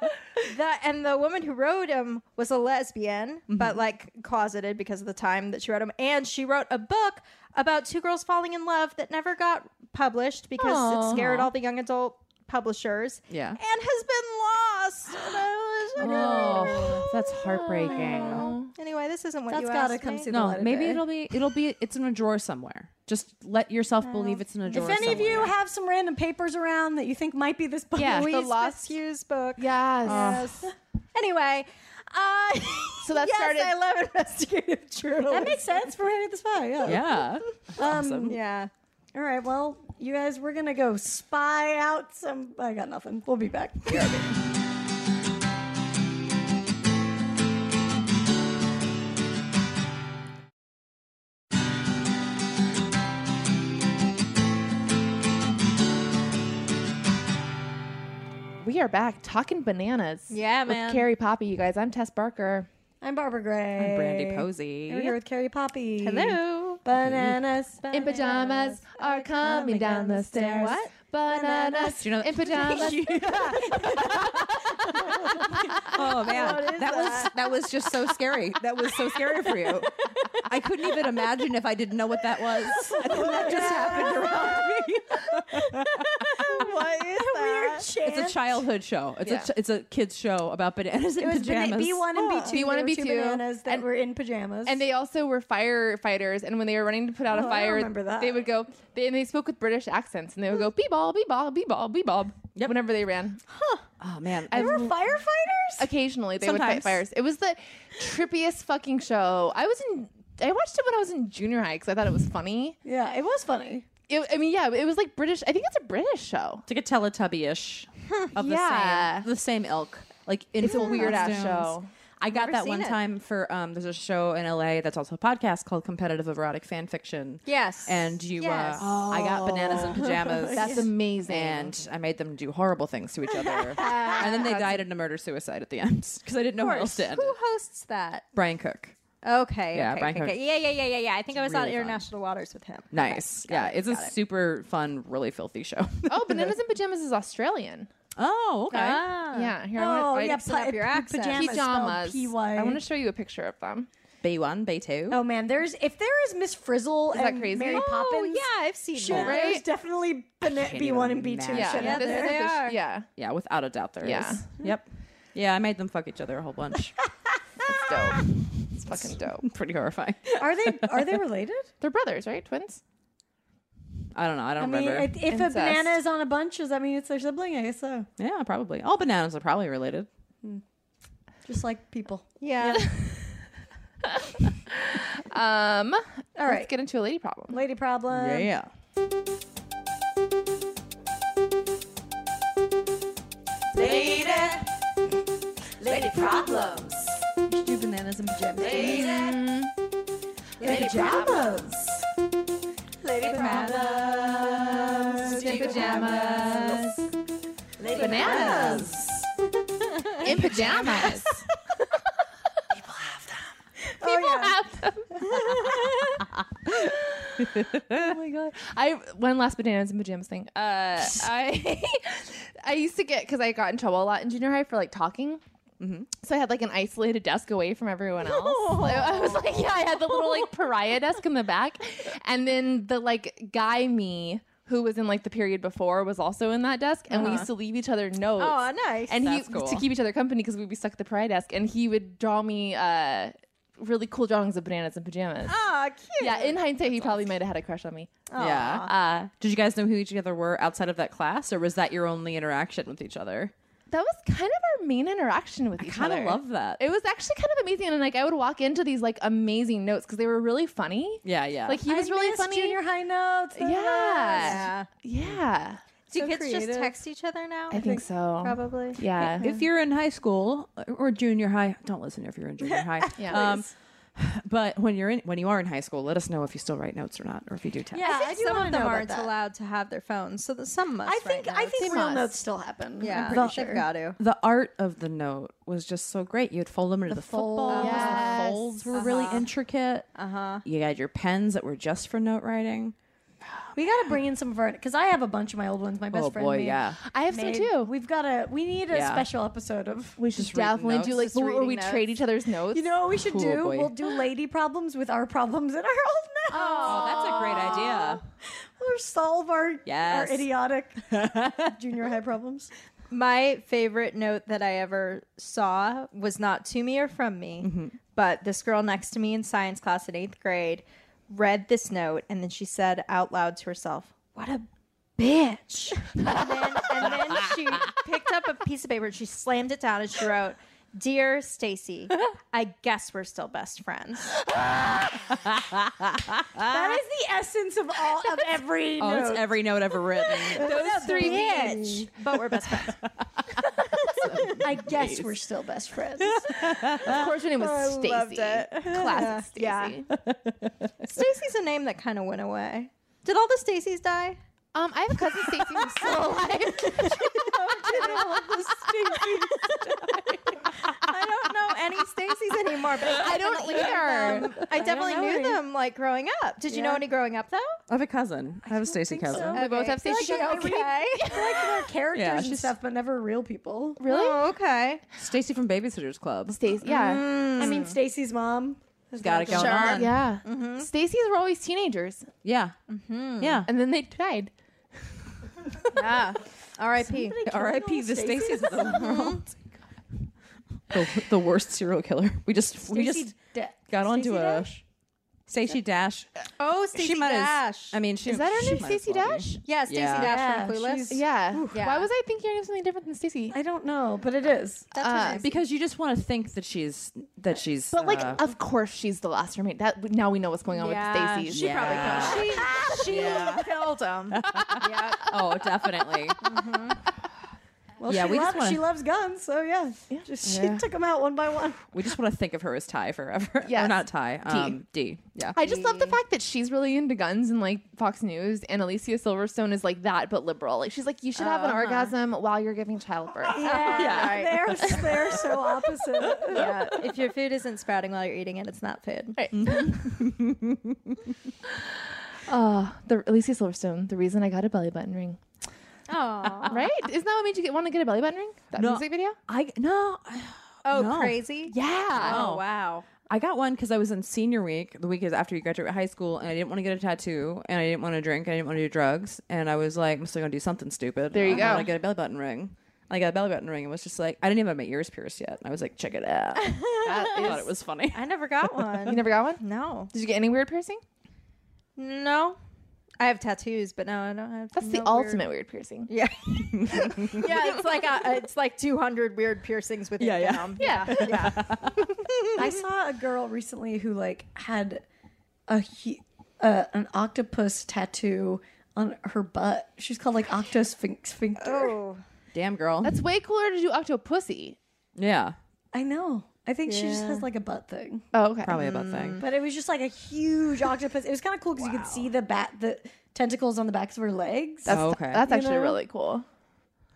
Speaker 6: the and the woman who wrote him was a lesbian, but like closeted because of the time that she wrote him. And she wrote a book about two girls falling in love that never got published because it scared all the young adult publishers.
Speaker 3: Yeah.
Speaker 6: and has *gasps* been lost. And I was like,
Speaker 3: Oh, that's
Speaker 6: Oh.
Speaker 3: heartbreaking.
Speaker 6: Anyway, this isn't what
Speaker 2: That's
Speaker 6: you
Speaker 2: gotta
Speaker 6: asked
Speaker 2: come
Speaker 6: me.
Speaker 2: see the
Speaker 3: No,
Speaker 2: light of
Speaker 3: maybe
Speaker 2: day.
Speaker 3: it'll be it'll be it's in a drawer somewhere. Just let yourself believe it's in a drawer.
Speaker 2: If any of you
Speaker 3: somewhere.
Speaker 2: have some random papers around that you think might be this book,
Speaker 3: Yeah.
Speaker 2: we- *laughs*
Speaker 6: The
Speaker 3: Louise
Speaker 6: Lost Hughes book.
Speaker 4: Yes.
Speaker 6: Yes. anyway, uh,
Speaker 4: So that
Speaker 6: yes,
Speaker 4: started-
Speaker 6: I love investigative journalism.
Speaker 2: that makes sense for Harriet the Spy. Yeah. *laughs* Um,
Speaker 3: yeah, awesome.
Speaker 6: yeah.
Speaker 2: All right. Well, you guys, we're gonna go spy out some. I got nothing. We'll be back.
Speaker 4: We are back talking bananas.
Speaker 6: Yeah, man.
Speaker 4: With Carrie Poppy, you guys. I'm Tess Barker.
Speaker 2: I'm Barbara Gray.
Speaker 3: I'm Brandy
Speaker 2: We're here
Speaker 3: Posey.
Speaker 2: with Carrie Poppy.
Speaker 6: Hello.
Speaker 2: Bananas.
Speaker 4: In pajamas are coming down the stairs.
Speaker 2: What?
Speaker 4: Bananas.
Speaker 3: Do you know-
Speaker 4: in pajamas.
Speaker 3: Oh man, that, was that was just so scary. That was so scary for you. I couldn't even imagine if I didn't know what that was. *laughs* And
Speaker 2: Oh
Speaker 3: then that just happened around
Speaker 2: *laughs*
Speaker 3: me.
Speaker 6: *laughs* what is that?
Speaker 2: Chance.
Speaker 3: It's a childhood show. It's
Speaker 4: Yeah.
Speaker 3: a ch- it's a kids show about bananas and
Speaker 2: It was
Speaker 3: pajamas.
Speaker 2: B one and
Speaker 6: Oh.
Speaker 2: B two.
Speaker 4: B1 and
Speaker 2: two
Speaker 4: B2.
Speaker 2: bananas that
Speaker 4: And-
Speaker 2: were in pajamas.
Speaker 4: And they also were firefighters, and when they were running to put out a
Speaker 2: Oh, I
Speaker 4: fire,
Speaker 2: remember that.
Speaker 4: they would go. They, and they spoke with British accents, and they would go bee ball, bee ball, bee ball, bee bob.
Speaker 3: Yep.
Speaker 4: Whenever they ran,
Speaker 3: oh man,
Speaker 4: I
Speaker 2: were firefighters.
Speaker 4: occasionally they would
Speaker 3: Sometimes.
Speaker 4: fight fires. It was the trippiest fucking show. I was in. I watched it when I was in junior high because I thought it was funny.
Speaker 2: Yeah, it was funny.
Speaker 4: It, I mean, yeah, it was like British. I think it's a British show.
Speaker 3: It's like a Teletubby ish of the
Speaker 4: Yeah.
Speaker 3: same the same ilk. Like in
Speaker 4: It's a
Speaker 3: full costumes.
Speaker 4: weird-ass show.
Speaker 3: I got
Speaker 6: Never
Speaker 3: that
Speaker 6: seen
Speaker 3: one
Speaker 6: it.
Speaker 3: time for um there's a show in LA that's also a podcast called Competitive Erotic Fan Fiction.
Speaker 6: Yes.
Speaker 3: And you
Speaker 6: Yes.
Speaker 3: uh, I got bananas and pajamas.
Speaker 4: *laughs* That's amazing.
Speaker 3: and I made them do horrible things to each other. and then they died in a murder suicide at the end *laughs* because I didn't know how else to end
Speaker 6: Who
Speaker 3: it.
Speaker 6: hosts that?
Speaker 3: Brian Cook.
Speaker 6: Okay.
Speaker 3: Yeah,
Speaker 6: okay,
Speaker 3: Brian
Speaker 6: okay,
Speaker 3: Cook.
Speaker 6: okay. Yeah, yeah, yeah, yeah, yeah. I think I was on
Speaker 3: really fun.
Speaker 6: international waters with him.
Speaker 3: Nice. yeah, it's a super fun, really filthy show. *laughs*
Speaker 4: Oh, bananas and pajamas is Australian.
Speaker 3: oh, okay.
Speaker 4: Yeah, here I
Speaker 2: Oh,
Speaker 4: want
Speaker 2: yeah,
Speaker 6: mixing up
Speaker 2: pa-
Speaker 6: your
Speaker 2: pa-
Speaker 6: accents.
Speaker 2: pajamas.
Speaker 4: pajamas. I want to
Speaker 2: want to.
Speaker 4: show you a picture of them.
Speaker 3: B1, B2.
Speaker 2: Oh man, there's if there is Miss Frizzle
Speaker 4: that
Speaker 2: and
Speaker 4: crazy?
Speaker 2: Mary
Speaker 4: Oh,
Speaker 6: Oh
Speaker 2: Poppins.
Speaker 6: yeah,
Speaker 2: *laughs*
Speaker 6: I've seen
Speaker 2: Sure,
Speaker 6: that.
Speaker 4: Right?
Speaker 2: there's definitely
Speaker 3: can't
Speaker 2: B one
Speaker 3: even
Speaker 2: and B two.
Speaker 3: imagine.
Speaker 2: shit
Speaker 4: Yeah,
Speaker 2: out
Speaker 4: this
Speaker 2: there.
Speaker 4: is
Speaker 6: They
Speaker 4: the sh-
Speaker 6: are.
Speaker 4: yeah.
Speaker 3: Yeah, Hmm. without a doubt there is.
Speaker 4: Yeah.
Speaker 3: Yep. Yeah, I made them fuck each other a whole *laughs* bunch.
Speaker 4: It's dope. It's fucking dope.
Speaker 3: Pretty horrifying.
Speaker 2: Are they are they
Speaker 3: *laughs*
Speaker 2: related?
Speaker 4: They're brothers, right? Twins?
Speaker 3: I don't know. I don't
Speaker 2: I mean,
Speaker 3: remember.
Speaker 2: if if a
Speaker 4: Incest.
Speaker 2: banana is on a bunch, does that mean it's their sibling? I guess so.
Speaker 3: yeah, probably. All bananas are probably related.
Speaker 2: Just like people.
Speaker 6: Yeah.
Speaker 2: *laughs*
Speaker 4: Um,
Speaker 2: All
Speaker 4: let's
Speaker 2: right,
Speaker 4: get into a lady problem.
Speaker 2: lady problem.
Speaker 3: yeah.
Speaker 1: Lady. Lady problems.
Speaker 2: Do bananas and pajamas.
Speaker 1: Lady. Lady problems. Lady problems.
Speaker 4: pajamas.
Speaker 1: Lady
Speaker 4: Bananas. In pajamas.
Speaker 2: Oh yeah.
Speaker 4: oh my god! I one last bananas and pajamas thing. Uh, I *laughs* I used to get because I got in trouble a lot in junior high for like talking. So I had like an isolated desk away from everyone else. I, I was like, yeah, I had the little like pariah desk in the back, and then the like guy me who was in like the period before was also in that desk, and we used to leave each other notes.
Speaker 6: Oh, nice.
Speaker 4: And he
Speaker 3: That's cool.
Speaker 4: to keep each other company because we'd be stuck at the pariah desk, and he would draw me uh, really cool drawings of bananas and pajamas.
Speaker 6: Ah, cute.
Speaker 4: Yeah, in hindsight, he probably might have had a crush on me.
Speaker 3: Yeah.
Speaker 4: Uh,
Speaker 3: Did you guys know who each other were outside of that class, or was that your only interaction with each other?
Speaker 4: that was kind of our main interaction with each
Speaker 3: Kind
Speaker 4: other.
Speaker 3: of love that.
Speaker 4: It was actually kind of amazing, and like I would walk into these like amazing notes because they were really funny.
Speaker 3: yeah, yeah.
Speaker 4: Like he was
Speaker 2: I
Speaker 4: really
Speaker 2: miss
Speaker 4: funny.
Speaker 2: Junior high notes.
Speaker 4: yeah.
Speaker 6: Yeah.
Speaker 4: yeah.
Speaker 6: Do
Speaker 2: So
Speaker 6: kids
Speaker 2: creative.
Speaker 6: just text each other now?
Speaker 4: I think so.
Speaker 6: Probably.
Speaker 4: Yeah.
Speaker 3: If you're in high school uh, or junior high, don't listen if you're in junior *laughs* high.
Speaker 4: Yeah.
Speaker 3: Um, *sighs* but when you're in when you are in high school, let us know if you still write notes or not, or if you do text.
Speaker 2: Yeah,
Speaker 6: I think
Speaker 2: I do
Speaker 6: some
Speaker 2: wanna
Speaker 6: of them
Speaker 2: know about
Speaker 6: aren't
Speaker 2: that.
Speaker 6: allowed to have their phones, so the, some must.
Speaker 2: I think
Speaker 6: right
Speaker 2: I
Speaker 6: now.
Speaker 2: think
Speaker 4: They
Speaker 2: real
Speaker 4: must.
Speaker 2: notes still happen.
Speaker 6: yeah,
Speaker 2: I'm pretty
Speaker 6: they've
Speaker 2: sure.
Speaker 6: got to.
Speaker 3: The art of the note was just so great. You'd fold them into the, footballs.
Speaker 4: Yes. Uh-huh.
Speaker 3: The folds were really intricate. Uh huh. You had your pens that were just for note writing.
Speaker 2: We got to bring in some of our because I have a bunch of my old ones. My best
Speaker 3: oh
Speaker 2: friend.
Speaker 3: boy,
Speaker 2: made-
Speaker 3: yeah.
Speaker 4: I have some
Speaker 2: made-
Speaker 4: too.
Speaker 2: We've got to. We need a
Speaker 3: Yeah.
Speaker 2: special episode of.
Speaker 3: We should
Speaker 4: definitely do like
Speaker 6: Just
Speaker 4: where we
Speaker 6: reading
Speaker 4: trade
Speaker 6: notes.
Speaker 4: each other's notes.
Speaker 2: You know what we should
Speaker 3: Cool,
Speaker 2: do?
Speaker 3: boy.
Speaker 2: We'll do lady problems with our problems and our old notes.
Speaker 3: Oh, that's a great idea.
Speaker 2: We'll solve our our
Speaker 3: Yes.
Speaker 2: *laughs* idiotic junior high problems.
Speaker 6: My favorite note that I ever saw was not to me or from me, but this girl next to me in science class in eighth grade read this note and then she said out loud to herself, What a bitch. *laughs* and, then, and then she picked up a piece of paper and she slammed it down and she wrote, Dear Stacy, I guess we're still best friends.
Speaker 2: that is the essence of all of every
Speaker 3: Oh,
Speaker 2: note.
Speaker 3: it's every note ever *laughs* written.
Speaker 6: Those three
Speaker 2: bitch.
Speaker 6: bitch, but we're best friends.
Speaker 2: I guess we're still *laughs* best friends.
Speaker 4: of course, her name was Stacy.
Speaker 6: loved it.
Speaker 4: Classic Stacy.
Speaker 6: Stacy's a name that kind of went away. Did all the Stacy's die?
Speaker 4: Um, I have a cousin Stacy who's still alive.
Speaker 6: I don't know any Stacys anymore, but I,
Speaker 4: I don't either.
Speaker 6: definitely- I definitely
Speaker 2: know
Speaker 6: knew
Speaker 2: any.
Speaker 6: them like growing up. Did you know
Speaker 2: Yeah.
Speaker 6: any growing up though?
Speaker 3: I have a cousin. I have a Stacy
Speaker 2: think so.
Speaker 3: cousin.
Speaker 4: We both have
Speaker 6: Okay.
Speaker 4: Stacy.
Speaker 2: Like,
Speaker 4: cousins.
Speaker 6: Okay.
Speaker 2: They're characters
Speaker 3: Yeah,
Speaker 2: and
Speaker 3: she's-
Speaker 2: stuff, but never real people.
Speaker 4: Really?
Speaker 6: Oh, okay.
Speaker 3: Stacy from Babysitters Club.
Speaker 4: Stacy. Yeah.
Speaker 2: I mean, Stacy's mom. has
Speaker 3: Got it going
Speaker 6: Sure.
Speaker 3: on.
Speaker 4: Yeah. Stacy's were always teenagers,
Speaker 3: Yeah.
Speaker 4: *laughs*
Speaker 3: Yeah.
Speaker 4: and then they died.
Speaker 6: Yeah. R.I.P.
Speaker 3: R.I.P. the Stacy's
Speaker 4: *laughs*
Speaker 3: of the world. Oh The, the worst serial killer. We just we just got onto
Speaker 2: Stacey
Speaker 3: a Stacy Dash.
Speaker 6: Oh, Stacy
Speaker 3: might as-
Speaker 6: Dash.
Speaker 3: I mean, she
Speaker 4: Is that her
Speaker 3: she
Speaker 4: name,
Speaker 3: might as
Speaker 4: Stacy
Speaker 3: well be.
Speaker 4: Dash?
Speaker 6: yeah, Stacy
Speaker 3: Yeah.
Speaker 6: Dash from
Speaker 2: Yeah,
Speaker 6: Clueless.
Speaker 2: she's-
Speaker 4: Yeah.
Speaker 6: Yeah.
Speaker 4: Why was I thinking her name was something different than Stacy?
Speaker 2: I don't know, but it is.
Speaker 6: That's her
Speaker 4: Uh,
Speaker 6: name.
Speaker 3: Because you just want to think that she's that she's.
Speaker 4: But like,
Speaker 3: uh,
Speaker 4: of course, she's the last roommate. That now we know what's going on
Speaker 6: Yeah.
Speaker 4: with Stacy's.
Speaker 3: She probably Yeah.
Speaker 6: She Oh she killed him. yeah.
Speaker 3: *laughs* oh, definitely. Mm-hmm.
Speaker 2: Well,
Speaker 3: Yeah,
Speaker 2: she,
Speaker 3: we just
Speaker 2: loves,
Speaker 3: wanna-
Speaker 2: she loves guns, so yeah. Just, she took them out one by one.
Speaker 3: we just want to think of her as Ty forever. *laughs* Yeah,
Speaker 4: Yes.
Speaker 3: Or not Ty. Um, D. Yeah.
Speaker 4: I just love the fact that she's really into guns and like Fox News, and Alicia Silverstone is like that but liberal. Like she's like, you should have an orgasm while you're giving childbirth.
Speaker 2: *laughs* Yeah,
Speaker 6: Yeah.
Speaker 2: they're they're *laughs* so opposite.
Speaker 6: yeah. If your food isn't sprouting while you're eating it, it's not food.
Speaker 4: Uh, the Alicia Silverstone, the reason I got a belly button *laughs* ring,
Speaker 6: Oh.
Speaker 4: right? Isn't that what made you get, want to get a belly button ring? That
Speaker 3: No.
Speaker 4: music video?
Speaker 3: I no.
Speaker 6: Oh,
Speaker 3: No.
Speaker 6: crazy.
Speaker 4: Yeah.
Speaker 6: Oh, wow.
Speaker 3: I got one because I was in senior week, the week is after you graduate high school, and I didn't want to get a tattoo, and I didn't want to drink, and I didn't want to do drugs, and I was like, I'm still gonna do something stupid.
Speaker 4: There you
Speaker 3: I
Speaker 4: go.
Speaker 3: want to get a belly button ring. And I got a belly button ring, and was just like, I didn't even have my ears pierced yet. And I was like, check it out. *laughs* I
Speaker 4: That *laughs*
Speaker 3: thought
Speaker 4: is-
Speaker 3: it was funny.
Speaker 6: I never got
Speaker 4: you
Speaker 6: one.
Speaker 4: never got one?
Speaker 6: no.
Speaker 4: Did you get any weird piercing?
Speaker 6: No. I have tattoos, but no, I don't have.
Speaker 4: That's the
Speaker 6: no weird-
Speaker 4: ultimate weird piercing.
Speaker 6: Yeah. *laughs* yeah, it's like a, it's like 200 weird piercings within
Speaker 3: Yeah, yeah.
Speaker 6: them. Yeah. Yeah.
Speaker 2: I saw a girl recently who like had a hu- uh, an octopus tattoo on her butt. She's called like octosphincter.
Speaker 6: *laughs* Oh.
Speaker 3: Damn girl.
Speaker 4: That's way cooler to do octopussy.
Speaker 3: yeah.
Speaker 2: I know. I think she just
Speaker 6: Yeah.
Speaker 2: has like a butt thing.
Speaker 4: Oh, okay.
Speaker 3: Probably a butt thing.
Speaker 2: But it was just like a huge octopus. It was kind of cool because you could see the bat, the tentacles on the backs of her legs.
Speaker 4: That's,
Speaker 3: Oh, okay.
Speaker 4: that's
Speaker 2: You
Speaker 4: actually
Speaker 2: know?
Speaker 4: really cool.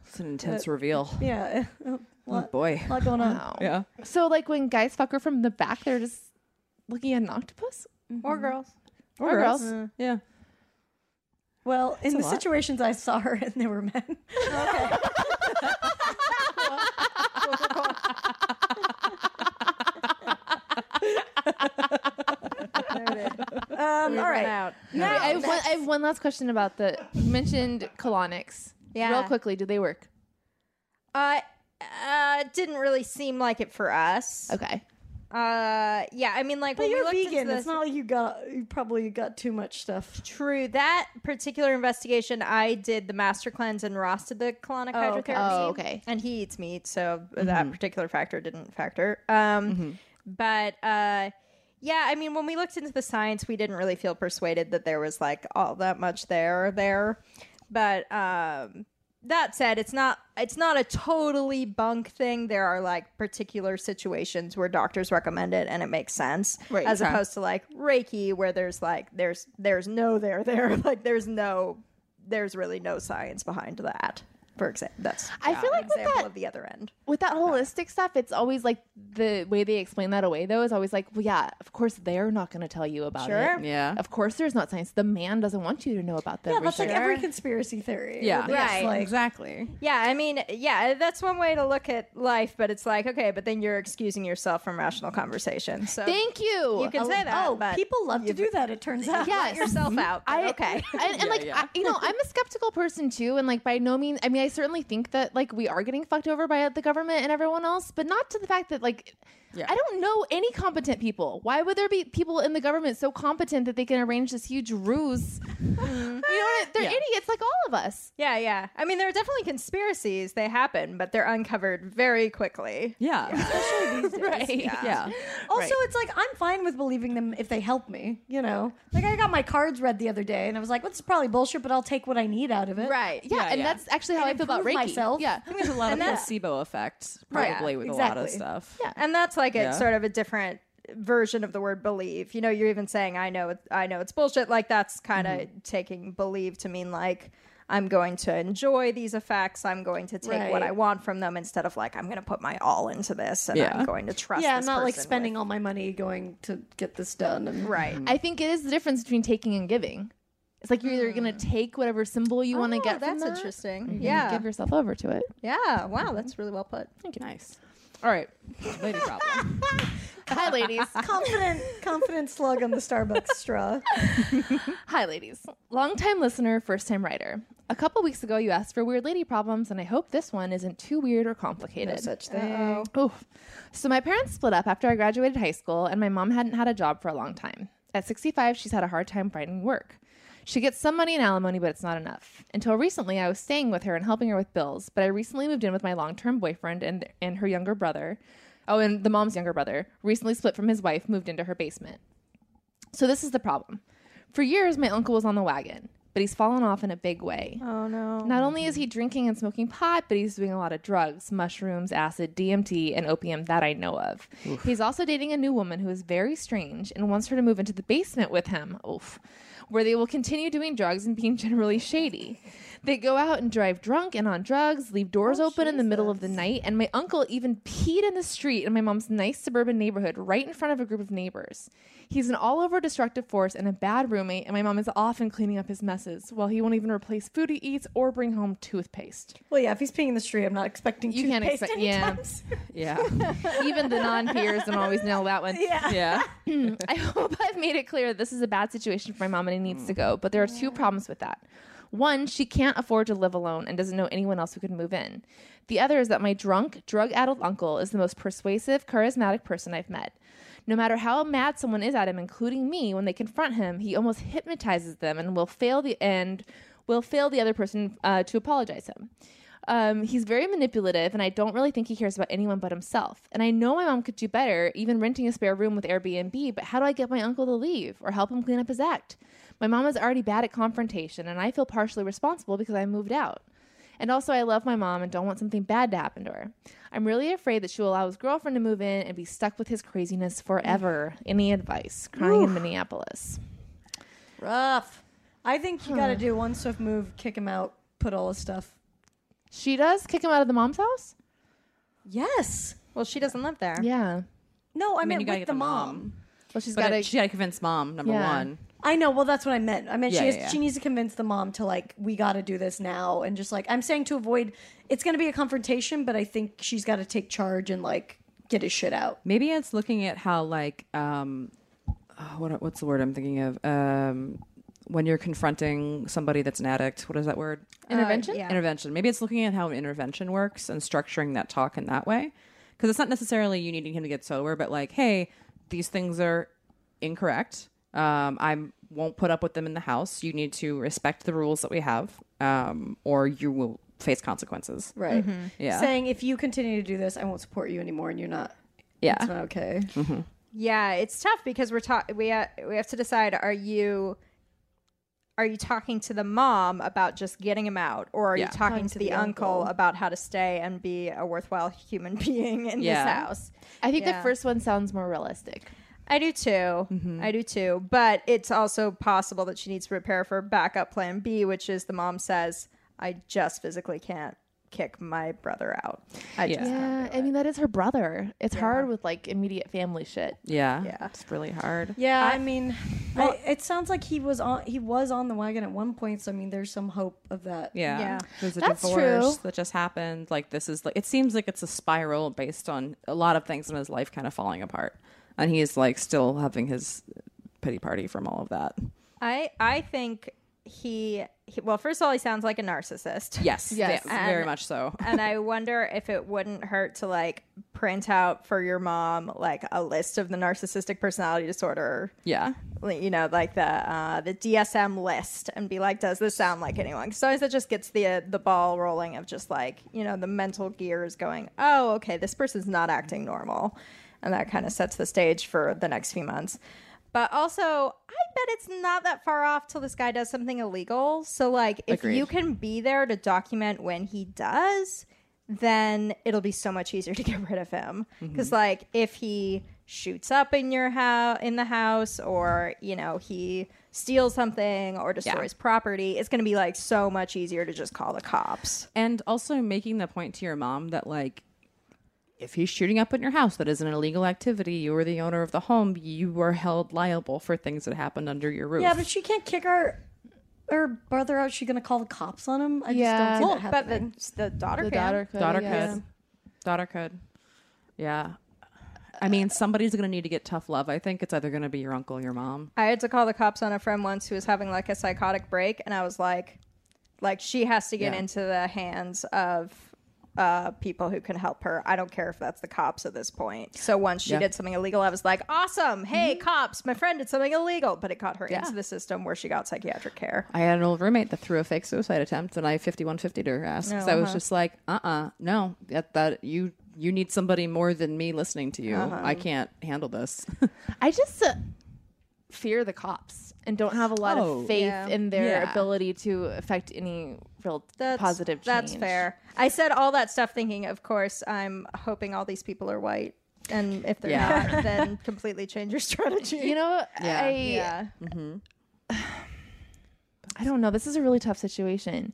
Speaker 3: It's an intense reveal.
Speaker 2: yeah, *laughs* a
Speaker 3: Oh
Speaker 2: lot,
Speaker 3: boy.
Speaker 2: a lot going on.
Speaker 4: Wow.
Speaker 3: Yeah.
Speaker 4: So like when guys fuck her from the back, they're just looking at an octopus.
Speaker 6: Or girls.
Speaker 4: Or,
Speaker 3: girls.
Speaker 4: girls.
Speaker 3: Yeah.
Speaker 2: Well, in
Speaker 3: a
Speaker 2: the
Speaker 3: lot.
Speaker 2: situations I saw her in, they were men. Um, all right.
Speaker 4: Okay, I, have one, I have one last question about the. You mentioned colonics.
Speaker 6: Yeah.
Speaker 4: Real quickly, do they work?
Speaker 6: Uh, uh, didn't really seem like it for us.
Speaker 4: Okay.
Speaker 6: Uh, yeah, I mean, like,
Speaker 2: Oh. But
Speaker 6: when
Speaker 2: you're
Speaker 6: we looked
Speaker 2: vegan.
Speaker 6: Into this,
Speaker 2: It's not like you got you probably got too much stuff.
Speaker 6: true. That particular investigation, I did the master cleanse and Ross did the colonic
Speaker 2: Oh, okay.
Speaker 6: hydrotherapy.
Speaker 4: Oh, okay. Mm-hmm.
Speaker 6: And he eats meat, so that particular factor didn't factor. Um, But uh, yeah, I mean, when we looked into the science, we didn't really feel persuaded that there was like all that much there or there. But um, that said, it's not it's not a totally bunk thing. There are like particular situations where doctors recommend it and it makes sense,
Speaker 4: Right,
Speaker 6: as
Speaker 4: okay.
Speaker 6: opposed to like Reiki, where there's like there's there's no there there *laughs* like there's no there's really no science behind that. For example, that's
Speaker 4: I feel
Speaker 6: an
Speaker 4: like with
Speaker 6: example
Speaker 4: that-
Speaker 6: of the other end.
Speaker 4: with that holistic stuff, it's always like the way they explain that away though is always like, well, yeah, of course they're not going to tell you about
Speaker 6: Sure.
Speaker 4: it.
Speaker 3: Yeah.
Speaker 4: Of course, there's not science. The man doesn't want you to know about the
Speaker 2: Yeah, that's like
Speaker 4: research.
Speaker 2: every conspiracy theory.
Speaker 3: Yeah.
Speaker 2: It's
Speaker 6: Right.
Speaker 2: like-
Speaker 3: exactly.
Speaker 6: Yeah, I mean, yeah, that's one way to look at life, but it's like, okay, but then you're excusing yourself from rational conversation. So
Speaker 4: Thank you.
Speaker 6: you can say that,
Speaker 2: oh,
Speaker 6: but
Speaker 2: people love to do that. It turns out.
Speaker 4: Yeah.
Speaker 6: let yourself out. but
Speaker 4: I,
Speaker 6: *laughs* okay.
Speaker 4: and, and, like
Speaker 3: yeah.
Speaker 4: I, you know, I'm a skeptical person too, and like by no means, I mean, I certainly think that like we are getting fucked over by uh, the government and everyone else, but not to the fact that like
Speaker 3: Yeah.
Speaker 4: I don't know any competent people. Why would there be people in the government so competent that they can arrange this huge
Speaker 3: *laughs*
Speaker 4: ruse? You know, what? they're
Speaker 3: Yeah.
Speaker 4: idiots like all of us.
Speaker 6: Yeah, yeah. I mean, there are definitely conspiracies. They happen, but they're uncovered very quickly.
Speaker 3: Yeah.
Speaker 4: Right.
Speaker 3: *laughs* Yeah.
Speaker 2: Also, it's like I'm fine with believing them if they help me. You know, like I got my cards read the other day, and I was like, "Well, this is probably bullshit, but I'll take what I need out of it."
Speaker 6: Right.
Speaker 4: Yeah,
Speaker 3: Yeah,
Speaker 4: and
Speaker 3: yeah.
Speaker 4: that's actually how
Speaker 2: And
Speaker 4: I feel about Reiki.
Speaker 2: improve myself.
Speaker 6: *laughs*
Speaker 4: Yeah.
Speaker 3: I think there's a lot of
Speaker 6: And that-
Speaker 3: placebo effects
Speaker 6: Right.
Speaker 3: probably with a lot of
Speaker 2: Exactly.
Speaker 3: stuff.
Speaker 4: Yeah.
Speaker 6: And that's like
Speaker 3: Yeah.
Speaker 6: a sort of a different version of the word believe. You know, you're even saying I know it- I know it's bullshit. Like that's kind of
Speaker 3: Mm-hmm.
Speaker 6: taking believe to mean like I'm going to enjoy these effects. I'm going to take what
Speaker 2: Right.
Speaker 6: I want from them instead of like I'm going to put my all into this and
Speaker 3: Yeah.
Speaker 6: I'm going to trust.
Speaker 2: Yeah,
Speaker 6: this
Speaker 2: not like
Speaker 6: person
Speaker 2: spending
Speaker 6: with-
Speaker 2: all my money going to get this done. And
Speaker 6: *laughs* right.
Speaker 4: I think it is the difference between taking and giving. It's like you're either going to take whatever symbol you want to
Speaker 6: Mm. Oh,
Speaker 4: get from
Speaker 6: That's
Speaker 4: that,
Speaker 6: interesting.
Speaker 4: or you're gonna
Speaker 6: Yeah.
Speaker 4: give yourself over to it.
Speaker 6: Yeah. Wow.
Speaker 3: Mm-hmm.
Speaker 6: That's really well put.
Speaker 3: Nice. All right. Lady problem.
Speaker 4: Hi,
Speaker 6: *laughs*
Speaker 4: ladies.
Speaker 2: confident, confident slug on the Starbucks straw.
Speaker 4: Hi, ladies. Longtime listener, first time writer. A couple weeks ago, you asked for weird lady problems, and I hope this one isn't too weird or complicated.
Speaker 6: Oh.
Speaker 4: Oh. So my parents split up after I graduated high school, and my mom hadn't had a job for a long time. At 65, she's had a hard time finding work. She gets some money in alimony, but it's not enough. Until recently, I was staying with her and helping her with bills, but I recently moved in with my long-term boyfriend and and her younger brother. Oh, and the mom's younger brother recently split from his wife, moved into her basement. So this is the problem. For years, my uncle was on the wagon, but he's fallen off in a big way.
Speaker 6: Oh no.
Speaker 4: Not only is he drinking and smoking pot, but he's doing a lot of drugs, mushrooms, acid, DMT, and opium that I know of. He's also dating a new woman who is very strange and wants her to move into the basement with him. Oof. Where they will continue doing drugs and being generally shady. They go out and drive drunk and on drugs, leave doors
Speaker 6: Oh,
Speaker 4: open in the middle of the night, and my uncle even peed in the street in my mom's nice suburban neighborhood right in front of a group of neighbors. He's an all over destructive force and a bad roommate, and my mom is often cleaning up his messes while he won't even replace food he eats or bring home toothpaste.
Speaker 2: Well, yeah, if he's peeing in the street, I'm not expecting
Speaker 4: You can't
Speaker 2: toothpaste
Speaker 4: expect-
Speaker 2: anytime
Speaker 4: yeah.
Speaker 2: *laughs* soon.
Speaker 3: Yeah.
Speaker 4: Even the non peers don't always nail that *laughs* one.
Speaker 3: yeah.
Speaker 4: *laughs* I hope I've made it clear that this is a bad situation for my mom and it needs to go, but there are two problems with that. One, she can't afford to live alone and doesn't know anyone else who could move in. The other is that my drunk, drug addled uncle is the most persuasive, charismatic person I've met. No matter how mad someone is at him, including me, when they confront him, he almost hypnotizes them and will fail the end, will fail the other person uh, to apologize him. Um, he's very manipulative, and I don't really think he cares about anyone but himself. And I know my mom could do better, even renting a spare room with Airbnb, but how do I get my uncle to leave or help him clean up his act? My mom is already bad at confrontation, and I feel partially responsible because I moved out. And also, I love my mom and don't want something bad to happen to her. I'm really afraid that she will allow his girlfriend to move in and be stuck with his craziness
Speaker 6: *sighs*
Speaker 4: forever. Any advice? Crying in Minneapolis.
Speaker 2: Rough. I think you got to do one swift move, kick him out, put all his stuff.
Speaker 4: She does kick him out of the mom's house?
Speaker 2: Yes.
Speaker 6: Well, she doesn't live there.
Speaker 4: Yeah.
Speaker 2: No, I,
Speaker 3: I mean, you
Speaker 2: meant with
Speaker 3: gotta get
Speaker 2: the mom.
Speaker 4: Well, she's
Speaker 3: But
Speaker 4: got to.
Speaker 3: it- she gotta convince mom. Number
Speaker 4: Yeah.
Speaker 3: one.
Speaker 2: I know. Well, that's what I meant. I meant
Speaker 3: Yeah,
Speaker 2: she has,
Speaker 3: yeah, yeah.
Speaker 2: she needs to convince the mom to like we got to do this now, and just like I'm saying to avoid. It's going to be a confrontation, but I think she's got to take charge and like get his shit out.
Speaker 3: Maybe it's looking at how like um, oh, what what's the word I'm thinking of? Um, when you're confronting somebody that's an addict, what is that word?
Speaker 4: intervention?
Speaker 6: uh, yeah.
Speaker 3: Intervention. Maybe it's looking at how an intervention works and structuring that talk in that way. Because it's not necessarily you needing him to get sober, but like, hey, these things are incorrect. Um, I won't put up with them in the house. You need to respect the rules that we have, um, or you will face consequences.
Speaker 2: Right.
Speaker 3: Mm-hmm. Yeah.
Speaker 2: Mm-hmm. Saying if you continue to do this, I won't support you anymore, and you're not.
Speaker 3: Yeah.
Speaker 2: It's not
Speaker 3: *laughs*
Speaker 2: okay.
Speaker 6: Yeah, it's tough because we're ta- we ha- we have to decide: are you are you talking to the mom about just getting him out, or are
Speaker 3: Yeah.
Speaker 6: you talking to the, uncle, about how to stay and be a worthwhile human *laughs* being in
Speaker 3: Yeah.
Speaker 6: this house?
Speaker 4: I think
Speaker 6: Yeah.
Speaker 4: the first one sounds more realistic.
Speaker 6: I do too.
Speaker 3: Mm-hmm.
Speaker 6: I do too. But it's also possible that she needs to prepare for backup plan B, which is the mom says, "I just physically can't kick my brother out." I
Speaker 3: Yeah.
Speaker 6: just
Speaker 4: Yeah, I mean that is her brother. It's hard with like immediate family shit.
Speaker 3: Yeah.
Speaker 6: Yeah.
Speaker 3: It's really hard.
Speaker 2: Yeah, I, mean, I, it sounds like he was on he was on the wagon at one point. So I mean, there's some hope of that.
Speaker 3: Yeah.
Speaker 6: Yeah.
Speaker 3: There's a
Speaker 4: That's
Speaker 3: divorce
Speaker 4: true.
Speaker 3: that just happened. Like this is like it seems like it's a spiral based on a lot of things in his life kind of falling apart. And he's like still having his pity party from all of that.
Speaker 6: I I think he, he well, first of all, he sounds like a narcissist.
Speaker 3: Yes.
Speaker 4: Yes.
Speaker 3: yeah, very
Speaker 6: And-
Speaker 3: much so.
Speaker 6: and I wonder if it wouldn't hurt to like print out for your mom like a list of the narcissistic personality disorder,
Speaker 3: Yeah.
Speaker 6: like, you know, like the uh, the DSM list, and be like, does this sound like anyone? 'Cause sometimes that just gets the uh, the ball rolling of just like you know the mental gears going. Oh, okay, this person's not acting normal, and that kind of sets the stage for the next few months. But also, I bet it's not that far off till this guy does something illegal. So like, if
Speaker 3: Agreed.
Speaker 6: you can be there to document when he does, then it'll be so much easier to get *laughs* rid of him. Because like, if he shoots up in your house, in the house, or you know he steals something or destroys property, it's going to be like so much easier to just call the cops.
Speaker 3: And also making the point to your mom that like if he's shooting up in your house that is an illegal activity, you are the owner of the home, you are held liable for things that happened under your roof.
Speaker 2: Yeah, but she can't kick her her brother out. She's gonna call the cops on him. I just don't
Speaker 4: Yeah.
Speaker 2: see
Speaker 4: Well,
Speaker 2: that
Speaker 6: But
Speaker 2: happening.
Speaker 6: the, the daughter,
Speaker 4: The
Speaker 6: can.
Speaker 4: daughter could.
Speaker 3: daughter
Speaker 4: yeah.
Speaker 3: could. Daughter could. Yeah. I mean, somebody's gonna need to get tough love. I think it's either gonna be your uncle or your mom.
Speaker 6: I had to call the cops on a friend once who was having like a psychotic break, and I was like, like she has to get
Speaker 3: Yeah.
Speaker 6: into the hands of uh, people who can help her. I don't care if that's the cops at this point. So once she
Speaker 3: Yeah.
Speaker 6: did something illegal, I was like, awesome, hey cops, my friend did something illegal, but it got her
Speaker 3: Yeah.
Speaker 6: into the system where she got psychiatric care.
Speaker 3: I had an old roommate that threw a fake suicide attempt, and I fifty-one fifty to her ass because I was just like, "Uh, uh no, that that you you need somebody more than me listening to you. I can't handle this." *laughs*
Speaker 4: I just uh, fear the cops and don't have a lot
Speaker 3: Oh.
Speaker 4: of faith
Speaker 6: Yeah.
Speaker 4: in their
Speaker 3: Yeah.
Speaker 4: ability to affect any real
Speaker 6: That's
Speaker 4: positive change.
Speaker 6: That's fair. I said all that stuff thinking, of course, I'm hoping all these people are white, and if they're
Speaker 3: Yeah.
Speaker 6: not, then completely change your strategy.
Speaker 4: You know,
Speaker 3: Yeah.
Speaker 4: I
Speaker 6: yeah.
Speaker 4: I don't know. This is a really tough situation.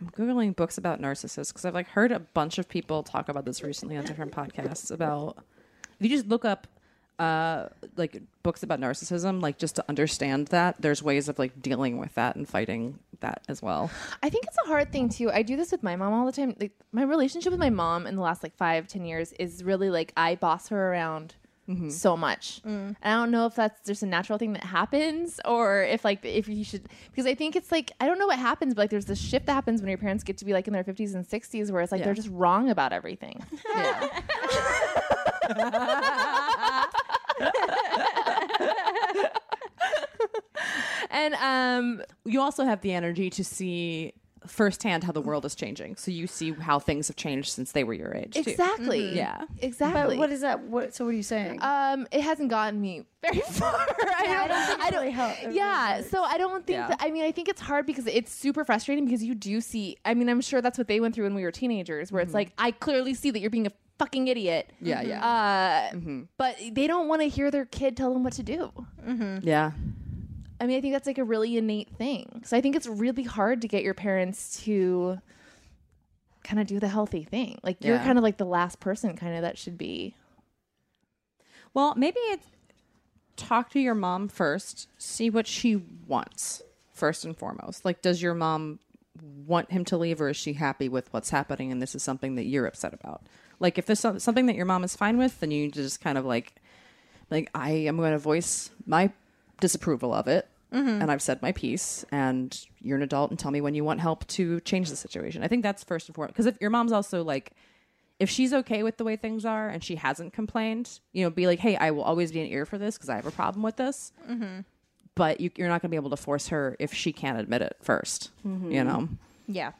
Speaker 3: I'm googling books about narcissists because I've like heard a bunch of people talk about this recently on different podcasts about if you just look up uh like books about narcissism like just to understand that there's ways of like dealing with that and fighting that as well
Speaker 4: I think it's a hard thing too. I do this with my mom all the time. Like my relationship with my mom in the last like five, ten years is really like I boss her around so much. And I don't know if that's just a natural thing that happens or if like if you should because I think it's like I don't know what happens, but like there's this shift that happens when your parents get to be like in their fifties and sixties where it's like
Speaker 3: Yeah.
Speaker 4: they're just wrong about everything. *laughs* and um
Speaker 3: you also have the energy to see firsthand how the world is changing. So you see how things have changed since they were your age.
Speaker 4: exactly.
Speaker 3: Yeah.
Speaker 4: Exactly.
Speaker 2: what is that? What? So what are you saying?
Speaker 4: Um, it hasn't gotten me very *laughs* far. I don't,
Speaker 2: I don't think it really helped. It
Speaker 4: Yeah, so I don't think
Speaker 3: Yeah.
Speaker 4: that. I mean, I think it's hard because it's super frustrating because you do see. I mean, I'm sure that's what they went through when we were teenagers,
Speaker 2: Mm-hmm.
Speaker 4: where it's like I clearly see that you're being a fucking idiot.
Speaker 3: Yeah, yeah.
Speaker 4: Uh,
Speaker 2: Mm-hmm.
Speaker 4: But they don't want to hear their kid tell them what to do.
Speaker 3: too. Yeah.
Speaker 4: I mean, I think that's like a really innate thing. So I think it's really hard to get your parents to kind of do the healthy thing. Like you're
Speaker 3: Yeah.
Speaker 4: kind of like the last person kind of that should be.
Speaker 3: Well, maybe it's talk to your mom first, see what she wants first and foremost. Like, does your mom want him to leave or is she happy with what's happening and this is something that you're upset about? Like, if there's some- something that your mom is fine with, then you need to just kind of like, like, I am going to voice my disapproval of it. And I've said my piece, and you're an adult, and tell me when you want help to change the situation. I think that's first and foremost. Because if your mom's also like, if she's okay with the way things are and she hasn't complained, you know, be like, hey, I will always be an ear for this because I have a problem with this. Mm-hmm. But you, you're not going to be able to force her if she can't admit it 1st You know,
Speaker 6: Yeah.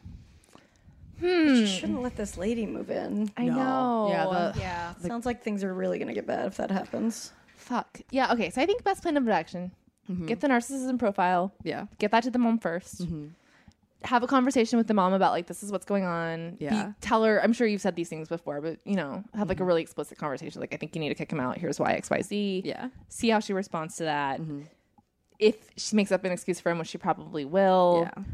Speaker 2: You shouldn't let this lady move in.
Speaker 4: I know.
Speaker 3: Yeah, the-
Speaker 6: Yeah.
Speaker 2: Sounds like things are really gonna get bad if that happens.
Speaker 4: Fuck. Yeah, okay. So I think best plan of action
Speaker 3: Mm-hmm.
Speaker 4: Get the narcissism profile.
Speaker 3: Yeah.
Speaker 4: Get that to the mom 1st
Speaker 3: Mm-hmm.
Speaker 4: Have a conversation with the mom about like this is what's going on. Be-
Speaker 3: Yeah. Mm-hmm.
Speaker 4: tell her. I'm sure you've said these things before, but you know, have like a really explicit conversation. Like I think you need to kick him out. Here's why X Y Z.
Speaker 3: Yeah. Mm-hmm.
Speaker 4: See how she responds to that. If she makes up an excuse for him, which she probably will,
Speaker 3: Yeah.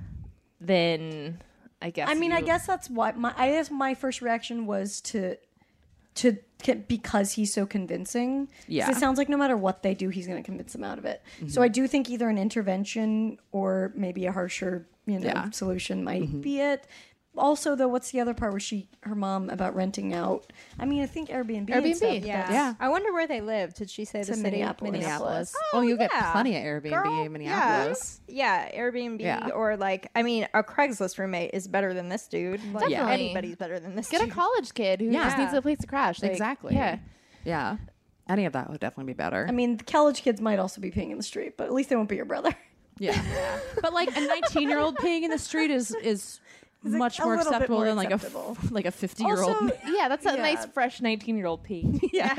Speaker 4: then I guess.
Speaker 2: I mean, I
Speaker 4: you-
Speaker 2: guess that's why my I guess my first reaction was to to because he's so convincing. 'Cause
Speaker 3: Yeah.
Speaker 2: it sounds like no matter what they do, he's going to convince them out of it. So I do think either an intervention or maybe a harsher, you know,
Speaker 3: Yeah.
Speaker 2: solution might be it. Also, though, what's the other part where she her mom about renting out? I mean, I think Airbnb.
Speaker 4: Airbnb,
Speaker 2: and stuff,
Speaker 6: Yeah.
Speaker 2: that's-
Speaker 6: I wonder where they lived. Did she say the
Speaker 2: in
Speaker 6: city?
Speaker 2: Minneapolis.
Speaker 3: Minneapolis.
Speaker 6: Oh,
Speaker 3: Oh, you'll
Speaker 6: yeah.
Speaker 3: get plenty of Airbnb
Speaker 6: Girl,
Speaker 3: in Minneapolis.
Speaker 6: Yeah, Airbnb
Speaker 3: Yeah.
Speaker 6: or like I mean, a Craigslist roommate is better than this dude. Like,
Speaker 4: Yeah. Definitely.
Speaker 6: anybody's better than this.
Speaker 4: get a
Speaker 6: dude.
Speaker 4: college kid who
Speaker 3: Yeah.
Speaker 4: just needs a place to crash. Like,
Speaker 3: Exactly. *laughs*
Speaker 4: Yeah.
Speaker 3: Yeah. Any of that would definitely be better.
Speaker 2: I mean, the college kids might also be peeing in the street, but at least they won't be your brother.
Speaker 3: yeah. *laughs* but like a 19 year old peeing in the street is is
Speaker 2: like,
Speaker 3: much
Speaker 2: a
Speaker 3: more
Speaker 2: little bit
Speaker 3: acceptable
Speaker 2: more
Speaker 3: than like
Speaker 2: acceptable.
Speaker 3: a f- like a 50 year old.
Speaker 2: Also,
Speaker 4: Yeah, that's a
Speaker 2: Yeah.
Speaker 4: nice, fresh 19 year old pee.
Speaker 3: Yeah.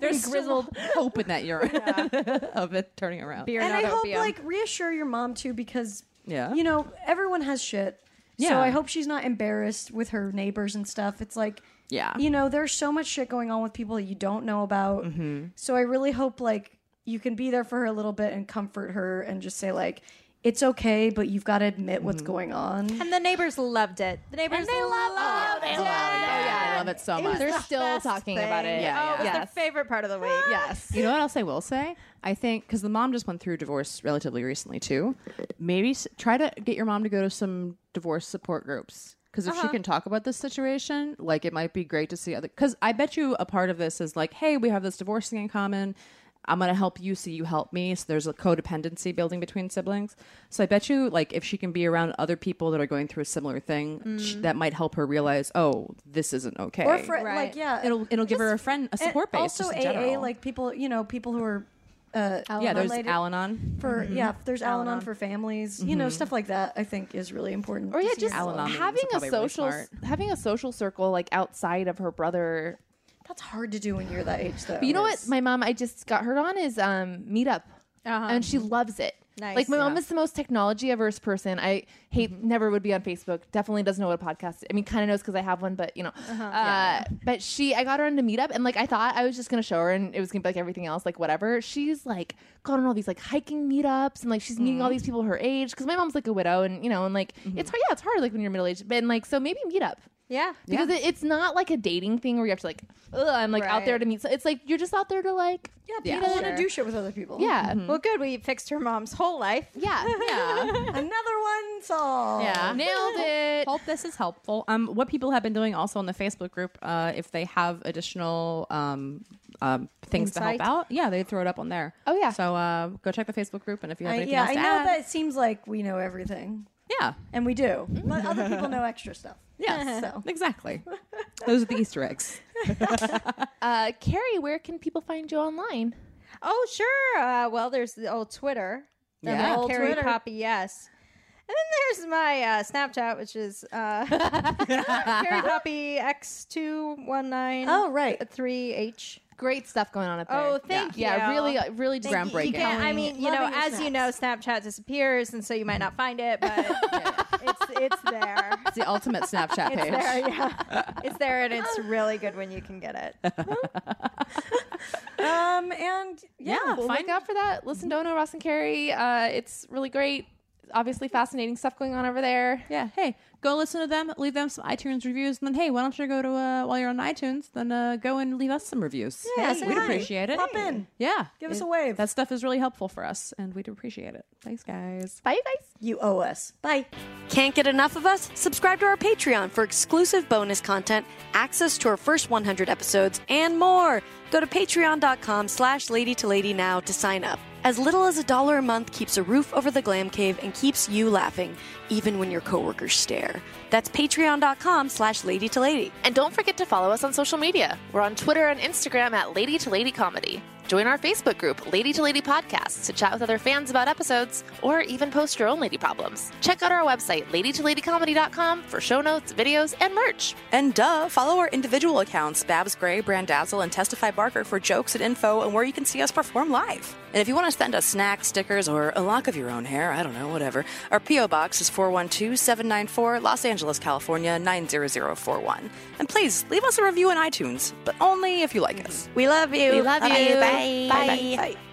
Speaker 3: There's grizzled hope in that urine *laughs* of it turning around.
Speaker 6: Beer
Speaker 2: and
Speaker 6: not
Speaker 2: I hope
Speaker 6: opium.
Speaker 2: like reassure your mom too, because
Speaker 3: Yeah.
Speaker 2: you know everyone has shit. So
Speaker 3: Yeah.
Speaker 2: I hope she's not embarrassed with her neighbors and stuff. It's like,
Speaker 3: Yeah.
Speaker 2: you know, there's so much shit going on with people that you don't know about.
Speaker 3: Mm-hmm.
Speaker 2: So I really hope like you can be there for her a little bit and comfort her and just say like, it's okay, but you've got to admit what's
Speaker 3: Mm-hmm.
Speaker 2: going on.
Speaker 6: and the neighbors loved it. The neighbors
Speaker 4: they
Speaker 6: loved,
Speaker 4: loved
Speaker 6: it.
Speaker 4: it. Oh,
Speaker 3: I love it so much.
Speaker 4: They're
Speaker 6: the
Speaker 4: still
Speaker 6: best
Speaker 4: talking
Speaker 6: thing.
Speaker 4: about it.
Speaker 3: Yeah,
Speaker 6: oh, it was
Speaker 3: yeah.
Speaker 6: their favorite part of the week.
Speaker 4: Yes.
Speaker 3: You know what else I will say? I think because the mom just went through divorce relatively recently too. Maybe s- try to get your mom to go to some divorce support groups because if she can talk about this situation, like it might be great to see other. Because I bet you a part of this is like, hey, we have this divorce thing in common. I'm gonna help you, so you help me. So there's a codependency building between siblings. So I bet you, like, if she can be around other people that are going through a similar thing, sh that might help her realize, oh, this isn't okay.
Speaker 2: or for like
Speaker 6: Right.
Speaker 2: yeah,
Speaker 3: it'll it'll give her a friend, a
Speaker 2: and
Speaker 3: support base.
Speaker 2: Also
Speaker 3: just in
Speaker 2: AA,
Speaker 3: general.
Speaker 2: like people, you know, people who are. Uh,
Speaker 3: yeah, there's
Speaker 2: related-
Speaker 3: Al-Anon.
Speaker 2: for yeah there's al-anon for families you know stuff like that i think is really important
Speaker 4: Or yeah,
Speaker 2: see
Speaker 4: just
Speaker 2: how-
Speaker 3: Al-Anon meetings are
Speaker 4: having a
Speaker 3: probably really
Speaker 4: social
Speaker 3: smart.
Speaker 4: having a social circle like outside of her brother.
Speaker 2: that's hard to do when you're that age though
Speaker 4: But you know what my mom I just got her on is um Meetup. And she loves it.
Speaker 6: Nice.
Speaker 4: Like my mom is the most technology averse person. I hate never would be on Facebook. Definitely doesn't know what a podcast. I mean, kind of knows because I have one, but you know. uh But she, I got her into Meetup, and like I thought I was just gonna show her, and it was gonna be like everything else, like whatever. She's like gone on all these like hiking meetups, and like she's meeting all these people her age. Because my mom's like a widow, and you know, and like it's hard. Yeah, it's hard like when you're middle aged, but and, like so maybe Meetup
Speaker 6: Yeah.
Speaker 4: because it, it's not like a dating thing where you have to like Ugh, i'm like out
Speaker 6: Right.
Speaker 4: there to meet so it's like you're just out there to like
Speaker 2: yeah
Speaker 3: Yeah,
Speaker 2: people want to
Speaker 6: sure.
Speaker 2: do shit with other people
Speaker 4: yeah
Speaker 6: Well, good. We fixed her mom's whole life.
Speaker 4: yeah
Speaker 2: *laughs*
Speaker 4: yeah
Speaker 2: another one solved
Speaker 4: nailed it
Speaker 3: Hope this is helpful. Um, what people have been doing also in the Facebook group, uh, if they have additional um, um, things
Speaker 6: Insight.
Speaker 3: to help out, yeah, they throw it up on there.
Speaker 4: Oh, yeah.
Speaker 3: So uh, go check the Facebook group, and if you have
Speaker 2: I,
Speaker 3: anything
Speaker 2: yeah
Speaker 3: else
Speaker 2: i
Speaker 3: to
Speaker 2: know
Speaker 3: add,
Speaker 2: that it seems like we know everything
Speaker 3: yeah,
Speaker 2: and we do but other people know extra stuff
Speaker 3: yes,
Speaker 2: so
Speaker 3: exactly. Those are the Easter eggs.
Speaker 4: uh carrie where can people find you online
Speaker 6: Oh, sure. Uh, well, there's the old Twitter. The
Speaker 3: Yeah.
Speaker 6: old
Speaker 2: Old
Speaker 6: Carrie
Speaker 2: Twitter.
Speaker 6: Poppy, yes. And then there's my uh, Snapchat, which is uh, *laughs* Carrie Poppy X219.
Speaker 2: Oh,
Speaker 6: *laughs*
Speaker 2: right.
Speaker 6: 3H.
Speaker 4: great stuff going on up there
Speaker 6: Oh, thank
Speaker 4: yeah. yeah
Speaker 6: you.
Speaker 4: really uh, really just
Speaker 6: Thank you. You can't- I mean, you know,
Speaker 2: Loving your
Speaker 6: as you know, Snapchat disappears, and so you might not find it, *laughs* but it's, it's there.
Speaker 3: It's the ultimate Snapchat
Speaker 6: It's
Speaker 3: page.
Speaker 6: there, *laughs* yeah. It's there, and it's really good when you can get it.
Speaker 2: um and yeah,
Speaker 3: Yeah,
Speaker 4: Well,
Speaker 3: find
Speaker 4: look out for that listen to ono ross and carrie uh it's really great obviously fascinating stuff going on over there
Speaker 3: Yeah, hey, go listen to them, leave them some iTunes reviews, and then hey, why don't you go to uh, while you're on iTunes, then uh, go and leave us some reviews.
Speaker 2: Yeah,
Speaker 3: Hey,
Speaker 2: say
Speaker 3: we'd
Speaker 2: hi.
Speaker 3: appreciate it.
Speaker 2: Pop in.
Speaker 3: Yeah,
Speaker 2: Give us
Speaker 3: It-
Speaker 2: a wave.
Speaker 3: That stuff is really helpful for us, and we'd appreciate it. Thanks, guys.
Speaker 4: bye you guys
Speaker 2: you owe us bye
Speaker 7: Can't get enough of us? Subscribe to our Patreon for exclusive bonus content, access to our first 100 episodes, and more. Go to patreon.com slash lady to lady now to sign up. As little as a dollar a month keeps a roof over the glam cave and keeps you laughing, even when your coworkers stare. That's patreon.com slash lady to lady.
Speaker 8: And don't forget to follow us on social media. We're on Twitter and Instagram at Lady to Lady Comedy.
Speaker 7: Join our Facebook group, Lady to Lady Podcasts, to chat with other fans about episodes or even post your own lady problems. Check out our website, ladytoladycomedy.com, for show notes, videos, and merch.
Speaker 3: And duh, follow our individual accounts, Babs Gray, Brandazzle, and Testify Barker for jokes and info and where you can see us perform live. And if you want to send us snacks, stickers, or a lock of your own hair, I don't know, whatever, our P.O. Box is 412-794 Los Angeles, California, 90041. And please, leave us a review on iTunes, but only if you like us.
Speaker 7: We love you.
Speaker 3: We love you.
Speaker 7: Bye.
Speaker 3: Bye. Bye.